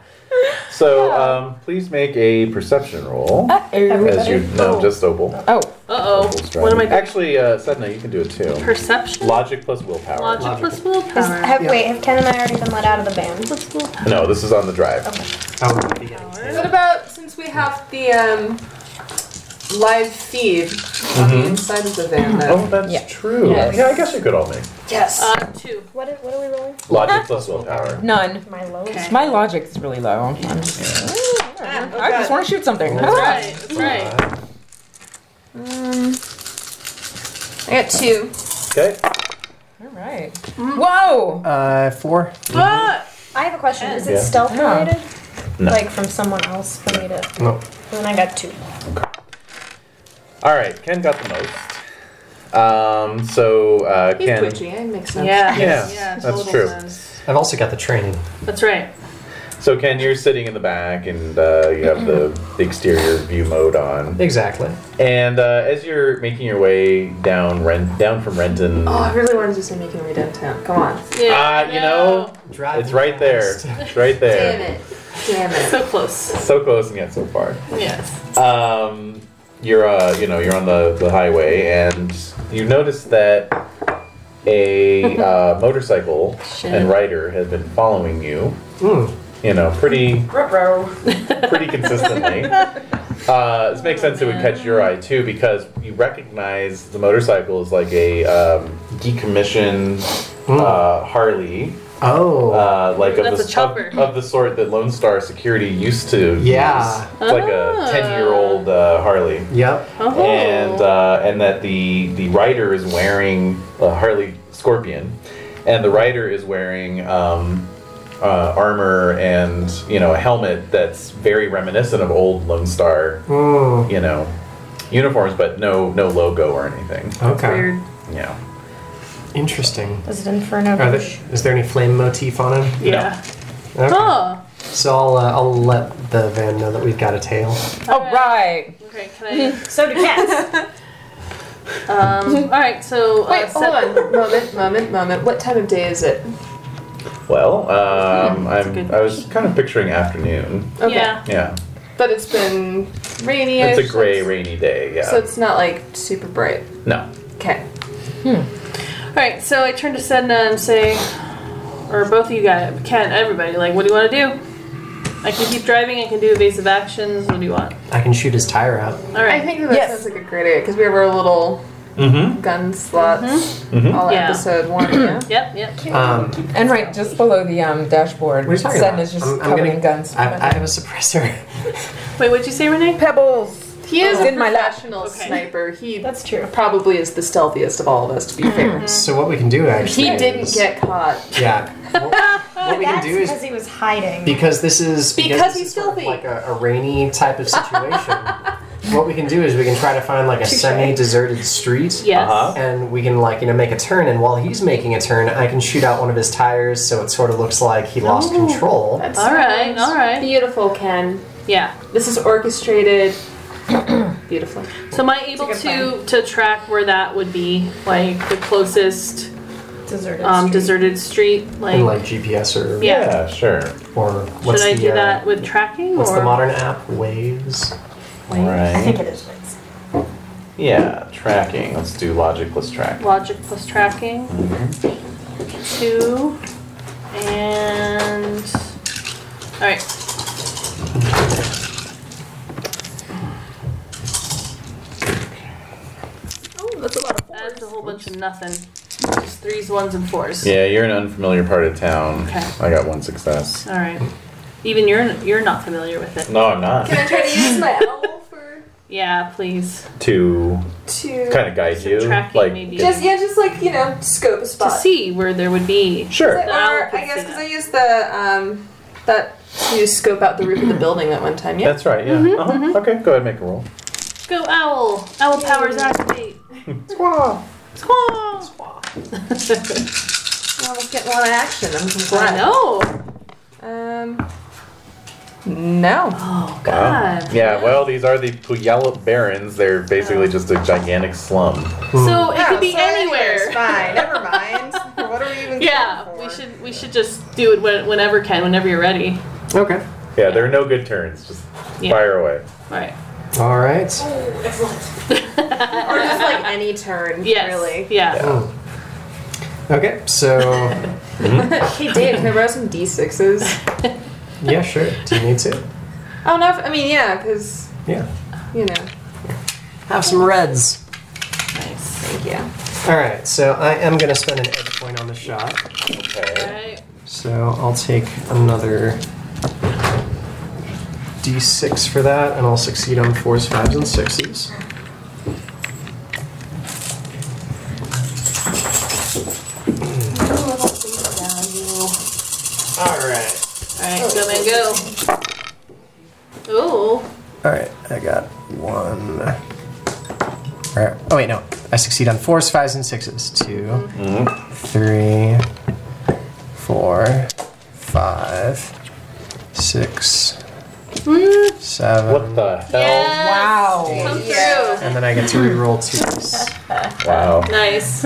So, um, please make a perception roll. As you know, just Opal. Oh. Uh Opal's oh, what am I driving. doing? Actually, uh, Sedna, you can do it too. Perception, Logic plus willpower. logic, plus willpower. Have, Wait, have Ken and I already been let out of the band? Plus willpower. No, this is on the drive. That would be getting What about since we have the um, live feed on Mm-hmm. the inside of the van? Oh, Though? that's Yeah. true. Yes. Yeah, I guess you could all make Yes. Uh, two. What are, what are we rolling? Uh-huh. logic plus willpower. None. My lowest. My logic's really low. I'm just. I just want to shoot something. Right, Ah, that's right. I got two. Okay. All right. Whoa. Uh, four. Ah! I have a question. Is it Yeah. stealth Yeah. related? No. Like from someone else for me to. No. And I got two. All right. Ken got the most. Um, so uh, He's Ken. twitchy. It makes sense. Yeah, Yeah, yeah, that's total true. sense. I've also got the training. That's right. So Ken, you're sitting in the back, and uh, you have the exterior view mode on. Exactly. And uh, as you're making your way down Ren- down from Renton, Oh, I really wanted to say making way downtown. Come on. Yeah, Ah, you know, Driving it's right there. fast. It's right there. it. Damn it. so close. So close and yet so far. Yes. Um, you're uh, you know you're on the, the highway and you notice that a uh, motorcycle and rider has been following you. You know, pretty pretty consistently. Uh, this makes sense it would catch your eye too because you recognize the motorcycle as like a um, decommissioned uh, Harley, Oh. uh, like of That's the, a chopper. Of, of the sort that Lone Star Security used to Yeah. use. It's like a ten year old uh, Harley yep. Ah. Oh. and uh, and that the the rider is wearing a Harley Scorpion, and the rider is wearing um, uh, armor and you know a helmet that's very reminiscent of old Lone Star Mm, you know uniforms, but no no logo or anything. okay. Weird. Yeah, Interesting. Is it Inferno? Are there, is there any flame motif on him? Yeah. Okay. Oh. So I'll, uh, I'll let the van know that we've got a tail. Uh, All right. Okay. Can So do cats. I? Um. All right. So. Uh, Wait, hold set- on. moment, moment, moment. What time of day is it? well um, a I'm good I was kind of picturing afternoon. Okay. Yeah. Yeah, But it's been rainy. it's a gray rainy day. Yeah, So it's not like super bright. no. Okay. All right. So I turn to Sedna and say, or both of you guys, Ken, everybody, like, what do you want to do? I can keep driving. I can do evasive actions. What do you want? I can shoot his tire out. All I right. think that, that Yes. sounds like a great idea because we have our little Mm-hmm. gun slots Mhm. all Yeah. episode one. Yeah. Yep. Yep. Um, And right just below the um, dashboard, What are you talking Sen about? is just I'm- I'm covered gonna- in guns. I, I have a suppressor. Wait. What'd you say, Renee? Pebbles. He is Oh. a In my lap. professional Okay. sniper. He Mm-hmm. That's true. probably is the stealthiest of all of us, to be fair. so what we can do actually. he didn't is- get caught. Yeah. What, what we can That's do because is he was hiding. because this is Because this he's is sort of filthy. like a, a rainy type of situation. what we can do is we can try to find like a semi-deserted street. Yes. Uh-huh. And we can like you know make a turn, and while he's making a turn, I can shoot out one of his tires, so it sort of looks like he lost control. All right. All right. Beautiful, Ken. Yeah. This is orchestrated beautifully. So am I able It's a to to track where that would be, like the closest Deserted. um, street. deserted street? Like, in like GPS or Yeah. Yeah, sure. or should what's I the do uh, that with tracking? what's or? the modern app Waves? All right. I think it is. Vince. Yeah, tracking. Let's do logic. Let's track. Logic plus tracking. Two. And. Alright. Oh, that's a lot of That's a whole bunch of nothing. Just threes, ones, and fours. Yeah, you're in an unfamiliar part of town. Okay. I got one success. Alright. Even you're you're not familiar with it. No, I'm not. Can I try to use my owl for Yeah, please. to to kind of guide you, Some tracking, like maybe. just yeah, just like you know, scope a To spot. see where there would be. Or sure. I guess because I used the um that to scope out the roof of the building at one time. Yeah. That's right. Yeah. uh-huh. Okay. Go ahead. Make a roll. Go owl! Owl powers activate. Squaw! Squaw! Well, let's get a lot of action. I'm I glad. know. Um. No. Oh god. Yeah. Well, these are the Puyallup Barrens. They're Oh. basically just a gigantic slum. Hmm. So it Oh, could be so anywhere. It's fine. Never mind. what are we even? Yeah, going we for? should we should just do it when, whenever Ken, whenever you're ready. Okay. Yeah. There are no good turns. Just Yeah. fire away. All right. All right. Or just like any turn. Yes. Really. Yeah. Oh. Okay. So Hey, Dave, can I borrow some d6s? yeah, sure. Do you need to? Oh no! I mean, yeah, because Yeah. you know. Have some reds. Nice. Yeah. All right, so I am gonna spend an edge point on the shot. All Okay. right. So I'll take another d6 for that, and I'll succeed on fours, fives, and sixes. All right, All Oh. right. Go man, go. Ooh. all right. I got one. All right. Oh wait, no. I succeed on fours, fives, and sixes. Two, three, four, five, six, seven. What the hell? Oh, Yes. Wow. Come through. And then I get to reroll twos. Wow. Nice.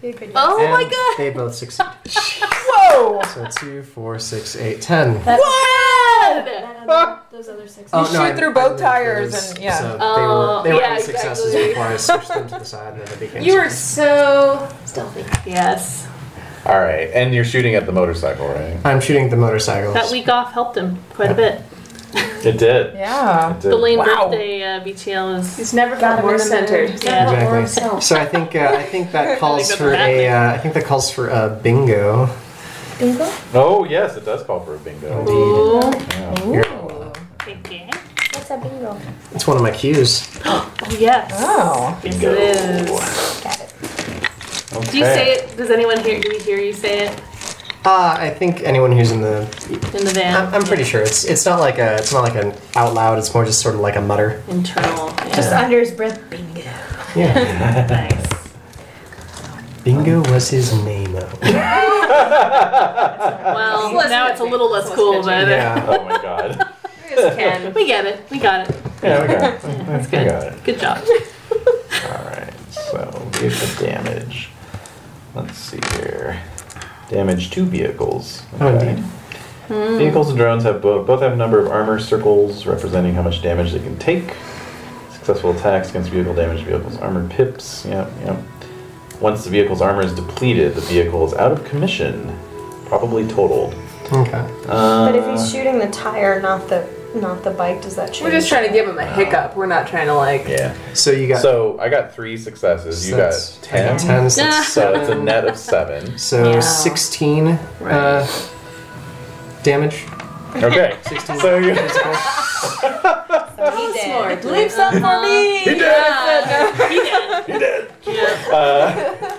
Be a good- Oh And my god. They both succeed. Whoa. So two, four, six, eight, ten. What? those other six. Oh, no, shoot I- through I both moved tires those, and- yeah. So they Oh, were, they were yeah, only successes exactly. before I switched them to the side and then they became You were successes. so. Stealthy. Yes. All right, and you're shooting at the motorcycle, right? I'm shooting at the motorcycles. That week off helped him quite a bit. It did. Yeah. It The lane Wow. birthday uh, BTL is. He's never Got got him more in the mood. centered. Yeah. Exactly. So I think uh, I think that calls that's for a happening. uh, I think that calls for a bingo. Bingo. Oh yes, it does call for a bingo. Indeed, Ooh. You're- Okay. What's a bingo? it's one of my cues. Oh, yes. Oh. Yes, it is. Got it. Okay. Do you say it? Does anyone hear? Do we hear you say it Uh, I think anyone who's in the in the van? I'm, I'm pretty sure it's it's not like a it's not like an out loud. It's more just sort of like a mutter. Internal. Yeah. Just under his breath, bingo. Yeah. nice. bingo was his name. though. Well, Less now it's a catchy. little less Less cool, catchy. but uh, Yeah. Oh my god. Here's Ken. we get it. We got it. Yeah, we got it. That's We good. got it. Good job. All right. So here's the damage. Let's see here. Damage to vehicles. Oh, indeed. Vehicles and drones have both, both have a number of armor circles representing how much damage they can take. Successful attacks against vehicle damage vehicles armor pips. Yep, yep. Once the vehicle's armor is depleted, the vehicle is out of commission, probably totaled. Okay. But if he's shooting the tire, not the not the bike, does that change? We're just trying to give him a hiccup. We're not trying to like. Yeah. So you got So I got three successes. You got that's- I ten. got ten. So, Yeah. that's So it's a seven. net of seven. So sixteen uh, damage. Okay. So you He did. Leave some for me. He did. he did. Uh,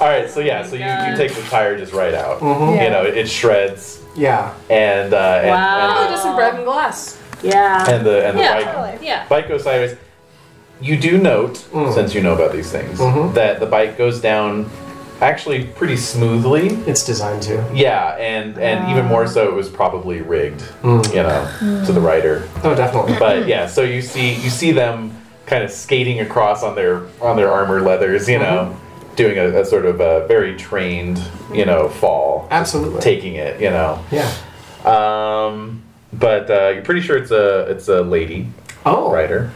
all right. So yeah. So you, you take the tire just right out. Mhm. You know, it shreds Yeah. and uh, Oh, and, Wow. just some broken glass. Um, Yeah. and, the and the Yeah, bike Yeah. bike goes sideways. You do note, Mm. since you know about these things, Mhm. that the bike goes down actually pretty smoothly. It's designed to. Yeah, and and even more so, it was probably rigged. Mm. You know, to the rider. Oh, definitely. But yeah, so you see you see them kind of skating across on their on their armor leathers, you know, doing a, a sort of a very trained, you know, fall, Absolutely. taking it, you know. Yeah. Um, but uh, you're pretty sure it's a it's a lady Oh. rider,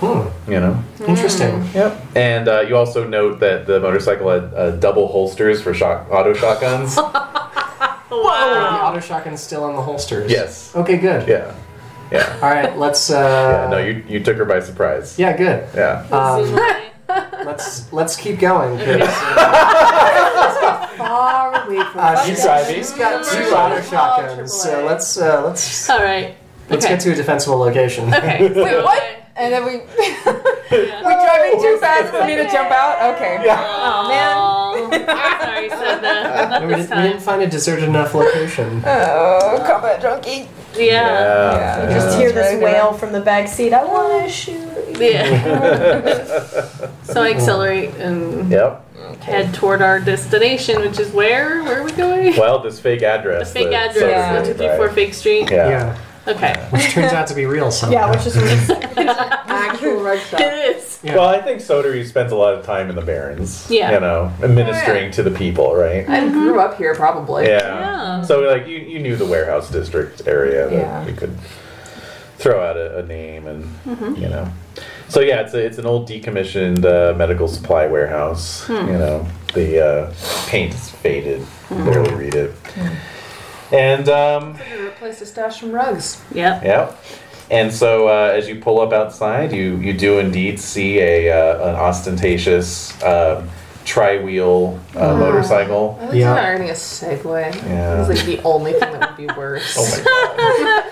Hmm. you know. Interesting. Yep. And uh, you also note that the motorcycle had uh, double holsters for shock, auto shotguns. Oh, Wow. the auto shotgun's still on the holsters. yes. Okay. Good. Yeah. Yeah. All right. Let's. Uh, Yeah. No, you you took her by surprise. Yeah. Good. Yeah. Um, Right. let's let's keep going. 'cause, Far away from Uh, us. Keep driving. She's got two Triple A. auto shotguns, so Triple A. let's uh, let's All right. let's Okay. get to a defensible location. Okay. Wait, what? And then we we driving too fast for me to jump out. Okay. Oh man. Oh, sorry, said that. Not No, we, this did, we didn't time. find a deserted enough location. Oh, combat junkie. Yeah. Yeah. Yeah. You just Yeah. hear Right this around. wail from the back seat. I want to shoot. Yeah. so I accelerate and Yep. head toward our destination, which is where? Where are we going? Well, this fake address. The fake that address, Soder yeah. did, two three four right? Fake Street. Yeah. Yeah, Okay. which turns out to be real somehow. Yeah, which is weird. Actual rug shot. It is. Yeah. Well, I think Soder spends a lot of time in the Barrens. Yeah. You know, administering to the people, right? I grew up here probably. Yeah. Yeah. So like you, you knew the warehouse district area that Yeah. we could throw out a, a name and you know. So yeah, it's a, it's an old decommissioned uh, medical supply warehouse. You know, the uh, paint is faded. Barely read it. And um, A place to stash some rugs. Yep. Yep. And so, uh, as you pull up outside, you, you do indeed see a uh, an ostentatious uh, tri wheel uh, motorcycle. I was Yeah. not earning a segue. Yeah. It was like the only thing that would be worse. Oh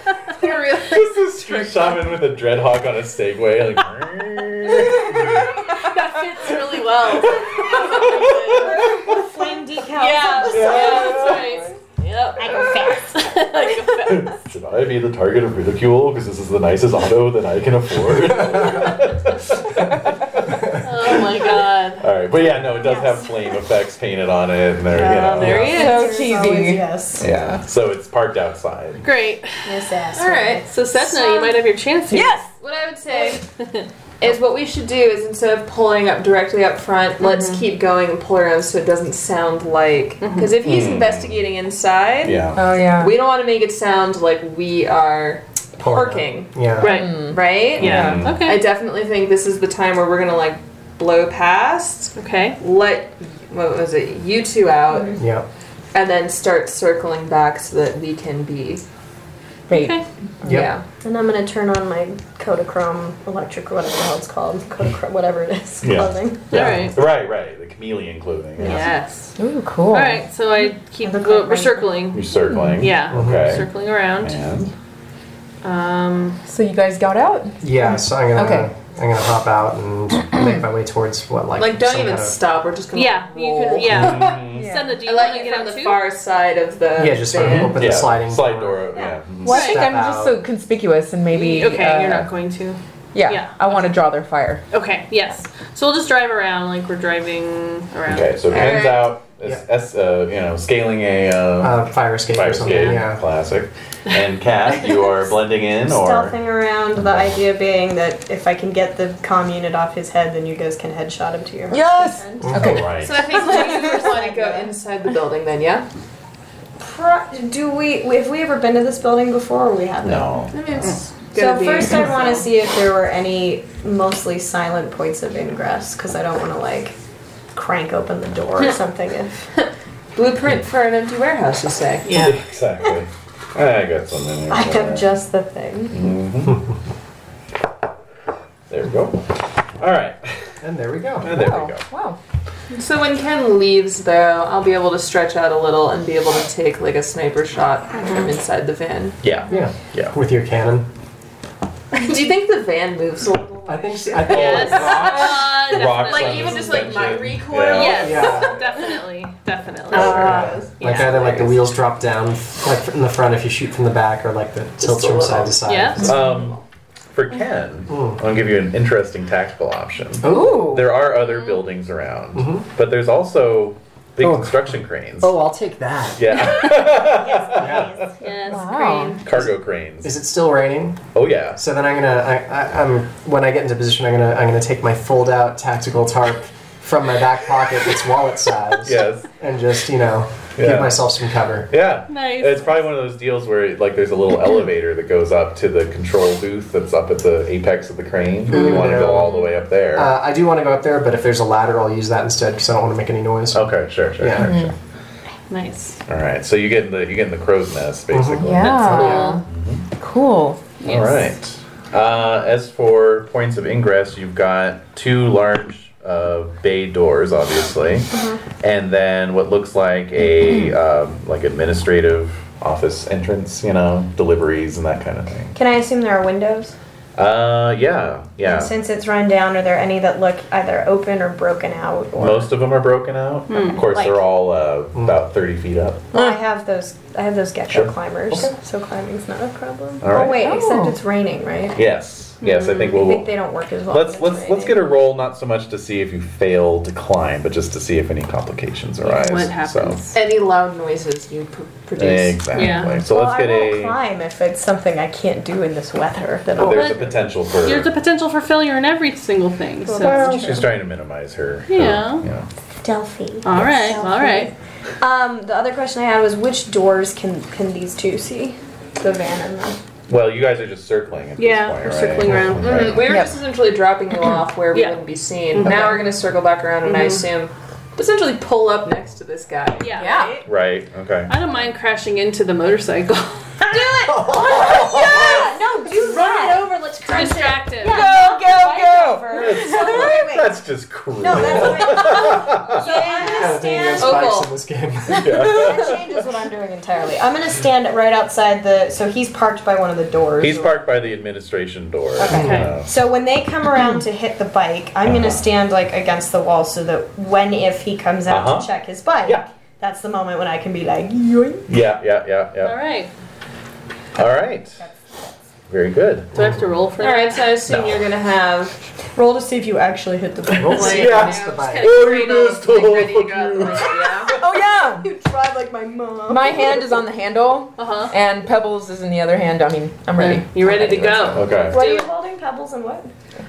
my god! really? this is shaman with a dreadhawk on a Segway. Like, Fits really well. Flame decals. Yeah, yeah, that's right. Yep. I go fast. I go fast. should I be the target of ridicule because this is the nicest auto that I can afford? Oh my god. All right, but yeah, no, it does have flame effects painted on it, and there, Oh, you know, there he is. So Always, cheesy. yes. yeah. So it's parked outside. Great. Yes, ass. All right. So Setna, you might have your chance here. Yes. What I would say is what we should do is instead of pulling up directly up front, let's keep going and pull around so it doesn't sound like. Because if he's investigating inside, Hmm. Yeah. Oh yeah. we don't want to make it sound like we are Parking, Yeah. Right. right? Yeah. I Okay. definitely think this is the time where we're gonna like blow past, okay. let what was it, you two out, Yeah. and then start circling back so that we can be Wait, Okay. Yep. yeah. And I'm gonna turn on my Kodachrome electric, whatever the hell it's called, Kodachrome, whatever it is, Yeah. clothing. All Yeah. right. Right, right. The chameleon clothing. Yes. Ooh, cool. All right. So I keep go, we're circling. You're circling. Yeah. Mm-hmm. Okay. Circling around. And Um. So you guys got out? Yeah. So I'm gonna Okay. I'm gonna hop out and make my way towards what like Like don't some even kind of- stop. We're just gonna Yeah. You roll. can. Yeah. Send a. Do I you want like to you get from on the the far? far side of the Yeah. Just van. open yeah. the sliding slide door. Yeah. Well, I think Step I'm just out. so conspicuous and maybe. Okay. uh, you're not going to. Yeah, yeah. I want to draw their fire. Okay. Yes. So we'll just drive around like we're driving around. Okay. So Alright. hands out. S, S, uh, you know, scaling a uh, Uh, fire escape fire or something. escape. Yeah. Classic. And Kat, you are blending in or Stealthing around, the idea being that if I can get the comm unit off his head, then you guys can headshot him to your Yes! All Okay. right. So that means we want to go inside the building then, yeah? Pro- do we? Have we ever been to this building before? Or we haven't. No. So Gonna be- first, I want to see if there were any mostly silent points of ingress because I don't want to like crank open the door or something. If Blueprint for an empty warehouse, you say. Yeah. Exactly. I got something. Here I for have that. just the thing. There we go. All right. And there we go. And there wow. we go. Wow. So when Ken leaves, though, I'll be able to stretch out a little and be able to take like a sniper shot from inside the van. Yeah. Yeah. Yeah. With your cannon. Do you think the van moves a little? I think. I think. Yes. Uh, Rocks definitely. on the suspension. Yes. Yeah. Definitely. Definitely. Uh, like Yeah. either like the wheels drop down like in the front if you shoot from the back, or like the tilts from side to side. Yeah. Um, for Ken, Mm. I'll give you an interesting tactical option. Oh. There are other buildings around, Mhm. but there's also big Oh. construction cranes. Oh, I'll take that. Yeah, Yes. Wow. Green. cargo cranes. Is it still raining? Oh yeah. So then I'm gonna. I, I, I'm when I get into position, I'm gonna. I'm gonna take my fold out tactical tarp from my back pocket, its wallet size, Yes. and just you know Yeah. give myself some cover. Yeah. Nice. It's probably one of those deals where like there's a little elevator that goes up to the control booth that's up at the apex of the crane. You want to go all the way up there. Uh, I do want to go up there, but if there's a ladder, I'll use that instead because I don't want to make any noise. okay, sure, sure, Yeah. sure, sure. Nice. All right, so you get in the you get in the crow's nest Uh-huh. basically. Yeah. Cool. All right. Uh, as for points of ingress, you've got two large uh, bay doors, obviously, and then what looks like a um, like administrative office entrance. You know, deliveries and that kind of thing. Can I assume there are windows? Uh, yeah, yeah. And since it's run down, are there any that look either open or broken out? Or Most of them are broken out. Of course, Hmm, Like- they're all uh, about thirty feet up. Well, I have those. I have those gecko Sure. climbers, so climbing's not a problem. All right. Oh wait, Oh. except it's raining, right? Yes, yes. I think Hmm, I we'll. think they don't work as well. Let's let's let's get a roll, not so much to see if you fail to climb, but just to see if any complications arise. What So- happens? Any loud noises you pr- produce? Exactly. Yeah. So well, let's get I won't a. climb if it's something I can't do in this weather. Then I'll There's a But- potential for. There's a potential for failure in every single thing. So. Well, she's trying to minimize her. her- Yeah. yeah. Delphi. all right. All right. Um, the other question I had was which doors can can these two see? The van and the. Well, you guys are just circling at Yeah, this point, we're right? circling around. Okay. Mm, we were Yep. just essentially dropping you off where we Yeah. wouldn't be seen. Now we're gonna circle back around and I assume essentially pull up next to this guy. Yeah. Yeah. Right. Okay. I don't mind crashing into the motorcycle. Ah, No, do Run it that. over. Let's crash it. Distracted. Go, go, go! That's just cruel. No, that's So I'm I gonna don't think there's stand. spikes in this game. that changes what I'm doing entirely. I'm gonna stand right outside the. So he's parked by one of the doors. He's parked by the administration door. Okay. Uh, So when they come around to hit the bike, I'm Uh-huh. gonna stand like against the wall so that when if he comes out Uh-huh. to check his bike, Yeah. that's the moment when I can be like, yoink. yeah. Yeah. Yeah. Yeah. All right. All right. Very good. Do I have to roll for that? Alright, so I assume No. you're gonna have roll to see if you actually hit the bike. Roll to see if Yeah. I miss the bike. Oh, you missed. Oh, fuck you. Oh, yeah! You drive like my mom. My hand is on the handle, Uh huh. and Pebbles is in the other hand. I mean, I'm ready. You ready to go? Okay. What are you holding? Pebbles and what?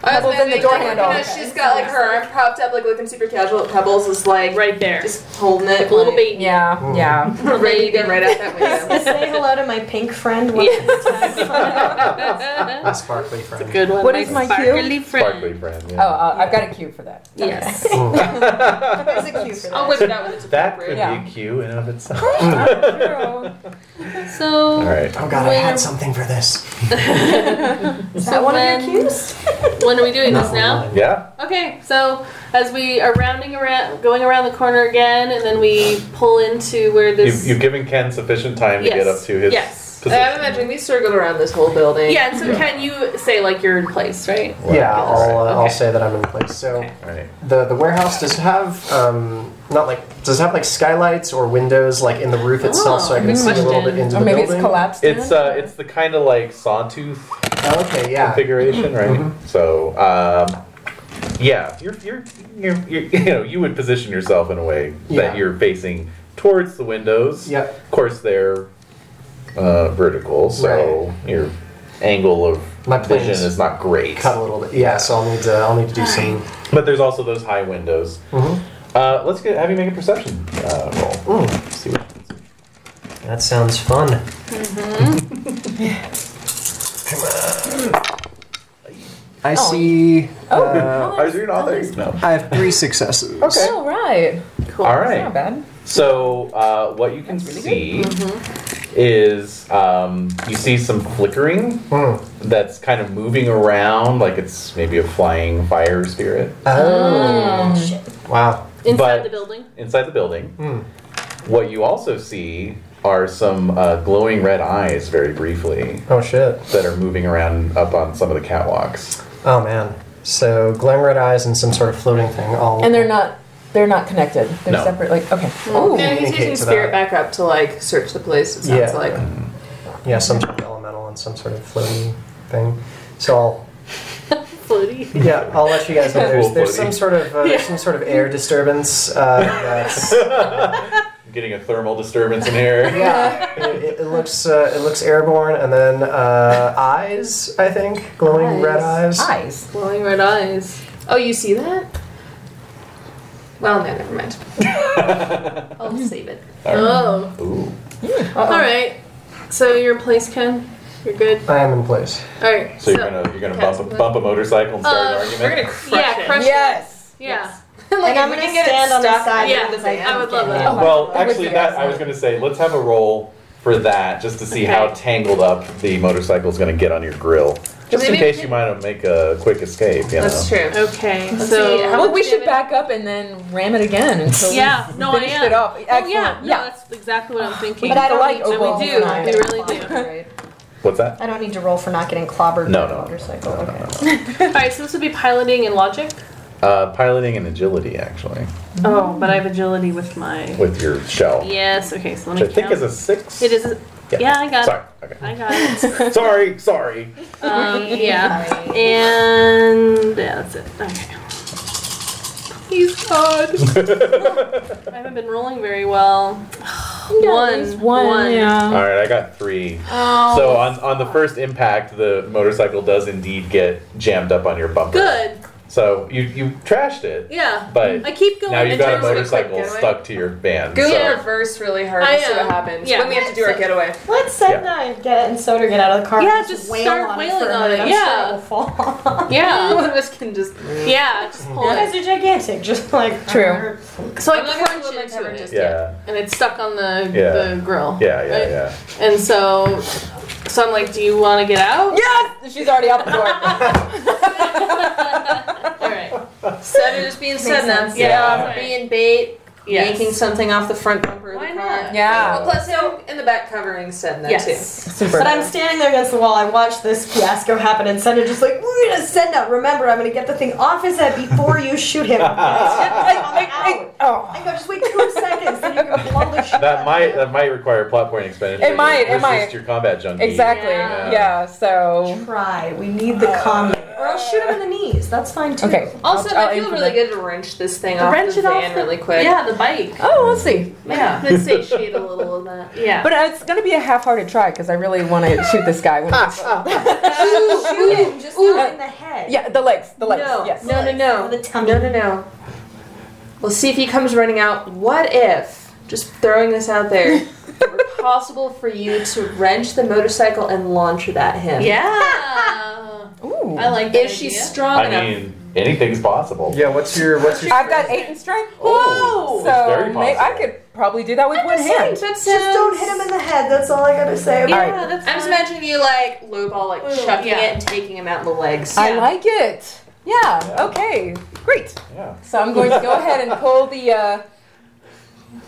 Pebbles in the door handle. You know, she's got like her arm propped up, like looking super casual. Pebbles is like Right there. just holding it, Like a little like, baby. Yeah, yeah. ready to go right out that window. Say hello to my pink friend. One A sparkly friend. Good one. What is my cue? sparkly friend? Sparkly friend. Oh, Yeah. uh, I've got a cue for that. Yes. There's a cue for that. I'll whip it out when it's That could appropriate. Yeah. be cute in and of itself. So, All right. Oh god, I had something for this. Is so that one when, of your cues? when are we doing this Not now? one. Yeah. Okay, so as we are rounding around, going around the corner again, and then we pull into where You've, this. you've given Ken sufficient time to get Yes. up to his Yes. Um, And position. I'm imagining we circled around this whole building. yeah, and so can you say like you're in place, right? Yeah, I'll, uh, I'll Okay. say that I'm in place. So All right. the the warehouse does it have um, not like does it have like skylights or windows like in the roof itself, Oh, so I can good see a little question. bit into Or the maybe building. it's collapsed. It's uh, it's the kind of like sawtooth oh, okay, yeah. Mm-hmm. configuration, right? So, um, yeah, you're, you're, you're, you're, you know, you would position yourself in a way Yeah. that you're facing towards the windows. Yep. Of course, they're uh, vertical, so your angle of My vision plane's is not great. Cut a little bit. Yeah, so I'll need to I'll need to do some. But there's also those high windows. Mhm. Uh, let's get have you make a perception uh, roll. Mm, See what happens. that sounds fun. Mm-hmm. I see. Oh, uh, Are there all things? No. I have three successes. Okay. All right. Cool. All That's right. Not bad. So uh, what you can see Mm-hmm. is um, you see some flickering Mm. that's kind of moving around, like it's maybe a flying fire spirit Oh. Wow. Inside But- the building. inside the building. Mm. What you also see are some uh, glowing red eyes, very briefly, Oh shit. that are moving around up on some of the catwalks. Oh man. So glaring red eyes and some sort of floating thing. All And they're not. They're not connected. They're No. separate. Like okay. Ooh, Yeah, he's communicate using to spirit that. back up to like search the place. It sounds Yeah. like yeah, some sort of elemental and some sort of floating thing. So I'll Floaty. yeah, I'll let you guys know. There's, Cool there's some floaty. sort of uh, there's some sort of air disturbance. Uh, that's, Getting a thermal disturbance in here. yeah, it, it- it looks uh, it looks airborne, and then uh, eyes. I think glowing red eyes. Eyes. glowing red eyes. Oh, you see that? Well, no, never mind. I'll save it. All right. Oh. Ooh. All right. So you're in place, Ken. You're good. I am in place. All right. So you're gonna you're gonna bump a, Cat's- bump a motorcycle and start Uh, an we're argument. gonna crush yeah, it. Crush Yes. it. Yeah. and I'm gonna stand on the side Yeah, of the van. I would love that. Uh, Well, I would actually, say that yes. I was going to say, let's have a roll for that, just to see Okay. how tangled up the motorcycle is going to get on your grill, just in Maybe- case you might have make a quick escape. You That's know. true. Okay. so see, how Well, we should back up and then ram it again until Yeah, we no, I finish am. it up. Oh yeah, no, yeah. that's exactly what I'm thinking. But I don't like So overall we do. design. We really do. What's that? I don't need to roll for not getting clobbered by No, no, the no, motorcycle. no, no, okay. All right, so this would be piloting and logic. Mm-hmm. Uh, piloting and agility, actually, Oh, but I have agility with my. with your shell, Yes. Okay. So let which me I think count. is a six. it is. A, yeah. I got Sorry. it. I got it. Okay. sorry. Sorry. Um, yeah. And yeah, that's it. Okay. Please God. I haven't been rolling very well. One. One. All right, I got three. Oh. So on on the first impact, the motorcycle does indeed get jammed up on your bumper. Good. So you you trashed it, Yeah. but I keep going. now you've got a until- motorcycle getaway. stuck to your van. Go so- in reverse really hard I and see what am. happens. Yeah. When we have to do our getaway. Let Sedna and get and Soder get out of the car. Yeah, and just wail start on wailing it for a on minute. it, I'm yeah. sure it will fall off. Yeah. One of us can just. Yeah. Just pull You it. guys are gigantic, just like True. So I I'm not gonna crunch put my into cover it, just Yeah. and it's stuck on the, Yeah. the grill. Yeah, yeah, right? yeah. And so, so I'm like, do you want to get out? Yes. She's already out the door. All right. Instead of just being Yeah. Sedna. Yeah. Being bait. Yes. Yanking something off the front bumper of Why the not? car. Well, yeah. plus, so in the back covering Sedna too. Yes. Super. But I'm standing there against the wall. I watch this fiasco happen, and Senna just like, we're gonna send out. Remember, I'm gonna get the thing off his head before you shoot him. I, I, I, oh. I go, just wait two seconds, then you can blow Holy shit. That might that might require plot point expenditure. It might, it Resist might. your combat junkie. Exactly. Yeah. Yeah. so. Try. We need the comment. Or I'll shoot him in the knees. That's fine too. Okay. Also, I'll- I'll I aim feel for really the- good to wrench this thing off Wrench the it off van the- really quick. Yeah, the bike. Oh, we'll see. Yeah. Let's satiate a little of that. Yeah. But it's going to be a half-hearted try because I really want to shoot this guy. When ah. Uh, Shoot him, just not in the head. yeah, the legs, the legs. No, Yes. no, no, Or the no, tummy. no, no, no. We'll see if he comes running out. What if? Just throwing this out there. it were possible for you to wrench the motorcycle and launch it at him. Yeah. Ooh. I like that. If she's idea. strong I enough. mean, anything's possible. Yeah, what's your what's your I've got eight in strength. Oh, so that's very may- I possible. could probably do that with one hand. Just Just sounds, don't hit him in the head. That's all I gotta say. All Yeah, right. that's I'm just fine. imagining you like lowball, like chucking yeah. it and taking him out in the legs. I Yeah. like it. Yeah. Okay. Great. Yeah. So I'm going to go ahead and pull the uh,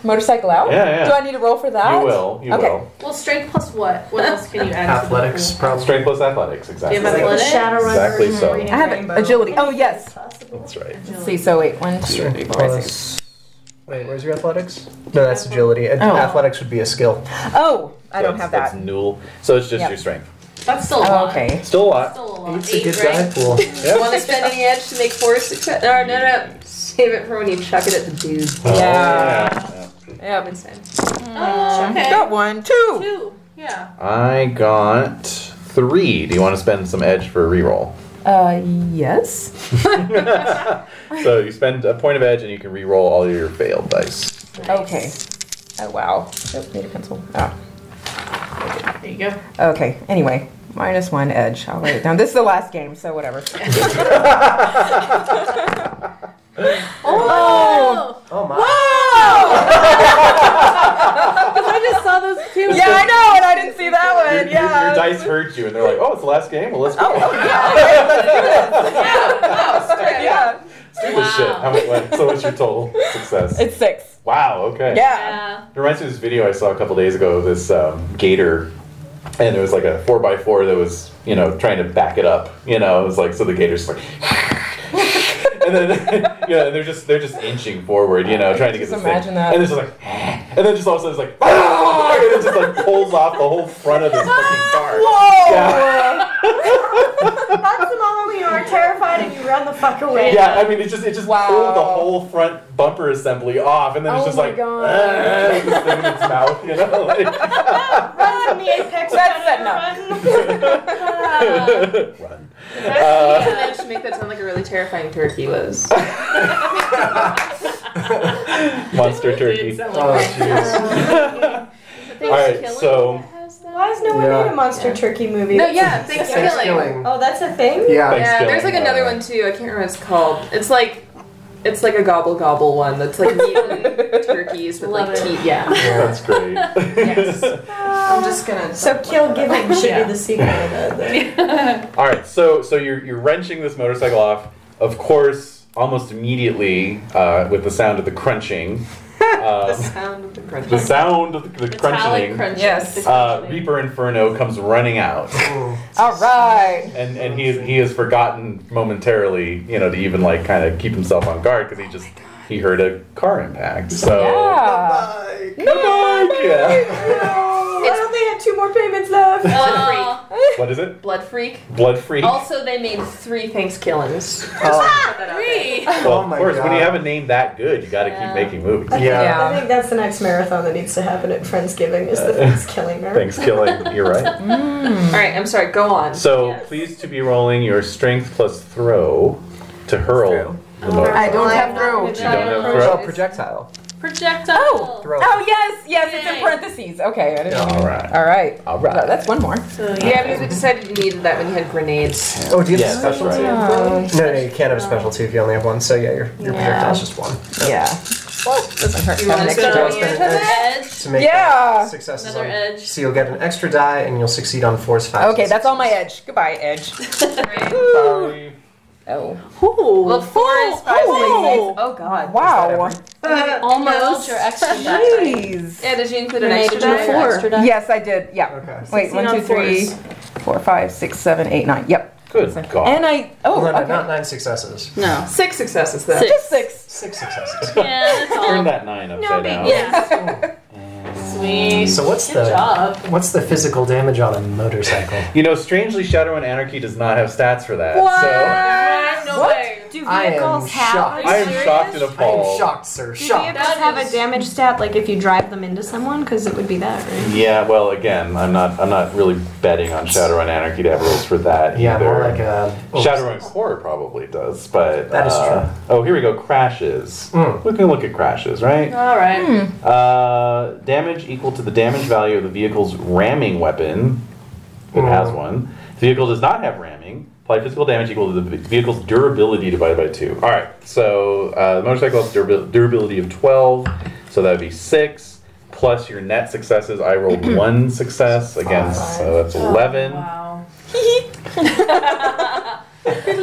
motorcycle out. Yeah, yeah. Do I need to roll for that? You will. You Okay. will. Well, strength plus what? What else can you add? to the athletics pool? problem? Strength plus athletics, exactly. Do you have athletics? Exactly Mm-hmm. so. I have agility. Oh yes. That's right. Let's see. So wait. One, two, three, Strength four, five, six. plus. Wait, where's your athletics? No, that's agility. Ad- Oh. Athletics would be a skill. Oh, I don't That's- have That's that. null. So it's just Yep. your strength. That's still a Oh, lot. okay. Still a lot. Still a lot. It's a Oh, Eight, good right? die pool. One expending edge to make four success. No, no, no. Save it for when you chuck it at the dude. Oh, Yeah. yeah. Yeah, makes sense. Oh, okay. Got one, two. Two. Yeah. I got three. Do you want to spend some edge for a reroll? Uh, yes. So you spend a point of edge and you can reroll all your failed dice. Okay. Oh wow. Oh, need a pencil. Oh. There you go. Okay. Anyway, minus one edge. I'll write it down. This is the last game, so whatever. Oh. Oh my. Oh! I just saw those two. Yeah, I know, and I didn't see that Your, one. your- Yeah. your dice hurt you, and they're like, "Oh, it's the last game. Well, let's go. oh, yeah. let's do this shit." How much? what- So what's your total success? It's six. Wow. Okay. Yeah. Yeah. It reminds me of this video I saw a couple days ago of this um, gator, and it was like a 4x4 that was, you know, trying to back it up. You know, it was like, so the gator's like, and then, you know, they're just, they're just inching forward, you know, trying to get Just this imagine thing. that. And it's just like, and then just all of a sudden it's like, and it just like pulls off the whole front of this fucking car. Whoa. Yeah. That's the moment when you are terrified and you run the fuck away. Yeah, I mean, it just it just Wow. pulled the whole front bumper assembly off, and then it's Oh just my like, God. this thing in its mouth, you know, like, Run from the apex. That's that no. run. I just managed to make that sound like a really terrifying turkey was. Monster turkey. Sound Oh like- jeez. All right, so Why has no one Yeah. made a monster turkey movie? No, yeah, thanks for Thanks killing. killing. Oh, that's a thing? Yeah. Thanks. Yeah, there's like Thanksgiving, another uh, one too. I can't remember what it's called. It's like, it's like a gobble gobble one that's like meat and turkeys with Love like it. teeth. Yeah. that's great. I'm just gonna. So Kill Giving should Yeah. be the sequel to that. All right, so so you're you're wrenching this motorcycle off. Of course, almost immediately uh, with the sound of the crunching, the um, sound of the crunch. the sound of the, the Metallic crunching. crunching. Yes. Uh, Reaper Inferno comes running out, All right. and and he is, he has forgotten momentarily, you know, to even like kind of keep himself on Oh guard because he just he heard a car impact. So Yeah. Bye-bye, yeah. I Uh, don't think I had two more payments left. Blood freak. what is it? Blood freak. Blood freak. Also, they made three Thanksgivings. Oh, Three. Well, Oh my of course, when you God. have a name that good, you got to Yeah. keep making movies. yeah. I think that's the next marathon that needs to happen at Friendsgiving is the Thanksgiving marathon. Thanks, killing. You're right. Hmm. All right, I'm sorry. Go on. So please to be rolling your strength plus throw to hurl. the motorcycle. I don't have throw. You don't have Oh, throw. projectile. Projectile. Oh. Throw. Oh yes, yes. It's in Yay. parentheses. Okay. I didn't All right. All right. All right. Well, That's one more. So, yeah. Yeah, because we decided you needed that when you had grenades. Oh, do you have Yes, a that's special too? right. No, no, you can't have a special two if you only have one. So yeah, your, your Yeah. projectile's just one. Yeah. Well, doesn't hurt. You want Next to time. go one. into Edge. To make Yeah. that success is Another on- edge. So you'll get an extra die and you'll succeed on force five. Okay, that's all my edge. Goodbye, edge. Sorry. Oh. Ooh. Well, four is five. Oh. Oh God. Wow. Almost. Your extra die. Jeez. Yeah, did you include an extra die? Yes, I did. Yeah. Okay. Wait. One, two, three, four, five, six, seven, eight, nine. Yep. Good God. And I. Oh. Well, no, no, not okay. nine successes. No. Six successes though. Six. Just six. Six successes. Yeah, that's all. Turn that nine upside down. Yeah. Sweet. So what's Good the- job. What's the physical damage on a motorcycle? You know, strangely, Shadow and Anarchy does not have stats for that. Uh, So No way. Do I am vehicles have? shocked. I am shocked and I am appalled. shocked, sir. Do Shocked. vehicles That have a is- damage stat? Like if you drive them into someone, because it would be that, right? Yeah, well, again, I'm not. I'm not really betting on Shadowrun Anarchy to have rules for that Yeah, either. more like a Shadowrun Core probably does, but That is uh, Oh, here we go. Crashes. Mm. We can look at crashes, right? All right. Uh, damage equal to the damage value of the vehicle's ramming weapon. It has one. The vehicle does not have ramming. Apply physical damage equal to the vehicle's durability divided by two. All right. So uh, the motorcycle has durabil- durability of twelve, so that would be six plus your net successes. I rolled one success against, so that's eleven. Wow.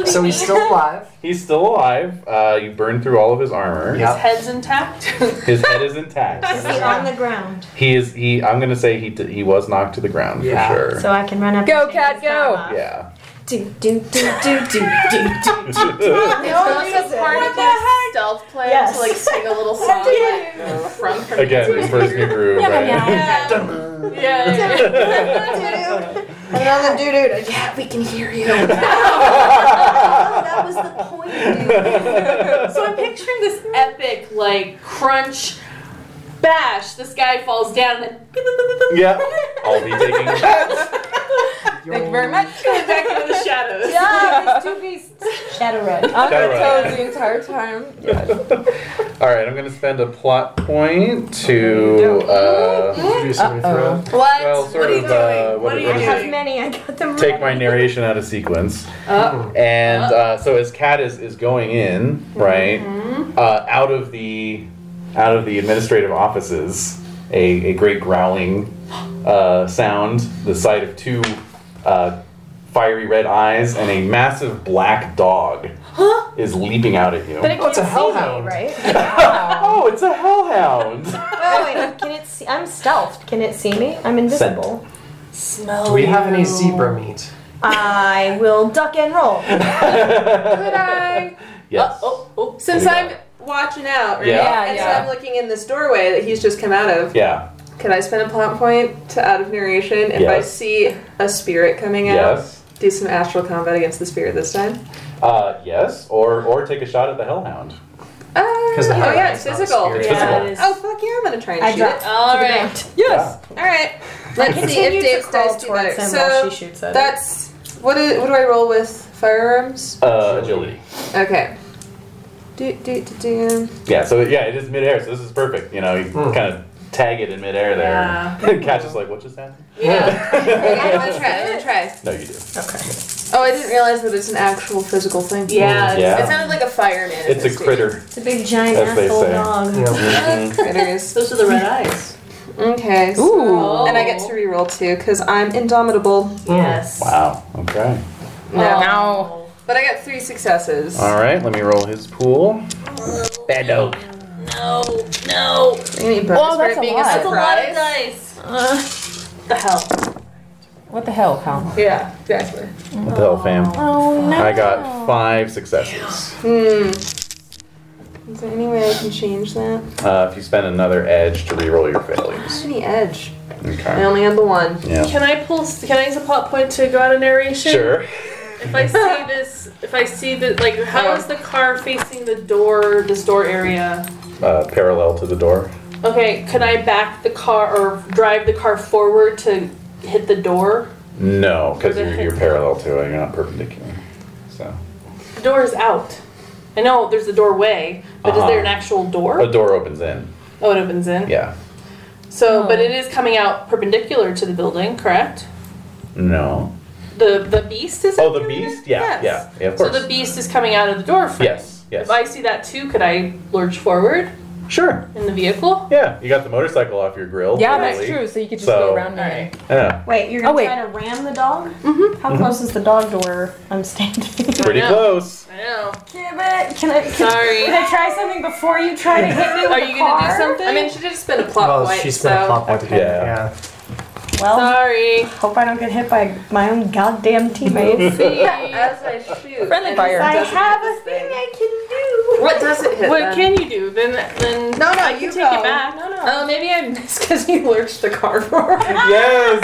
So he's still alive. He's still alive. Uh, you burned through all of his armor. Yeah. His head's intact. His head is intact. on the ground, He is. He. I'm gonna say he. D- he was knocked to the ground Yeah. for sure. so I can run up. Go, and shake cat, his thumb go. off. yeah. Do do do do do do do. It's also part of your stealth plan Yes. to like sing a little song like, from her. Again, the first new groove. Right? Yeah. Another doo doo. Yeah, we can hear you. That was the point. so I'm picturing this epic like crunch, bash. This guy falls down and then Yeah. I'll be taking shots. Thank you very much. back into the shadows. Yeah, there's two beasts. Shadowrun. I'm Shadow gonna tell Run. the entire time. All right. I'm gonna spend a plot point to. Uh, Introduce him to throw. What? well, what sort are you of. doing? Uh, what what are is- you what is it? doing? Have many. I got them. Take right. my narration out of sequence. Oh. And uh, Mm-hmm. so as Kat is, is going in, right, uh, out of the out of the administrative offices, a, a great growling uh, sound, the sight of two uh, fiery red eyes and a massive black dog is leaping out at you. But it Oh, can't it's a see hellhound. me, right? oh, it's a hellhound! Oh wait, can it see? I'm stealthed. Can it see me? I'm invisible. Do we have any zebra meat? I will duck and roll. Could I? yes. Oh, oh, oh. Since What do you I'm watching out, right? Yeah. and Yeah. so I'm looking in this doorway that he's just come out of. Yeah. Can I spend a plot point to out of narration if I Yes. see a spirit coming out? Yes. Do some astral combat against the spirit this time. Uh, yes. Or or take a shot at the hellhound. Uh, Because the oh hellhound yeah, it's is not a physical. spirit. It's Yeah, physical. it is. Oh fuck yeah, I'm gonna try and I shoot dropped. it. All right. Yes. All right, let's see if Dave's dice do better. So shoots at that's what. Is, what do I roll with firearms? Uh, agility. Okay. Do do do do. Yeah, so yeah, it is midair, so this is perfect. You know, you Hmm. kind of tag it in midair there. Yeah. And Kat just like, what just happened? Yeah. Okay, I'm gonna try. I'm gonna try. No, you do. Oh, I didn't realize that it's an actual physical thing. Yeah. It Yeah. sounded like a fireman. It's a critter. It's a big giant As they asshole say. dog. Yeah. Critters. Those are the red eyes. Okay. So, Oh. Ooh. And I get to reroll too because I'm indomitable. Yes. Wow. Okay. No. No. But I got three successes. All right, let me roll his pool. Bad dog. No. No. Any bonus Oh, for that's it a being lot. a That's That's a lot of surprise? dice. the hell. What the hell, Colin? yeah. Exactly. What the hell, fam? Oh no. I got five successes. Is there any way I can change that? Uh, if you spend another edge to re-roll your failures. Any edge. I Okay. only had the one. Yeah. Can I pull? Can I use a plot point to go out a narration? Sure. If I see this, if I see that, like, how is the car facing the door, the store area? Uh, parallel to the door. Okay, could I back the car or drive the car forward to hit the door? No, because you're, you're parallel to it. You're not perpendicular. So The door is out. I know there's a doorway, but is there an Uh-huh. actual door? a door opens in. oh, it opens in. Yeah. So, but it is coming out perpendicular to the building, correct? No. The the beast is. Oh, the entering beast? it? Yeah, Yes. yeah, yeah, of So course. the beast is coming out of the door. Frame. yes, yes. If I see that too, could I lurch forward Sure. in the vehicle? Yeah, you got the motorcycle off your grill. Yeah, really. that's true. So you could just So- go around me. Yeah, Wait, you're Oh, gonna wait. try to ram the dog? Mm-hmm. How close is the dog to where I'm standing? pretty I know. close. I know. Damn it! Can I? Can, Sorry. Can I try something before you try to hit me with Are the you car? gonna do something? I mean, she did spend a plot Well, point. she's been a so- plot point. Okay. Yeah. yeah. Well, Sorry. hope I don't get hit by my own goddamn teammates. See, as I shoot, Friendly and fire. it I doesn't have hit a this thing I can do. What does it hit? What then? can you do? Then, then No, no, I can you take go. it back. No, no. Oh, maybe I missed because you lurched the cardboard. Yes,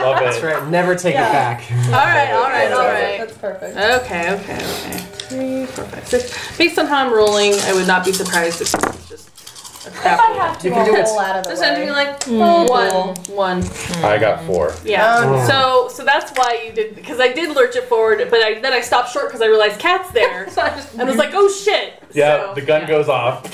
love That's it. right. Never take it back. All right, all right, all right. That's perfect. Okay, okay, okay. Three, four, five, six. Based on how I'm rolling, I would not be surprised if this is just a crap. I have to You can do it. roll out of the Just way. have to be like oh, one, one. I got four. Yeah. Oh. So, so that's why you did because I did lurch it forward, but I, then I stopped short because I realized cat's there. So I just And was like, oh shit. Yeah, So, the gun yeah. goes off,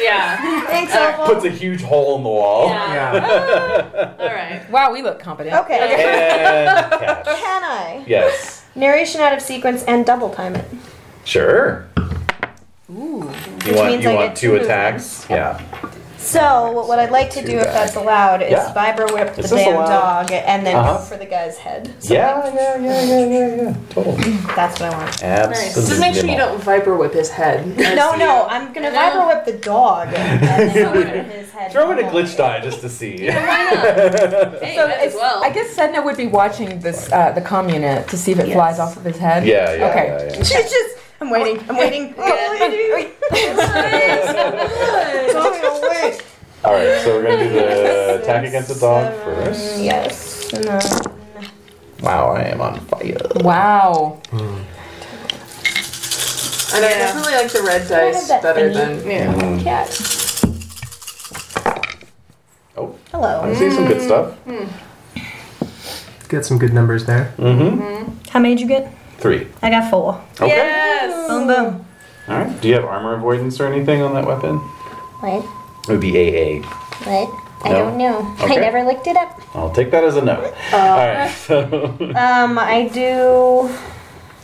Yeah. Thanks, Opal. puts a huge hole in the wall, Yeah. All right. Wow, we look competent. Okay. and catch. Can I? Yes, Narration out of sequence and double time it. sure. You want means you I want get two two attacks? Yeah. So, what I'd like to do, if that's allowed, is Yeah. vibra whip the Is this damn allowed? dog and then Uh-huh. go for the guy's head. So Yeah, yeah, yeah, yeah, yeah, yeah. Totally. that's what I want. Absolutely. just make sure you don't viper whip his head. No, no, I'm gonna vibra whip the dog and then go for his head. Throw in a glitch die just to see. Hey, So might it's, as well. I guess Sedna would be watching this uh, the communist to see if it Yes. flies off of his head. Yeah, yeah, Okay. yeah, yeah. She's just. I'm waiting. I'm waiting. Oh, All right, so we're gonna do the attack against the dog first. yes. No. Wow, I am on fire. Wow. And I definitely like the red dice that better thingy. than Cat. Oh, Hello. I see some good stuff. Get some good numbers there. Mm-hmm. How many'd you get? Three. I got four. Okay. Yes. Boom, boom. All right. Do you have armor avoidance or anything on that weapon? What? It would be AA. What? I No. don't know. Okay. I never looked it up. I'll take that as a no. All right. So Um, I do.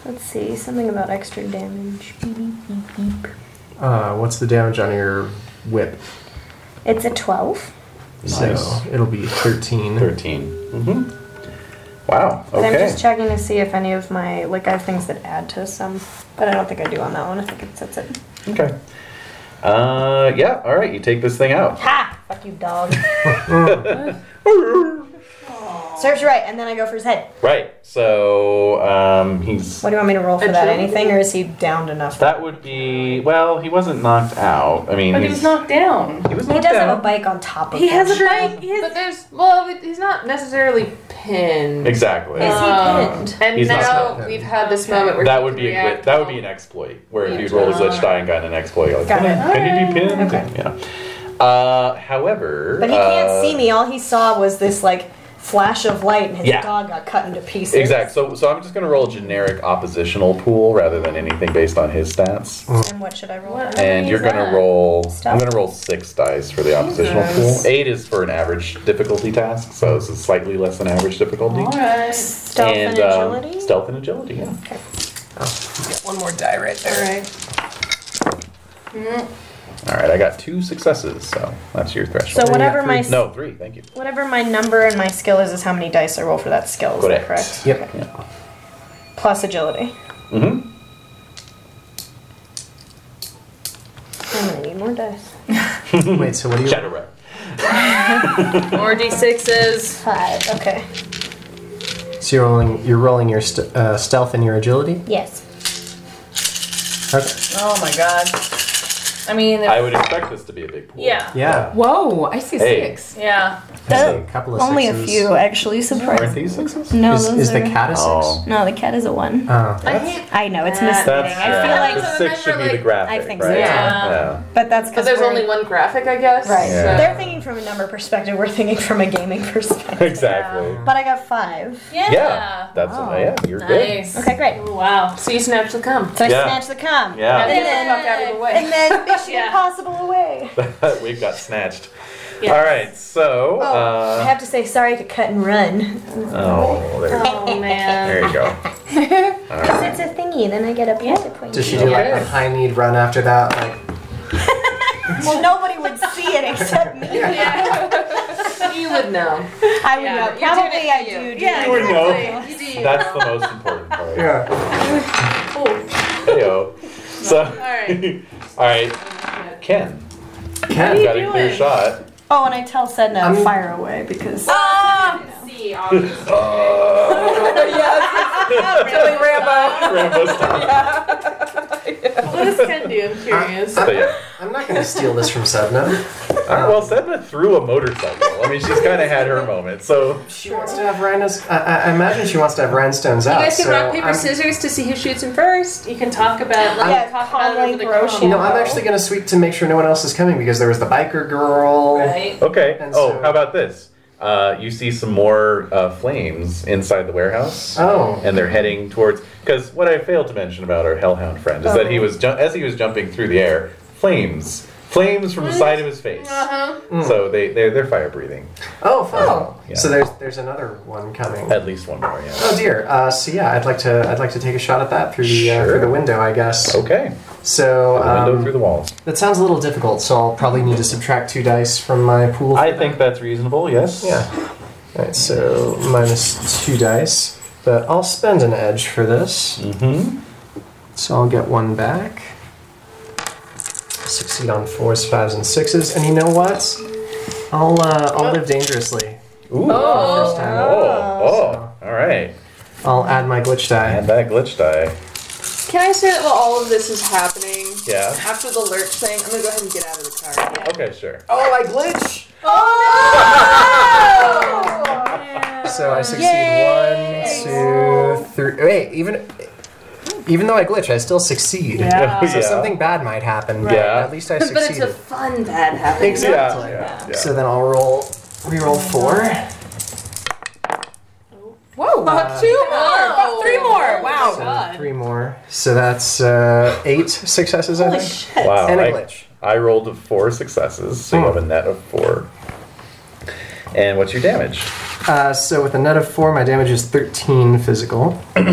Let's see. Something about extra damage. Uh, what's the damage on your whip? It's a 12. Nice. So it'll be 13. 13 Mm-hmm. Wow. I'm Okay. just checking to see if any of my. Like, I have things that add to some. But I don't think I do on that one. I think it sets it. Okay. Uh, yeah. All right. You take this thing out. Ha! Fuck you, dog. Serves you right. And then I go for his head. Right. So um, he's What do you want me to roll for that? Anything? Or is he downed enough? That would be well. He wasn't knocked out. I mean, But he he's- was knocked down. He was He knocked does down. have a bike on top of He him. has a bike. He has But there's well, but he's not necessarily pinned. exactly. Is he Oh. pinned? And He's not now pinned. we've had this moment where that he would can be a glit, react that would be an exploit where if you rolled a glitch die and got an exploit, you're like, Got can, it. can he be pinned? Okay. Yeah. Uh, however, But he can't uh, see me. All he saw was this like flash of light, and his Yeah. dog got cut into pieces. Exact. So, so I'm just gonna roll a generic oppositional pool rather than anything based on his stats. And what should I roll? And you're gonna that? roll. I'm Stop. gonna roll six dice for the oppositional pool. Eight is for an average difficulty task, so this is slightly less than average difficulty. All right. Oh, Stealth and, um, agility. stealth and agility. Yeah. One more die right All right. All right, I got two successes, so that's your so threshold. whatever my s- no, three. Thank you. whatever my number and my skill is, is how many dice I roll for that skill. Is that correct? Correct. Yep. Plus agility. Mm-hmm. I'm gonna need more dice. Wait, so what do you. Shadow rep. More d6s. Five. Okay. So you're rolling, you're rolling your st- uh, stealth and your agility? Yes. Okay. Oh my god. I mean, I would expect this to be a big pool. Yeah. Yeah. Oh, whoa! I see Hey. six. Yeah. That's a couple of Only a sixes. few, actually. Surprise. Aren't these sixes? No, Is, those is the are- cat a six? Oh. No, the cat is a one. Oh. I hate I know it's That's- misleading. That's I feel yeah, like, the six should be the graphic, I think so. right? Yeah. but that's but because there's only one graphic, I guess. Right. Yeah. They're thinking from a number perspective. We're thinking from a gaming perspective. Exactly. Yeah, But I got five. Yeah. that's yeah. You're good. Nice. Okay, great. Oh, Wow. So you snatch the cum. So I Yeah. snatch the cum. Now Yeah, get the fuck out of the way. And then mission Yeah. impossible away. we've got snatched. Yes. All right, so. Oh, I uh, have to say sorry to cut and run. oh, there, you- Oh man. there you go. All Because right. it's a thingy, then I get a pressure point. Does she do like Okay. a high need run after that? Like, well, nobody would see it except me. You would know. I would Yeah, know. you're doing Probably it I for do. you. do Yeah. it. You would know. You do. You That's the most important part. yeah. Heyo. So, all right. right, Ken. Ken. you got a clear doing? shot. Oh, and I tell Sedna I'm- fire away because Oh. see, obviously. Uh, Yes. Totally Rambo. Rambo style. What is Kendi? I'm curious. But yeah. I'm not going to steal this from Sedna. All right, well, Sedna threw a motorcycle. I mean, she's kind of had her moment. So She wants to have rhinos. I, I- I imagine she wants to have rhinestones out. You guys can so rock, paper, I'm- scissors to see who shoots him first. You can talk about like Yeah, talk about it over the Conway Grosh- You know, combo. I'm actually going to sweep to make sure no one else is coming because there was the biker girl. Right. okay. And oh, so- how about this? Uh, you see some more uh, flames inside the warehouse. Oh. and they're heading towards. Because what I failed to mention about our hellhound friend is Oh. that he was ju- as he was jumping through the air, flames, flames from the Mm. side of his face. Uh-huh. So they they're, they're fire breathing. Oh, fun. Yeah. So there's there's another one coming. At least one more. Yeah. Oh dear. Uh, so yeah, I'd like to I'd like to take a shot at that through the uh, Sure. through the window, I guess. Okay. So window through um, the walls. that sounds a little difficult. So I'll probably need to subtract two dice from my pool. for I that. think that's reasonable. Yes. Yeah. All right. So minus two dice, but I'll spend an edge for this. Mm-hmm. So I'll get one back. Succeed on fours, fives, and sixes. And you know what? I'll uh, I'll live dangerously. Ooh. Oh. Oh. Oh. All right. I'll add my glitch And die. that glitch die. Can I say that while all of this is happening, Yeah. after the lurch thing, I'm gonna go ahead and get out of the car. Okay, sure. Oh, I glitch! Oh! So I succeed one, two, three. Wait, even even though I glitch, I still succeed. Yeah. So something bad might happen. but Yeah. At least I But it's a succeeded. fun bad happening. Exactly. Yeah, yeah, So then I'll roll reroll four. Whoa, fuck two more, fuck three more. So Oh, Wow. three more. So that's uh, eight successes. I Holy think. shit. Wow. And a Oh, I- glitch. I rolled four successes, so you Hmm. have a net of four. And what's your damage? Uh, so with a net of four, my damage is 13 physical. All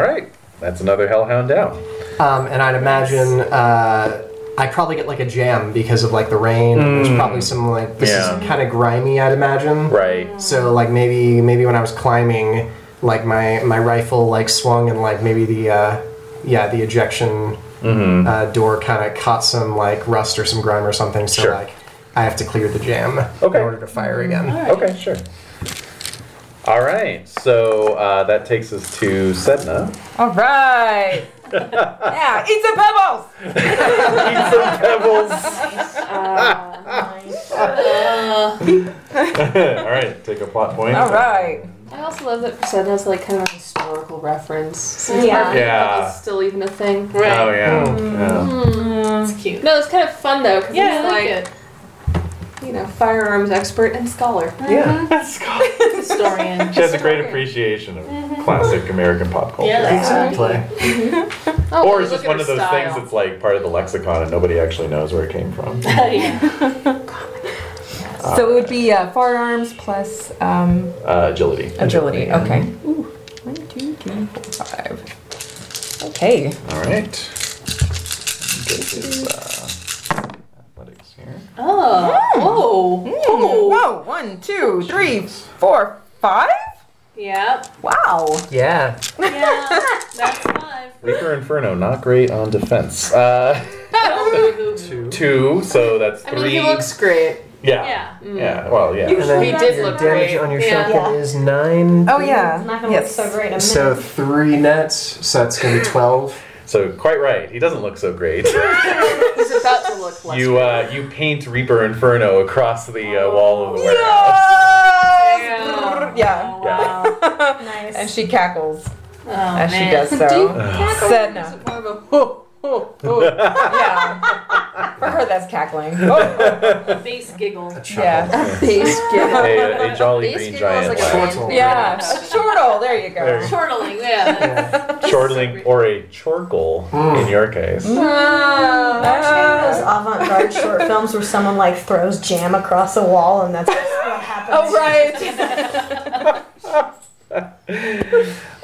right, that's another hellhound down. Um, and I'd imagine uh, I'd probably get like a jam because of like the rain. There's probably some like this is Mm. Yeah. kind of grimy. I'd imagine. Right. So like maybe maybe when I was climbing, like my my rifle like swung and like maybe the uh, yeah the ejection Mm-hmm. uh, door kind of caught some like rust or some grime or something. So Sure. like I have to clear the jam Okay. in order to fire again. Okay, sure. All right, so uh, that takes us to Sedna. All right. yeah, eat some pebbles. Eat some pebbles. Uh, Ah! All right, take a plot point. All right. I also love that Poseidon has like kind of a historical reference. Since Yeah. Barbie Yeah. Girl is still even a thing. Oh Right. yeah. yeah. That's cute. No, it's kind of fun though, because Yeah, I like like, it. you know, firearms expert and scholar. Yeah. Historian. She has a great appreciation of classic American pop culture. Yeah. Exactly. Oh, Or look is this at one her of those style. things that's like part of the lexicon and nobody actually knows where it came from? yeah. So it would be uh, firearms plus um, Uh, agility. agility. Okay. Ooh, one, two, three, four, five. Okay. All right. Get his uh, athletics here. Oh. Whoa. Ooh, whoa! One, two, three, four, five. Yep. Wow. Yeah. Yeah. That's five. Weaker Inferno, not great on defense. Uh, Two. two, so that's I mean, three. he looks great. yeah. Yeah. Yeah. Well, yeah. And then He did your look damage great. on your Yeah. shotgun is nine. Oh yeah. It's not gonna yes. look so great in a minute. So three nets. So that's gonna be twelve. So quite right. He doesn't look so great. He's about to look less. you uh, you paint Reaper Inferno across the uh, wall of the warehouse. Yes! Yeah. Yeah. nice. And she cackles Oh, as man. she does so. Said no. More of a Yeah. For her, that's cackling. Oh, Face giggle. yeah. a, a jolly face green giggle is giant like a laugh. man. Yeah. Shortle. There you There go. you Chortling. Yeah. Chortling or a chorkle in your case. Uh, Oh. Actually, those avant-garde short films where someone like throws jam across a wall, and that's what happens. Oh right.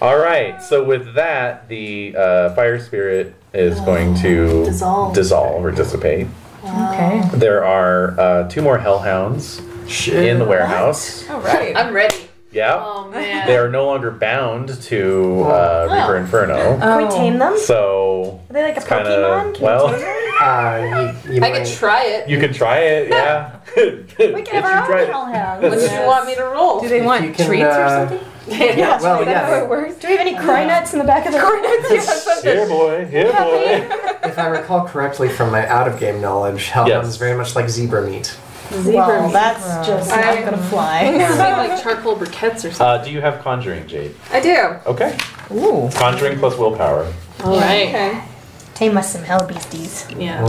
All right. So with that, the uh, fire spirit is going Oh, to dissolve. dissolve or dissipate. Okay. There are uh, two more hellhounds Shit. in the warehouse. Oh. All right. I'm ready. Yeah. Oh man. They are no longer bound to uh, Reaper Inferno. Can Oh. we tame them? So Oh. Uh, Are they like a it's kind Pokemon? Can of we tame well, them? Uh, you, you I might- could try it. you can try it. Yeah. We can have our own hellhounds. What did you want me to roll? Do they if you want can, treats or uh, something? Yes, well, right, yeah, that's how it works. Do we have any cry nuts in the back of the cry Here, boy. Here, boy. If I recall correctly from my out of game knowledge, hellhound Yes. is very much like zebra meat. Well, that's just I- not gonna fly. It's like, like charcoal briquettes or something. Uh, do you have conjuring, Jade? I do. Okay. Ooh. Conjuring plus willpower. All right. Okay. Tame us some hell beasties. Yeah.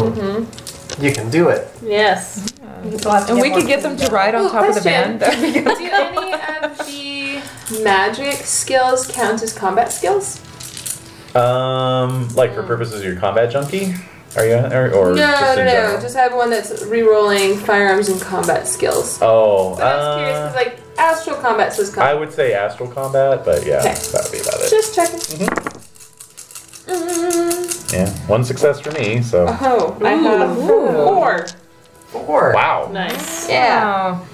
You can do it. Yes. And we could get them to ride on Ooh, top of the question. van. That'd be good. Do any of the magic skills count as combat skills? Um, like for purposes of your combat junkie, are you or, or Hmm. no, just no, in no. general? Just have one that's rerolling firearms and combat skills. oh, So I was curious uh, 'cause, like astral combat says I combat. would say astral combat, but yeah, Okay. that would be about it. Just checking. Mm. Yeah, one success for me. So Oh, I have four. Or wow. Nice. Yeah. Oh.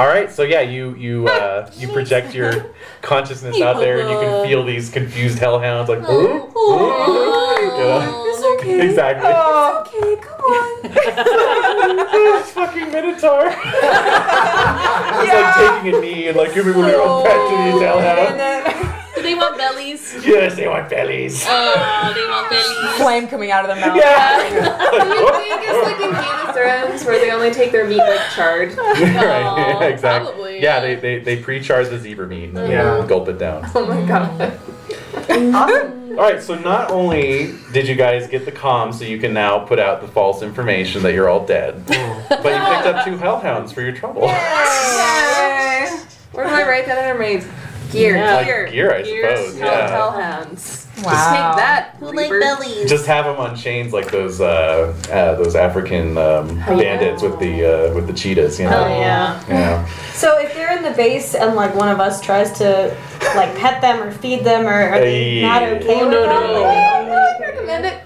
All right, so yeah, you you uh, you project your consciousness out there, and you can feel these confused hellhounds like. "Ooh, ooh," you know? It's okay. Exactly. It's okay. Come on. fucking minotaur. it's like taking a knee and like giving me your own pet to the Italian. Do they want bellies? Yes, they want bellies. Oh, they want bellies. Flame coming out of their mouth. yeah. Do you think it's like in Game of Thrones where they only take their meat like charred? right. Yeah, exactly. probably, yeah, they, they they pre-charge the zebra meat and then Yeah. gulp it down. Oh my god. All right. So not only did you guys get the comm, so you can now put out the false information that you're all dead, but you picked up two hellhounds for your trouble. Yay. Where do I write that under my gear? Yeah. Like Gear. gear, I suppose. smell yeah. hellhounds. Wow. Take that. Reaper. Just have them on chains like those uh, uh, those African Oh, um, bandits with the uh, with the cheetahs, you know. Oh, yeah. Yeah. So if they're in the base and like one of us tries to like pet them or feed them or are they Hey. not okay Oh, with no, that? no. Like, they only- Oh, Recommend it.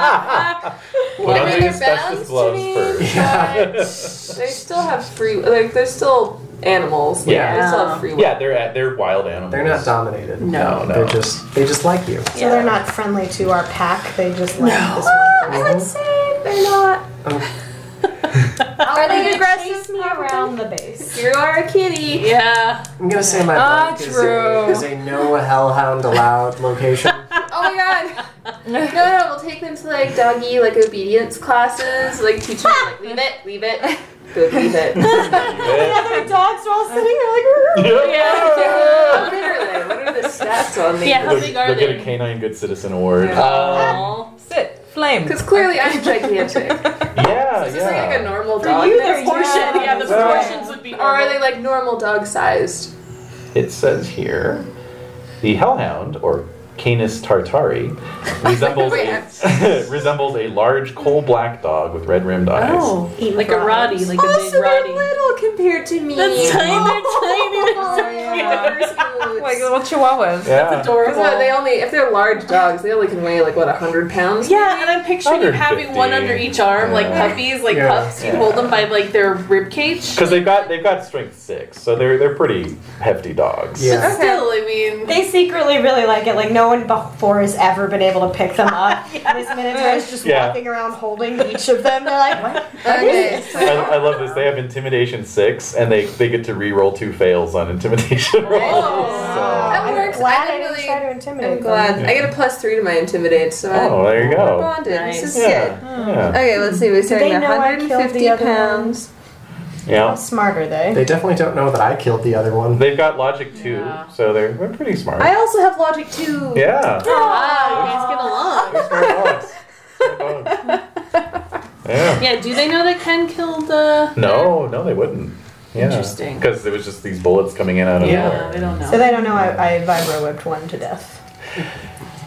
Put I on mean, your they're balanced asbestos to gloves me, first. but they still have free. Like they're still animals. Like, Yeah. they still have free will. Yeah, they're at, they're wild animals. they're not dominated. No, no. They're just they just like you. So they're not friendly to our pack. They just like this I would say they're not. Oh. Are they aggressive Chase me around the base. You are a kitty. Yeah. I'm gonna say my Ah, bunk is true. a, is a no hellhound allowed location. Oh my god. No, no, we'll take them to like doggy like obedience classes. Like teach them like leave it, leave it, good, leave it. Yeah. Other dogs are all sitting there like. Yeah. What are they? What are the stats on these? Yeah. How They'll, big are they'll get they? a canine good citizen award. Yeah. Um, Sit. Flame. Because clearly I'm gigantic. yeah, Is this yeah. like a normal dog? you, that's they're giant? huge. Yeah, the Well- proportions would be. Or are they like normal dog sized? It says here, the hellhound or Canis tartari resembles a, resembles a large coal black dog with red rimmed eyes. Oh, like a Roddy, like a big Roddy. little compared to me. That's tiny, they're tiny. Like little chihuahuas. Yeah. Because what, they only, if they're large dogs, they only can weigh like what hundred pounds. Yeah, and I'm picturing you having 150. one under each arm, like Yeah. puppies, like Yeah. pups. You Yeah. hold them by like their rib cage. Because they've got they've got strength six, so they're they're pretty hefty dogs. Yeah. But still, I mean, They secretly really like it. Like no one before has ever been able to pick them up. This minotaur is just Yeah. walking around holding each of them. They're like, what? Okay. so- I, I love this. They have intimidation six, and they they get to re-roll two fails on intimidation rolls. Oh, So- That works. I'm glad I I didn't really- try to intimidate. I'm glad. I get a plus three to my intimidate, so Oh, I there you go. bonded. This is Yeah, good. yeah, Okay, let's see. We're saying they know I killed 150 the other pounds. How yeah. smart are they? They definitely don't know that I killed the other one. They've got logic two, Yeah. so they're they're pretty smart. I also have logic too. yeah. wow, Ah, you guys get along. They're smart dogs. Smart dogs. Yeah. Yeah, do they know that Ken killed? Uh, No, no, they wouldn't. Yeah. Interesting. Because it was just these bullets coming in out of Yeah. nowhere. No, they don't know. So they don't know I, I vibro whipped one to death.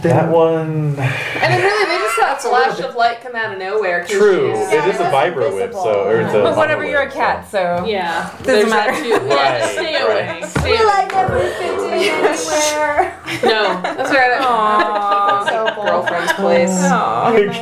That one. And then really, they just saw a flash of light come out of nowhere. 'cause True. she's- it is a vibro whip, so or it's a. But whatever, mono you're a whip, so- cat, so. Yeah, Doesn't matter. Yeah, just stay Right, away. Stay away. Like anywhere. No. That's right. Aww. so bold. Girlfriend's place. Aww.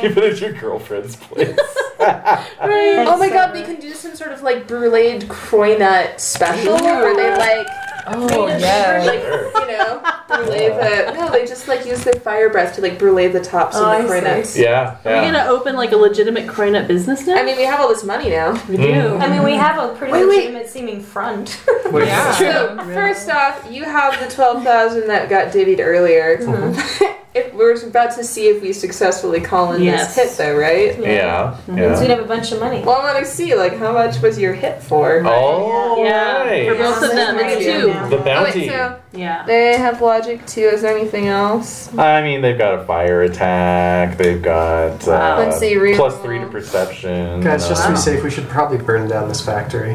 Keep it at your girlfriend's place. That's Oh my so god, rude. we can do some sort of like bruleed croy nut special where they like, Oh, yes. like you know, Brûlé the no, they just like use their fire breath to like brûle the tops Oh, of the I croy see. nuts. Yeah, Are we yeah. gonna open like a legitimate croy nut business now? I mean, we have all this money now. we do. Mm. I mean, we have a pretty Wait, wait. legitimate seeming front. Wait, Yeah. So first off, you have the twelve thousand that got divvied earlier. if we're about to see if we successfully call in Yes. this hit, though, right? Yeah, Because we'd Mm-hmm. yeah. have a bunch of money. Well, I want to see like how much was your hit for? Oh, Yeah, for right. both of them, it's Yeah. two. Yeah. The Oh, bounty. wait, so Yeah. they have logic too. Is there anything else? I mean, they've got a fire attack. They've got Wow. uh, Let's see, real- plus three to perception. Guys, just to uh, be safe, we should probably burn down this factory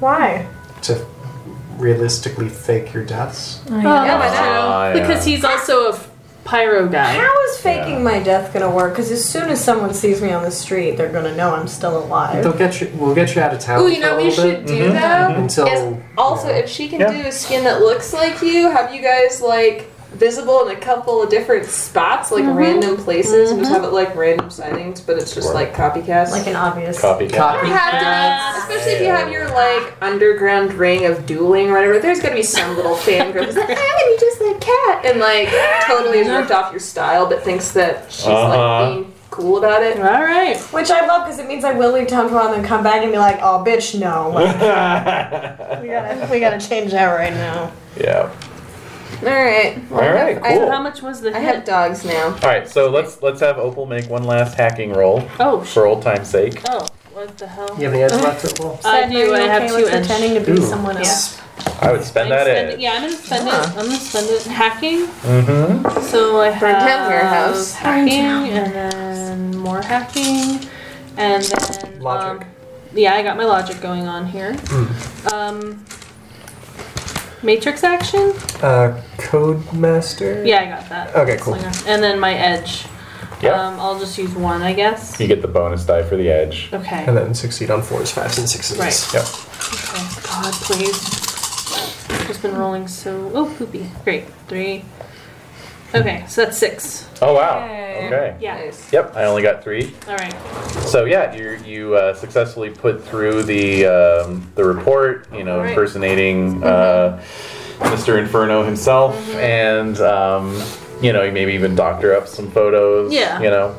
Why? to realistically fake your deaths. yeah, why not? Ah, yeah. Oh, Because he's also a f- pyro guy. How is faking Yeah. my death gonna work? Because as soon as someone sees me on the street, they're gonna know I'm still alive. They'll get you. We'll get you out of town. Oh, you for know a what we little should bit Mm-hmm. do Mhm. though. until. Yes. Also, you know, if she can Yeah. do a skin that looks like you, have you guys like visible in a couple of different spots, like random places, and just have it like random sightings, but it's just Sure. like copycats. Like an obvious. copycat. You copy. have to, Yeah. especially if you have your like underground ring of dueling or whatever. There's gonna be some little fan girl who's like, "I'm gonna just like cat," and like totally has ripped off your style, but thinks that she's Uh-huh. like being cool about it. All right. Which I love because it means I will leave town tomorrow and then come back and be like, oh, bitch, no. Like, we, gotta, we gotta change that right now. yeah. All right, All right. I- How Cool. much was the I hit? have dogs now. All right. So let's let's have Opal make one last hacking roll oh, sh- for old time's sake. oh, what the hell? You have any edge left, Opal? I do. I have two edge. pretending to be Ooh. someone else. I would spend I'm that spend- edge. Yeah, I'm gonna spend it. I'm gonna spend it hacking. Mm-hmm. So I have Ah. Burn down warehouse. hacking and then more hacking and then Logic. um, yeah, I got my logic going on here. Um, matrix action. Uh, code master. Yeah, I got that. Okay, That's cool. my- And then my edge. Yeah. Um, I'll just use one, I guess. You get the bonus die for the edge. Okay. And then succeed on fours, fives, and sixes. Right. Yep. Oh, God, please. Just been rolling so. Oh, poopy. Great. Three. Okay, so that's six. Oh wow. Yay. Okay. Yeah. Yep. I only got three. All right. So yeah, you you uh, successfully put through the um, the report. You know, Right. impersonating uh, Mr. Inferno himself, and um, you know, maybe even doctor up some photos. Yeah. You know.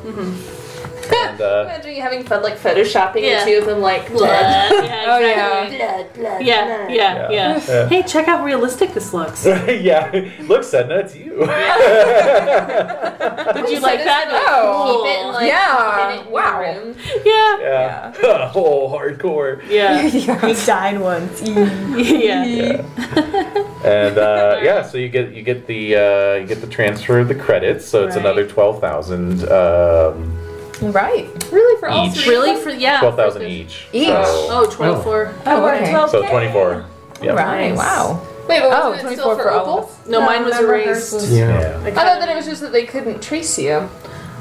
And, uh, Imagine you having fun like photoshopping Yeah. the two of them like Blood. Yeah, Oh, exactly. Blood, blood, Yeah, yeah, Yeah. yeah. Yeah. Hey, check out how realistic this looks. yeah. Look, Sedna, it's you. Would you like this that? is Oh, Keep it in, like, in yeah. it in your Wow. room. yeah. yeah. oh, hardcore. Yeah. We died once. yeah. Yeah. and uh, yeah, so you get you get the uh, you get the transfer of the credits, so it's Right. another twelve thousand. Um, Right. Oh, Really for all Each. three? Really? For yeah. Twelve thousand each. Each. So, Oh, 24. Oh, okay. so twenty-four. Yeah. Right. Wow. Wait, but Oh, wasn't it 24 still for, for all. Opal? of us. No, mine was erased. Yeah. Yeah. I thought that it was just that they couldn't trace you.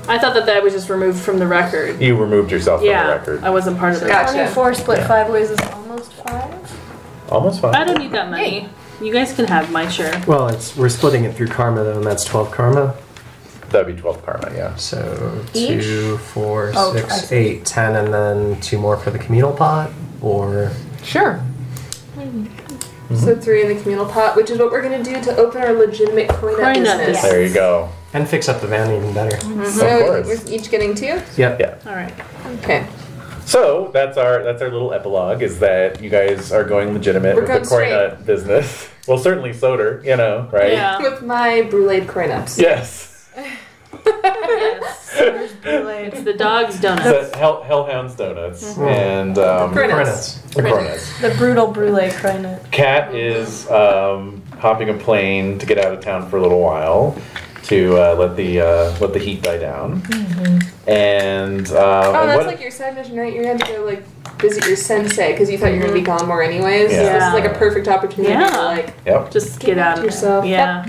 I thought that that was just removed from the record. You removed yourself yeah. from the record. I wasn't part of it. Gotcha. 24 split five ways is almost five. Almost fine. I don't need that many. You guys can have my share. Well, it's we're splitting it through karma though, and that's twelve karma. That'd be twelve karma. Yeah. So Each? two, four, Oh, six, twice. eight, ten, and then two more for the communal pot. Or Sure. Mm-hmm. So three in the communal pot, which is what we're gonna do to open our legitimate coin Coin-up up business. business. There you go. and fix up the van even better. Of So Mm-hmm. course. we're each getting two. Yep. Yeah. All right. Okay, So that's our that's our little epilogue. Is that you guys are going legitimate We're with going the coin nut business? Well, certainly Soder. You know, right? Yeah. with my brulee coin ups. Yes. It's the dog's donuts. The Hell, Hellhounds donuts and um, Coin ups. Credits. the coin nuts. The brutal brulee coronet. Kat is um, hopping a plane to get out of town for a little while to uh, let the uh, let the heat die down. And uh, Oh, and that's what- like your side mission, right? You had to go like visit your sensei because you thought you were gonna be gone more anyways. Yeah. So this is like a perfect opportunity Yeah. to like yep. Just get out of yourself. There. Yeah.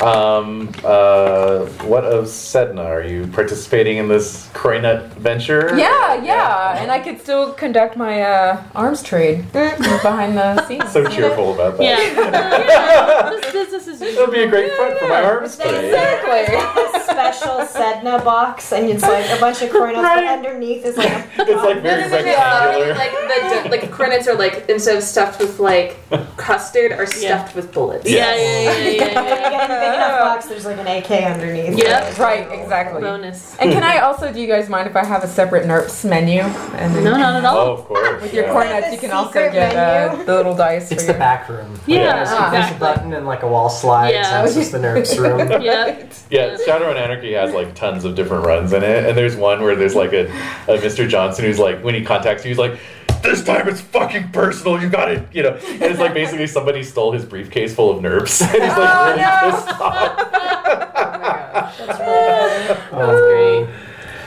Um, uh, what of Sedna? Are you participating in this croy nut venture? Yeah, yeah, and I could still conduct my uh, arms trade behind the scenes. So cheerful about that. Yeah. yeah. This business is usual. It'll be a great front for my arms today. a special Sedna box, and it's like a bunch of coronas, but underneath is like a It's like very no, no, no, no, no, rectangular. there. uh, like the like credits are like instead of stuffed with like custard are stuffed with bullets. Yeah, yeah, yeah, yeah, yeah, yeah. If you get a big enough box, there's like an AK underneath. Yep. Right, exactly. Bonus. And can I also, do you guys mind if I have a separate NERPS menu? And then No, not at all. oh, of course. With your yeah. corn nuts, you can also secret get uh, the little dice for It's your the back room. Ah. Yeah, Ah, So there's a exactly. button and like a wall slide. Yeah. So it's just the nerves room. Yeah. Yeah, Shadow and Anarchy has like tons of different runs in it, and there's one where there's like a, a Mr. Johnson who's like, when he contacts you, he's like, "This time it's fucking personal. You got it," you know. And it's like basically somebody stole his briefcase full of nerves, and he's like Oh, really pissed off. Oh,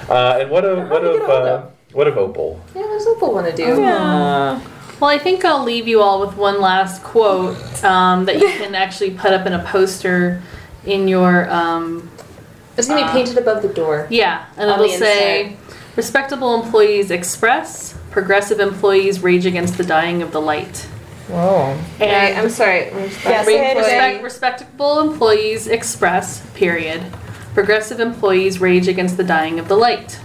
Uh, and what of what of uh, what of Opal? Oh, Yeah, that's what they'll want to do. Yeah. Well, I think I'll leave you all with one last quote um, that you can actually put up in a poster in your um, It's gonna be painted above the door. yeah, and On the it'll say respectable employees express, progressive employees rage against the dying of the light. Whoa. Right, And I'm sorry. I'm just- Yeah, say it respect, respectable employees express period. Progressive employees rage against the dying of the light.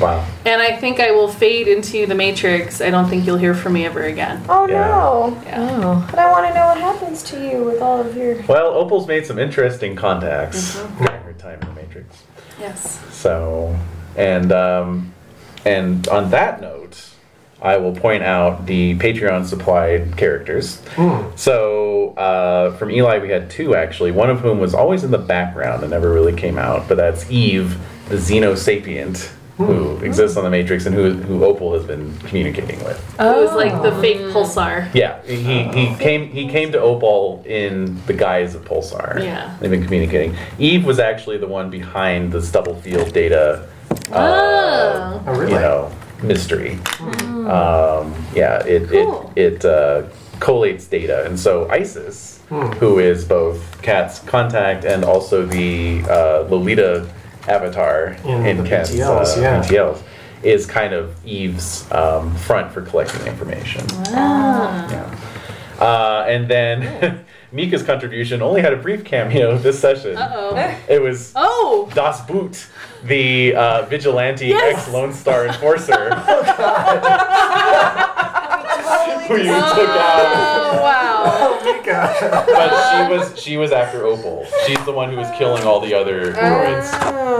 Wow. And I think I will fade into the matrix. I don't think you'll hear from me ever again. Oh Yeah. no! Oh. But I want to know what happens to you with all of your. Well, Opal's made some interesting contacts during her time in Mm-hmm. the Matrix. Yes. So, and um, and on that note, I will point out the Patreon supplied characters. So uh, from Eli, we had two actually. One of whom was always in the background and never really came out, but that's Eve, the Xenosapient, who exists on the Matrix and who who Opal has been communicating with. It was like the fake Oh. pulsar. Yeah, he, he came he came to Opal in the guise of Pulsar. Yeah. they've been communicating. Eve was actually the one behind the stubble field data. uh, Oh. Hmm. oh really? You know, mystery. Um, yeah, it Cool. it it uh, collates data, and so Isis, who is both Cat's contact and also the uh, Lolita avatar In in the Cat's BTLs, uh, yeah. BTLs, is kind of Eve's um, front for collecting information. Ah. Yeah. Uh, and then Mika's contribution only had a brief cameo this session. Uh-oh. It was Oh! Das Boot, the uh, vigilante Yes. Oh, ex Lone Star enforcer. Who you took out, Oh, wow. Mika. but she was she was after Opal. She's the one who was killing all the other droids.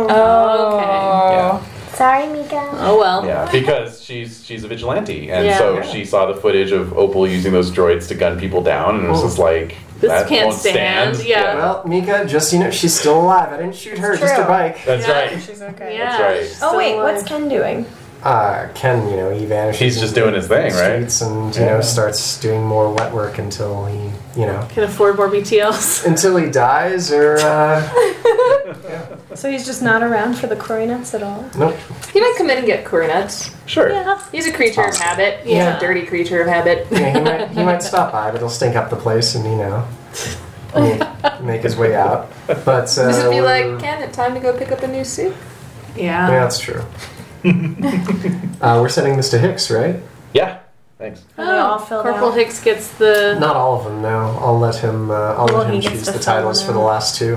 Oh, okay. Yeah. Sorry, Mika. Oh, well. Yeah, because she's she's a vigilante, and Yeah. so she saw the footage of Opal using those droids to gun people down, and it was just like Oh. This that can't won't stand. stand. Yeah. Well, Mika, just so you know, she's still alive. I didn't shoot her, just her true. bike. that's Yeah. right. She's okay. Yeah. That's Oh wait, what's Ken doing? Uh, Ken, you know, he vanishes. He's just into doing his thing, the right? Streets and you know starts doing more wet work until he, you know, Can afford more BTLs. until he dies or uh, So he's just not around for the Croy nuts at all. nope. He might come in and get coronets. Sure. Yeah. He's a creature of habit. He's Yeah. a dirty creature of habit. Yeah, he might he might stop by, but he'll stink up the place and you know. Make his way out, but uh, Does it be we're- like, Ken, it's time to go pick up a new suit? Yeah, Yeah. that's true. uh, we're sending this to Hicks, right? Yeah. Thanks. And they all filled Oh, Corporal out. Hicks gets the. Not all of them, no. I'll let him. Uh, I'll Well, let him he gets choose to the titles fill for the them last two.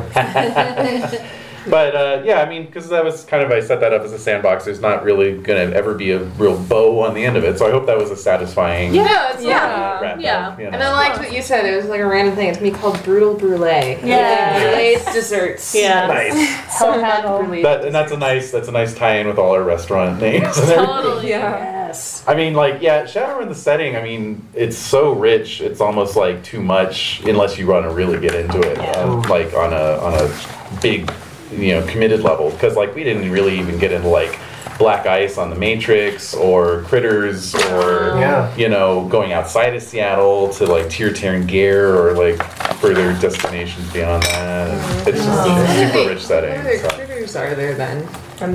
But uh, yeah, I mean, because that was kind of I set that up as a sandbox. There's not really going to ever be a real bow on the end of it, so I hope that was a satisfying. Yeah, no, it's not. uh, wrap Yeah. Up, you know. And I liked what you said. It was like a random thing. It's gonna be called brutal brulee. Yeah. brulee's desserts. Yeah. nice. so brulee. That, and that's a nice that's a nice tie-in with all our restaurant names. and everything. Totally. Yes. I mean, like yeah, Shadowrun the setting. I mean, it's so rich. It's almost like too much unless you want to really get into it, um, like on a on a big, you know, committed level. Because like we didn't really even get into like Black Ice on the Matrix or Critters or Yeah. you know going outside of Seattle to like Tier Gear or like further destinations beyond that. It's just a super rich What other setting. so. critters are there then?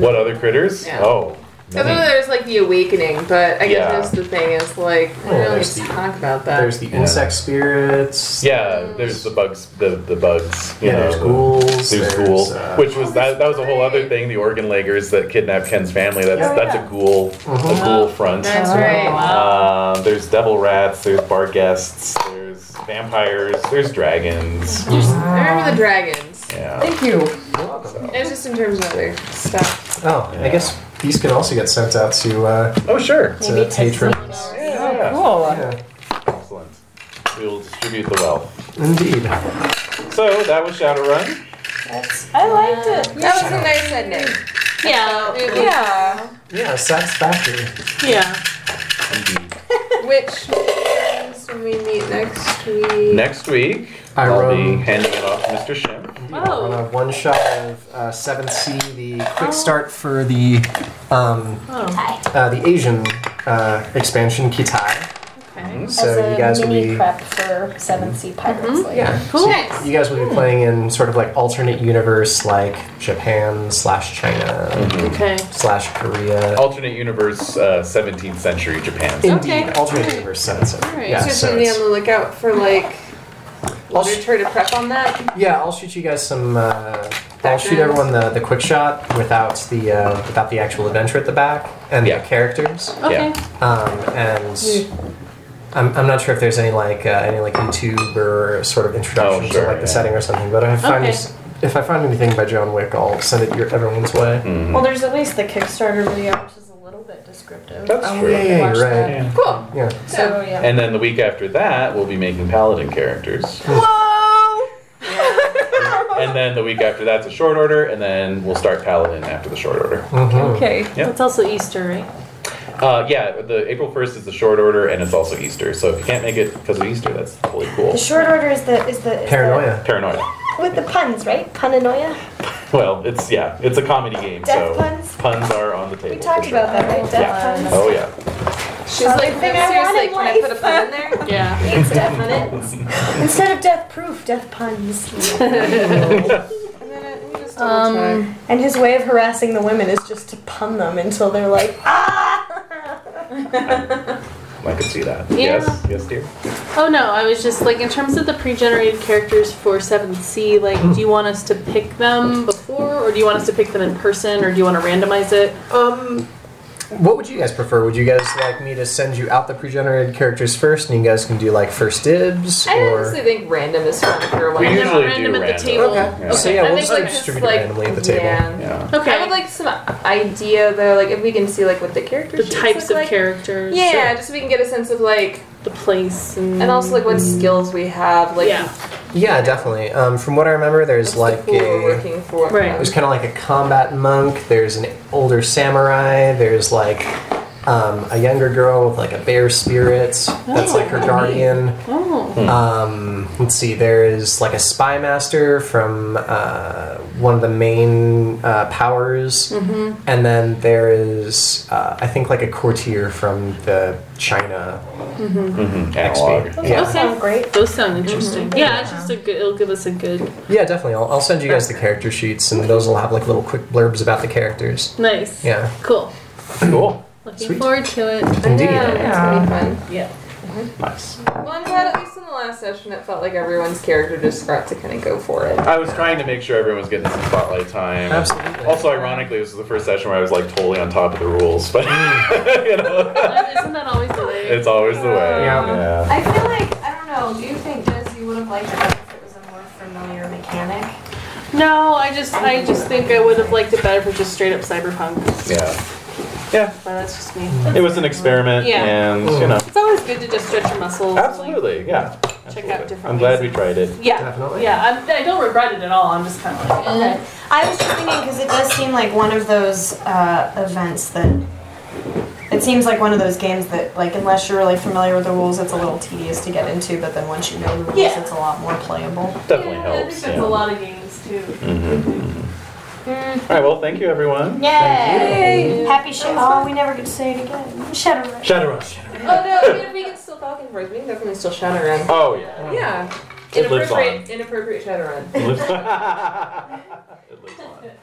What other critters? Yeah. Oh. I many. know there's like the awakening, but I Yeah. guess that's the thing is like Yeah, we don't really there's the- talk about that. There's the insect spirits. Yeah, there's the bugs, the the bugs. You Yeah, know, there's ghouls. There's, there's, ghoul, uh, which was that that was a whole other thing. The organ leggers that kidnapped Ken's family. That's that's a ghoul, a ghoul front. That's right. Uh, there's devil rats. There's bar guests. There's vampires. There's dragons. I remember the dragons. Yeah. Thank you. You're welcome. It was just in terms of other stuff. Oh, Yeah. I guess These can also get sent out to uh, Oh, sure. to patrons. Yeah. Cool. Yeah, Excellent. We will distribute the wealth. indeed. So that was Shadowrun. I liked it. That was a nice ending. Yeah. Yeah. Yeah, satisfactory. Yeah. Which means when we meet next week. Next week, I I'll roam. be handing it off to Mr. Shim. On a one shot of uh, 7C, the quick start for the um, uh, the Asian uh, expansion, Kitai. Okay. So as a you guys will mini be prep for 7C Pirates later. yeah, Cool. so you guys will be playing in sort of like alternate universe, like Japan slash China Okay. slash Korea. Alternate universe, uh, 17th century Japan. Indeed, Okay. alternate universe seven seven. Alright. Yeah, So so should be it's- on the lookout for like I'll, sh- literature to prep on that. yeah, I'll shoot you guys some. Uh, I'll shoot everyone the, the quick shot without the uh, without the actual adventure at the back and Yeah. the characters. Okay. Um, and I'm, I'm not sure if there's any like uh, any like YouTube or sort of introduction Oh, sure, to like yeah. the setting or something. But if I find Okay. s- if I find anything by John Wick, I'll send it your everyone's way. Mm, Well, there's at least the Kickstarter video, which is a little bit descriptive. That's Um, true. Yeah, yeah, you're right. Cool. Yeah. So yeah. And then the week after that, we'll be making paladin characters. And then the week after that's a short order, and then we'll start paladin after the short order. Mm. Mhm. Okay. That's also Easter, right? Uh, yeah, the April 1st is the short order, and it's also Easter. So if you can't make it because of Easter, that's totally cool. The short order is the is the is Paranoia. Paranoia. the- with the puns, right? Punanoia. Well, it's yeah, it's a comedy game, Death so puns? are on the table. We talked for sure. about that, right? Death Yeah. puns. Oh yeah. She's like, thing I want seriously, in can I life." put a pun in there? Yeah. It's death puns. Instead of death proof, death puns. Um. And his way of harassing the women is just to pun them until they're like, ah! I could see that. Yeah. Yes, yes, dear. Oh no, I was just like in terms of the pre-generated characters for 7C, like do you want us to pick them before or do you want us to pick them in person or do you want to randomize it? Um, what would you guys prefer? Would you guys like me to send you out the pre-generated characters first, and you guys can do like first dibs, I or honestly think random is fun if you're one. We of And then them. usually random do at the random. table. Okay. So yeah, I we'll think, just like, distribute it like, randomly at the table. Yeah. Yeah. Okay. I would like some idea though, like if we can see like what the characters the types of characters. Yeah, just so we can get a sense of like, The place and, and also like what skills we have, like yeah. Yeah, definitely. Um, from what I remember, there's like who we're a working for. Right. There's kind of like a combat monk. There's an older samurai. There's like um, a younger girl with like a bear spirit that's like her guardian. Oh. Hmm. Um, let's see. There is like a spy master from uh, one of the main uh, powers, and then there is uh, I think like a courtier from the China Mm-hmm. XP. Analog. Yeah, Okay. Sound great. Those sound interesting. Mm-hmm. Yeah, it's just a good it'll give us a good yeah, definitely. I'll, I'll send you guys the character sheets, and those will have like little quick blurbs about the characters. nice. Yeah, Cool. Cool. Looking Sweet. forward to it. indeed. Yeah, it's gonna be fun. Yeah. Nice. Well, I'm glad at least in the last session it felt like everyone's character just got to kind of go for it. I was trying to make sure everyone was getting some spotlight time. Absolutely. Also, ironically, this is the first session where I was like totally on top of the rules, but you know, Isn't that always the way? it's always the way. Yeah. I feel like, I don't know, do you think, Jess, you would have liked it if it was a more familiar mechanic? No, I just I just think I would have liked it better for just straight up cyberpunk. Yeah. But that's just me. It was an experiment, Yeah. and Mm. you know, It's always good to just stretch your muscles. and, like, absolutely, yeah. Check Absolutely. out different I'm glad ways. we tried it. Yeah, Definitely. yeah. I'm, I don't regret it at all. I'm just kind of like, eh. Okay. I was just thinking because it does seem like one of those uh, events that it seems like one of those games that like unless you're really familiar with the rules, it's a little tedious to get into. But then once you know the rules, Yeah. it's a lot more playable. Definitely Yeah, I think helps. that's yeah. Mm-hmm. a lot of games too. Mm. All right. Well, thank you, everyone. Yay! Happy Shadow. Oh, we never get to say it again. Shadow. Shadow Rush. Oh no, even if we can still Falcon Force, we can definitely still Shadowrun. Oh yeah. Yeah. It lives on. Inappropriate, inappropriate Shadowrun. It lives- it lives on.